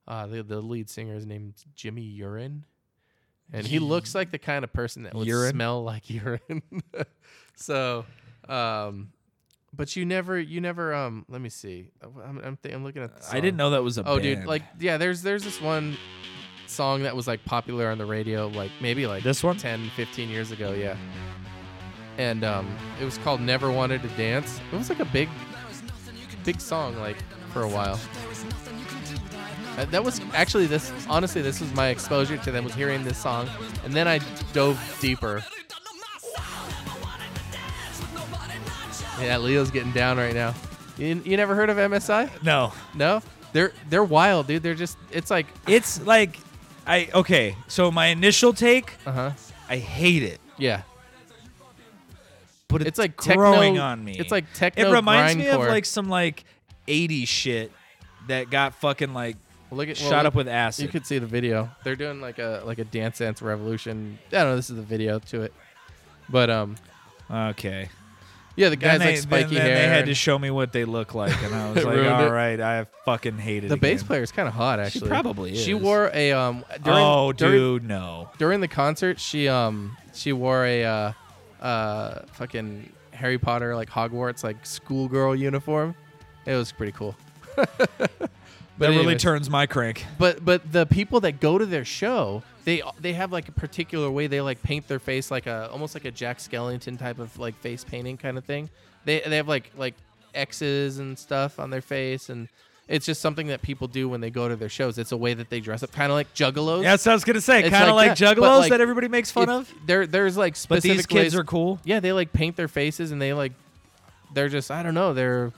[SPEAKER 2] Uh, the the lead singer is named Jimmy Urine, and he looks like the kind of person that would
[SPEAKER 4] Urine?
[SPEAKER 2] smell like urine. so, um, but you never you never um. Let me see. I'm I'm, thi- I'm looking at. The
[SPEAKER 4] I didn't
[SPEAKER 2] song.
[SPEAKER 4] know that was a
[SPEAKER 2] Oh,
[SPEAKER 4] band.
[SPEAKER 2] dude, like yeah, there's there's this one song that was like popular on the radio, like maybe like
[SPEAKER 4] This one?
[SPEAKER 2] 10, 15 years ago, yeah. And um, it was called "Never Wanted to Dance." It was like a big, big song, like for a while. Uh, that was actually this. Honestly, this was my exposure to them was hearing this song, and then I dove deeper. Yeah, Leo's getting down right now. You, you never heard of MSI?
[SPEAKER 4] no.
[SPEAKER 2] No, they're they're wild, dude. They're just it's like
[SPEAKER 4] It's like I okay, so my initial take,
[SPEAKER 2] uh huh,
[SPEAKER 4] I hate it.
[SPEAKER 2] yeah.
[SPEAKER 4] But it's,
[SPEAKER 2] It's like
[SPEAKER 4] growing
[SPEAKER 2] techno-
[SPEAKER 4] on me.
[SPEAKER 2] it's like techno
[SPEAKER 4] It reminds me of
[SPEAKER 2] grindcore.
[SPEAKER 4] like some like 80s shit that got fucking like
[SPEAKER 2] Well, Look at well,
[SPEAKER 4] shot up with acid.
[SPEAKER 2] You could see the video. They're doing like a like a dance dance revolution. I don't know. This is the video to it, but um,
[SPEAKER 4] okay.
[SPEAKER 2] yeah, the guys
[SPEAKER 4] Then they,
[SPEAKER 2] like spiky
[SPEAKER 4] then, then
[SPEAKER 2] hair.
[SPEAKER 4] they had
[SPEAKER 2] and
[SPEAKER 4] to show me what they look like and I was
[SPEAKER 2] It
[SPEAKER 4] like,
[SPEAKER 2] ruined
[SPEAKER 4] all
[SPEAKER 2] it.
[SPEAKER 4] right, I fucking hate it.
[SPEAKER 2] the
[SPEAKER 4] again."
[SPEAKER 2] bass player is kind of hot, actually.
[SPEAKER 4] probably
[SPEAKER 2] She
[SPEAKER 4] is.
[SPEAKER 2] wore a um. During,
[SPEAKER 4] Oh,
[SPEAKER 2] during-
[SPEAKER 4] dude, no.
[SPEAKER 2] during the concert, she um she wore a uh, uh fucking Harry Potter like Hogwarts like schoolgirl uniform. It was pretty cool.
[SPEAKER 4] That really
[SPEAKER 2] anyways.
[SPEAKER 4] turns my crank.
[SPEAKER 2] But but the people that go to their show, they they have like a particular way they like paint their face like a almost like a Jack Skellington type of like face painting kind of thing. They they have like like X's and stuff on their face and it's just something that people do when they go to their shows. It's a way that they dress up, kind of like juggalos.
[SPEAKER 4] Yeah, that's what I was gonna say.
[SPEAKER 2] It's
[SPEAKER 4] Kind of like,
[SPEAKER 2] that, but,
[SPEAKER 4] juggalos
[SPEAKER 2] like,
[SPEAKER 4] that everybody makes fun
[SPEAKER 2] it-
[SPEAKER 4] of.
[SPEAKER 2] There, there's like
[SPEAKER 4] But
[SPEAKER 2] specific
[SPEAKER 4] these kids
[SPEAKER 2] ways-
[SPEAKER 4] are cool.
[SPEAKER 2] Yeah, they like paint their faces and they like, they're just I don't know. They're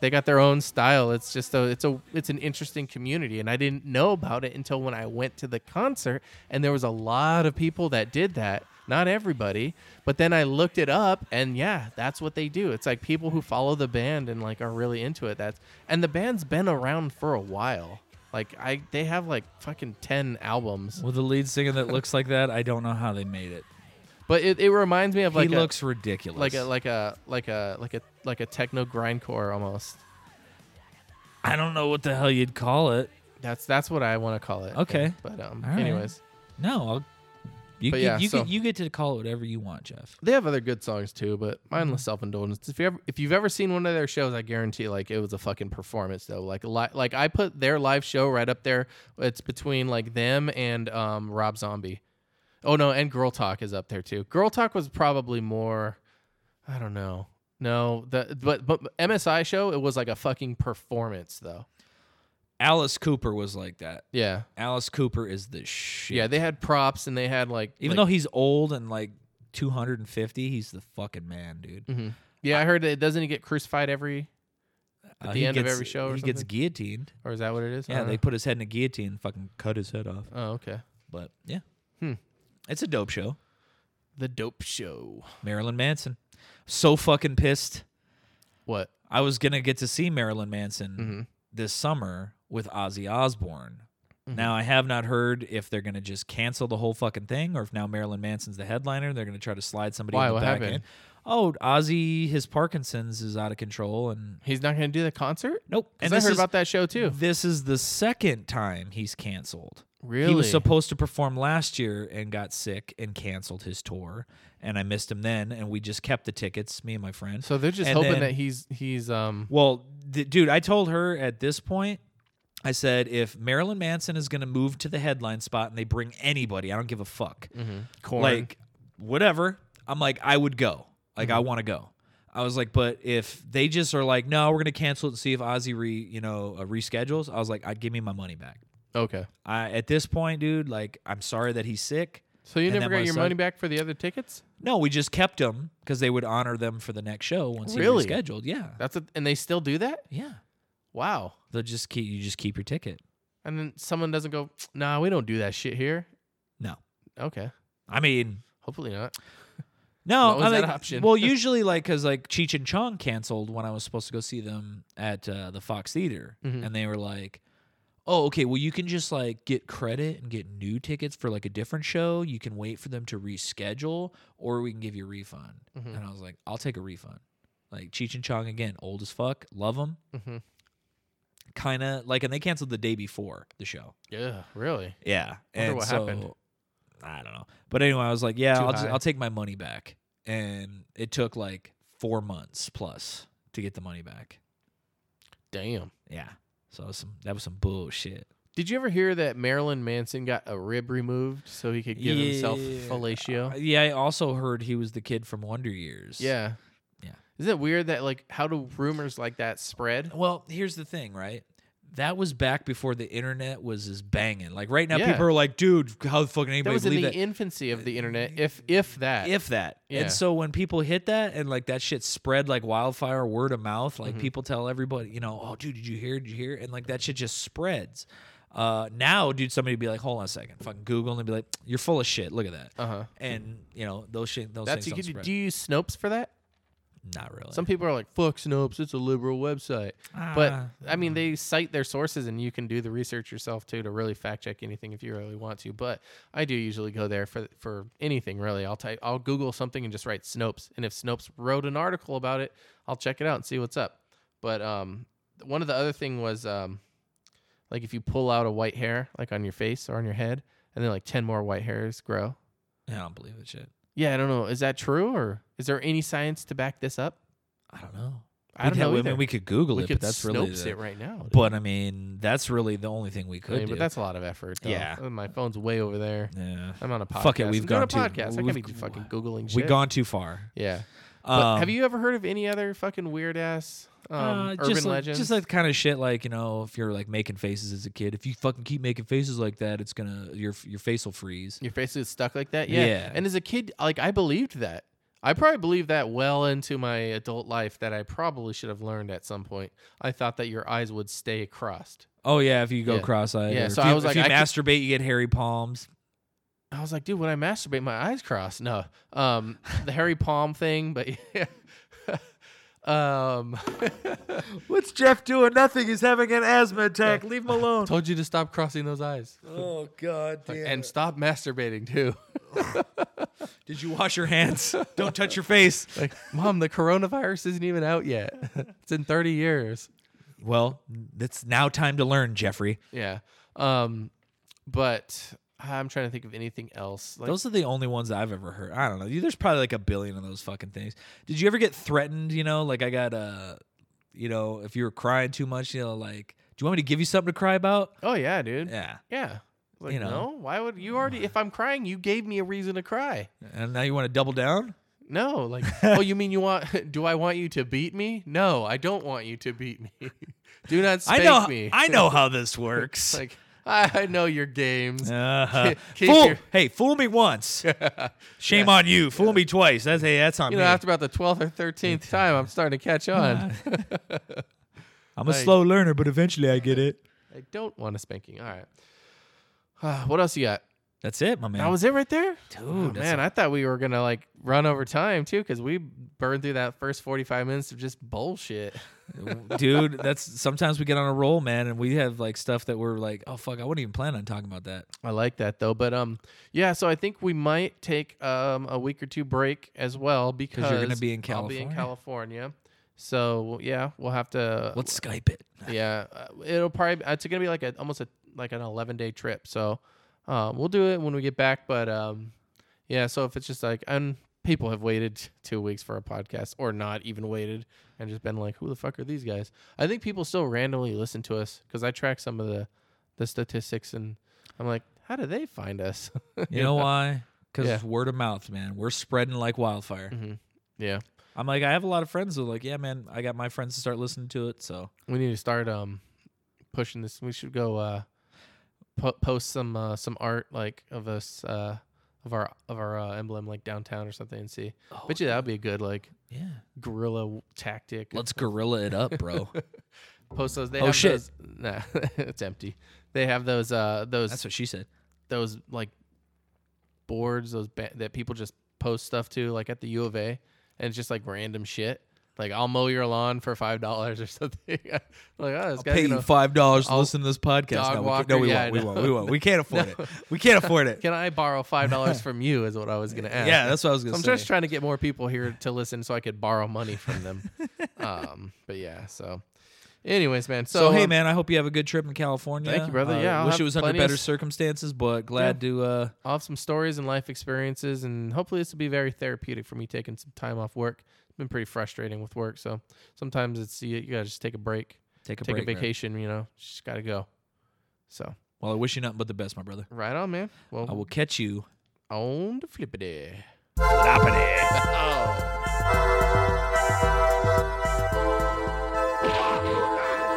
[SPEAKER 2] they got their own style. It's just a it's a it's an interesting community, and I didn't know about it until when I went to the concert. And there was a lot of people that did that. Not everybody, but then I looked it up, and yeah, that's what they do. It's like people who follow the band and like are really into it. That's and the band's been around for a while. Like I, they have like fucking ten albums.
[SPEAKER 4] With a lead singer that looks like that, I don't know how they made it.
[SPEAKER 2] But it, it reminds me of like
[SPEAKER 4] he
[SPEAKER 2] a,
[SPEAKER 4] looks ridiculous.
[SPEAKER 2] like a like a like a like a like a techno grindcore almost.
[SPEAKER 4] I don't know what the hell you'd call it.
[SPEAKER 2] That's that's what I want to call it.
[SPEAKER 4] Okay.
[SPEAKER 2] But um,
[SPEAKER 4] All right.
[SPEAKER 2] anyways,
[SPEAKER 4] No, I'll, you
[SPEAKER 2] But
[SPEAKER 4] get,
[SPEAKER 2] yeah,
[SPEAKER 4] you,
[SPEAKER 2] so-
[SPEAKER 4] get, you get to call it whatever you want, Jeff.
[SPEAKER 2] they have other good songs too, but
[SPEAKER 4] Mm-hmm.
[SPEAKER 2] mindless self indulgence. If you ever if you've ever seen one of their shows, I guarantee like it was a fucking performance though. Like li- like I put their live show right up there. It's between like them and um Rob Zombie. Oh no, and Girl Talk is up there too. Girl Talk was probably more, I don't know. No, the but but MSI show it was like a fucking performance though.
[SPEAKER 4] Alice Cooper was like that.
[SPEAKER 2] Yeah,
[SPEAKER 4] Alice Cooper is the shit.
[SPEAKER 2] yeah. They had props and they had like
[SPEAKER 4] even
[SPEAKER 2] like-
[SPEAKER 4] though he's old and like 250, he's the fucking man, dude.
[SPEAKER 2] Mm-hmm. yeah, I heard that doesn't he get crucified every
[SPEAKER 4] At
[SPEAKER 2] the end of every show or
[SPEAKER 4] Uh, he gets
[SPEAKER 2] something? Uh-huh.
[SPEAKER 4] guillotined.
[SPEAKER 2] or is that what it is? I
[SPEAKER 4] Yeah,
[SPEAKER 2] don't
[SPEAKER 4] they
[SPEAKER 2] know.
[SPEAKER 4] put his head in a guillotine and fucking cut his head off.
[SPEAKER 2] Oh okay.
[SPEAKER 4] But yeah,
[SPEAKER 2] Hmm.
[SPEAKER 4] it's a dope show.
[SPEAKER 2] The Dope Show.
[SPEAKER 4] Marilyn Manson, so fucking pissed.
[SPEAKER 2] What?
[SPEAKER 4] I was gonna get to see Marilyn Manson
[SPEAKER 2] Mm-hmm.
[SPEAKER 4] this summer with Ozzy Osbourne.
[SPEAKER 2] Mm-hmm.
[SPEAKER 4] Now I have not heard if they're gonna just cancel the whole fucking thing, or if now Marilyn Manson's the headliner, they're gonna try to slide somebody
[SPEAKER 2] Why?
[SPEAKER 4] in the
[SPEAKER 2] What
[SPEAKER 4] back
[SPEAKER 2] happened?
[SPEAKER 4] end. Oh, Ozzy, his Parkinson's is out of control, and
[SPEAKER 2] He's not going to do the concert?
[SPEAKER 4] nope.
[SPEAKER 2] Because
[SPEAKER 4] And
[SPEAKER 2] I
[SPEAKER 4] this
[SPEAKER 2] heard
[SPEAKER 4] is-
[SPEAKER 2] about that show too.
[SPEAKER 4] This is the second time he's canceled. He
[SPEAKER 2] Really?
[SPEAKER 4] was supposed to perform last year and got sick and canceled his tour. And I missed him then, and we just kept the tickets, me and my friend.
[SPEAKER 2] So they're just
[SPEAKER 4] And
[SPEAKER 2] hoping
[SPEAKER 4] then-
[SPEAKER 2] that he's he's um
[SPEAKER 4] Well, d- dude, I told her at this point, I said, if Marilyn Manson is going to move to the headline spot and they bring anybody, I don't give a fuck.
[SPEAKER 2] Mm-hmm. corn.
[SPEAKER 4] Like, whatever. I'm like, I would go. Like, I want to go. I was like, but if they just are like, no, we're going to cancel it and see if Ozzy re, you know, uh, reschedules, I was like, I'd give me my money back.
[SPEAKER 2] okay.
[SPEAKER 4] I, at this point, dude, like, I'm sorry that he's sick.
[SPEAKER 2] So you
[SPEAKER 4] And
[SPEAKER 2] never
[SPEAKER 4] then when I
[SPEAKER 2] got your
[SPEAKER 4] saw-
[SPEAKER 2] money back for the other tickets?
[SPEAKER 4] No, we just kept him because they would honor them for the next show once
[SPEAKER 2] Really?
[SPEAKER 4] he rescheduled. Yeah,
[SPEAKER 2] That's a, and they still do that?
[SPEAKER 4] yeah.
[SPEAKER 2] Wow.
[SPEAKER 4] They'll just keep you just keep your ticket.
[SPEAKER 2] And then someone doesn't go, "Nah, we don't do that shit here."
[SPEAKER 4] No,
[SPEAKER 2] Okay.
[SPEAKER 4] I mean,
[SPEAKER 2] Hopefully not.
[SPEAKER 4] no.
[SPEAKER 2] What was
[SPEAKER 4] I
[SPEAKER 2] that
[SPEAKER 4] like-
[SPEAKER 2] option?
[SPEAKER 4] Well, usually like because like Cheech and Chong canceled when I was supposed to go see them at uh, the Fox Theater,
[SPEAKER 2] Mm-hmm.
[SPEAKER 4] and they were like. Oh, okay. Well, you can just like get credit and get new tickets for like a different show. You can wait for them to reschedule, or we can give you a refund.
[SPEAKER 2] Mm-hmm.
[SPEAKER 4] And I was like, I'll take a refund. Like Cheech and Chong again, old as fuck, love them.
[SPEAKER 2] Mhm.
[SPEAKER 4] Kind of like, and they canceled the day before the show.
[SPEAKER 2] Yeah, really.
[SPEAKER 4] Yeah.
[SPEAKER 2] Wonder
[SPEAKER 4] and
[SPEAKER 2] what
[SPEAKER 4] so,
[SPEAKER 2] happened.
[SPEAKER 4] I don't know. But anyway, I was like, yeah,
[SPEAKER 2] Too
[SPEAKER 4] I'll, just,
[SPEAKER 2] high.
[SPEAKER 4] I'll take my money back. And it took like four months plus to get the money back.
[SPEAKER 2] Damn.
[SPEAKER 4] Yeah. So that was some, that was some bullshit.
[SPEAKER 2] Did you ever hear that Marilyn Manson got a rib removed so he could give himself
[SPEAKER 4] Yeah.
[SPEAKER 2] fellatio?
[SPEAKER 4] Uh, yeah. I also heard he was the kid from Wonder Years.
[SPEAKER 2] yeah.
[SPEAKER 4] Yeah.
[SPEAKER 2] Isn't it weird that like how do rumors like that spread?
[SPEAKER 4] Well, here's the thing, right? That was back before the internet was as banging. Like right now,
[SPEAKER 2] Yeah.
[SPEAKER 4] people are like, dude, how the fuck can
[SPEAKER 2] that
[SPEAKER 4] anybody
[SPEAKER 2] was in
[SPEAKER 4] believe
[SPEAKER 2] the
[SPEAKER 4] that? Uh,
[SPEAKER 2] infancy of the internet, if if that.
[SPEAKER 4] if that.
[SPEAKER 2] Yeah.
[SPEAKER 4] And so when people hit that and like that shit spread like wildfire, word of mouth, like
[SPEAKER 2] Mm-hmm.
[SPEAKER 4] people tell everybody, you know, oh dude, did you hear? Did you hear? And like that shit just spreads. Uh, now, dude, somebody would be like, hold on a second, fucking Google, and be like, you're full of shit. Look at that. Uh
[SPEAKER 2] Uh-huh.
[SPEAKER 4] And you know those shit, those
[SPEAKER 2] that's you
[SPEAKER 4] things
[SPEAKER 2] could, do
[SPEAKER 4] don't spread.
[SPEAKER 2] you use Snopes for that?
[SPEAKER 4] Not really.
[SPEAKER 2] Some people are like, "Fuck Snopes, it's a liberal website," but I mean, they cite their sources, and you can do the research yourself too to really fact check anything if you really want to. But I do usually go there for for anything really. I'll type, I'll Google something and just write Snopes, and if Snopes wrote an article about it, I'll check it out and see what's up. But um, one of the other thing was um, like if you pull out a white hair like on your face or on your head, and then like ten more white hairs grow,
[SPEAKER 4] I don't believe that shit.
[SPEAKER 2] Yeah, I don't know. Is that true, or is there any science to back this up?
[SPEAKER 4] I don't know.
[SPEAKER 2] I don't
[SPEAKER 4] We'd
[SPEAKER 2] know.
[SPEAKER 4] have- I
[SPEAKER 2] either.
[SPEAKER 4] mean, we could Google
[SPEAKER 2] We
[SPEAKER 4] it,
[SPEAKER 2] could
[SPEAKER 4] but that's really.
[SPEAKER 2] Snopes
[SPEAKER 4] the-
[SPEAKER 2] it right now. dude.
[SPEAKER 4] But I mean, that's really the only thing we
[SPEAKER 2] I
[SPEAKER 4] could
[SPEAKER 2] mean,
[SPEAKER 4] do.
[SPEAKER 2] but that's a lot of effort. though.
[SPEAKER 4] Yeah.
[SPEAKER 2] Uh, my phone's way over there.
[SPEAKER 4] yeah.
[SPEAKER 2] I'm on a podcast.
[SPEAKER 4] Fuck it, we've
[SPEAKER 2] I'm doing
[SPEAKER 4] gone
[SPEAKER 2] a
[SPEAKER 4] too-
[SPEAKER 2] podcast. I
[SPEAKER 4] we've-
[SPEAKER 2] can't be fucking googling shit.
[SPEAKER 4] We've gone too far.
[SPEAKER 2] Yeah. But have you ever heard of any other fucking weird ass um,
[SPEAKER 4] Uh,
[SPEAKER 2] urban
[SPEAKER 4] just like,
[SPEAKER 2] legends?
[SPEAKER 4] Just like the kind of shit, like you know, if you're like making faces as a kid, if you fucking keep making faces like that, it's gonna your your face will freeze.
[SPEAKER 2] your face is stuck like that. Yeah.
[SPEAKER 4] Yeah.
[SPEAKER 2] And as a kid, like I believed that. I probably believed that well into my adult life that I probably should have learned at some point. I thought that your eyes would stay crossed.
[SPEAKER 4] Oh yeah, if you go
[SPEAKER 2] Yeah.
[SPEAKER 4] cross-eyed.
[SPEAKER 2] Yeah,
[SPEAKER 4] or
[SPEAKER 2] so
[SPEAKER 4] if you,
[SPEAKER 2] I was
[SPEAKER 4] if
[SPEAKER 2] like,
[SPEAKER 4] you
[SPEAKER 2] I could-
[SPEAKER 4] masturbate, you get hairy palms.
[SPEAKER 2] I was like, dude, when I masturbate, my eyes cross. No, um, the hairy palm thing, but yeah. Um,
[SPEAKER 6] What's Jeff doing? Nothing. He's having an asthma attack. Leave him alone.
[SPEAKER 2] told you to stop crossing those eyes
[SPEAKER 6] Oh God, damn.
[SPEAKER 2] and stop masturbating too.
[SPEAKER 4] Did you wash your hands? Don't touch your face.
[SPEAKER 2] Like, mom, the coronavirus isn't even out yet. it's in 30 years.
[SPEAKER 4] Well, it's now time to learn, Jeffrey.
[SPEAKER 2] Yeah. Um, but I'm trying to think of anything else. Like,
[SPEAKER 4] Those are the only ones I've ever heard. I don't know. There's probably like a billion of those fucking things. Did you ever get threatened? You know, like I got uh, you know, if you were crying too much, you know, like, do you want me to give you something to cry about?
[SPEAKER 2] oh yeah, dude.
[SPEAKER 4] Yeah.
[SPEAKER 2] Yeah. Like,
[SPEAKER 4] You know.
[SPEAKER 2] no, why would you already? If I'm crying, you gave me a reason to cry.
[SPEAKER 4] And now you want to double down?
[SPEAKER 2] No, like, oh, you mean you want? Do I want you to beat me? No, I don't want you to beat me. do not spank
[SPEAKER 4] I know.
[SPEAKER 2] me.
[SPEAKER 4] I know how this works.
[SPEAKER 2] like, I, I know your games.
[SPEAKER 4] uh-huh.
[SPEAKER 2] Ke- keep
[SPEAKER 4] fool,
[SPEAKER 2] your-
[SPEAKER 4] hey, fool me once. Shame on you. Fool me twice. That's hey, that's on
[SPEAKER 2] you
[SPEAKER 4] me.
[SPEAKER 2] know, after about the twelfth or thirteenth time, I'm starting to catch on.
[SPEAKER 4] I'm a slow learner, but eventually I get it.
[SPEAKER 2] I don't want a spanking. All right. Ah, what else you got?
[SPEAKER 4] That's it, my man.
[SPEAKER 2] That was it right there, dude.
[SPEAKER 4] that's
[SPEAKER 2] man, I thought we were gonna like run over time too, because we burned through that first forty-five minutes of just bullshit.
[SPEAKER 4] dude that's sometimes we get on a roll man and we have like stuff that we're like oh fuck i wouldn't even plan on talking about that
[SPEAKER 2] I like that though. But um, yeah. So I think we might take um a week or two break as well because
[SPEAKER 4] you're gonna be in
[SPEAKER 2] I'll be in
[SPEAKER 4] California.
[SPEAKER 2] California. So yeah, we'll have to.
[SPEAKER 4] let's skype it
[SPEAKER 2] Yeah, uh, it'll probably it's gonna be like a almost a like an eleven day trip. So uh, we'll do it when we get back. But um, yeah. So if it's just like and people have waited two weeks for a podcast or not even waited and just been like, who the fuck are these guys? I think people still randomly listen to us because I track some of the the statistics and I'm like, how do they find us?
[SPEAKER 4] you know why because
[SPEAKER 2] Yeah. Mm-hmm.
[SPEAKER 4] it's word of mouth man we're spreading like wildfire
[SPEAKER 2] yeah,
[SPEAKER 4] i'm like i have a lot of friends who are like yeah man i got my friends to start listening to it so
[SPEAKER 2] we need to start um pushing this. We should go uh po- post some uh, some art like of us uh of our of our uh, emblem like downtown or something and see. Bet you that would be a good like
[SPEAKER 4] Oh, yeah
[SPEAKER 2] guerrilla w- tactic.
[SPEAKER 4] let's gorilla it up bro
[SPEAKER 2] post those. They
[SPEAKER 4] Oh,
[SPEAKER 2] have
[SPEAKER 4] shit.
[SPEAKER 2] Those, nah, it's empty. They have those uh those
[SPEAKER 4] that's what she said
[SPEAKER 2] those like boards those ba- that people just post stuff to like at the U of A and it's just like random shit. Like I'll mow your lawn for five dollars or something. like oh, this guy's
[SPEAKER 4] pay
[SPEAKER 2] gonna-
[SPEAKER 4] you five dollars to
[SPEAKER 2] I'll-
[SPEAKER 4] listen to this podcast
[SPEAKER 2] dog
[SPEAKER 4] no,
[SPEAKER 2] walker,
[SPEAKER 4] we, no, we
[SPEAKER 2] yeah, I
[SPEAKER 4] won't we
[SPEAKER 2] know.
[SPEAKER 4] won't we won't we can't afford it we can't afford it
[SPEAKER 2] Can I borrow five dollars from you? Is what I was gonna ask.
[SPEAKER 4] yeah that's what i was
[SPEAKER 2] So
[SPEAKER 4] gonna
[SPEAKER 2] I'm
[SPEAKER 4] say
[SPEAKER 2] just trying to get more people here to listen, so I could borrow money from them. um, but yeah, so, anyways, man. So,
[SPEAKER 4] So, hey,
[SPEAKER 2] um,
[SPEAKER 4] man, I hope you have a good trip in California.
[SPEAKER 2] Thank you, brother.
[SPEAKER 4] Uh,
[SPEAKER 2] Yeah, I'll
[SPEAKER 4] wish
[SPEAKER 2] have
[SPEAKER 4] it was under
[SPEAKER 2] plenty of
[SPEAKER 4] better
[SPEAKER 2] s-
[SPEAKER 4] circumstances, but glad to. Uh,
[SPEAKER 2] I'll have some stories and life experiences, and hopefully this will be very therapeutic for me taking some time off work. It's been pretty frustrating with work, so sometimes it's you, you gotta just take a break,
[SPEAKER 4] Take a
[SPEAKER 2] take
[SPEAKER 4] break,
[SPEAKER 2] a
[SPEAKER 4] right.
[SPEAKER 2] vacation. You know, just gotta go. So
[SPEAKER 4] well, I wish you nothing but the best, my brother.
[SPEAKER 2] right on, man. Well,
[SPEAKER 4] I will catch you.
[SPEAKER 2] on the flippity.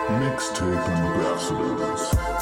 [SPEAKER 1] Mixtape Ambassadors.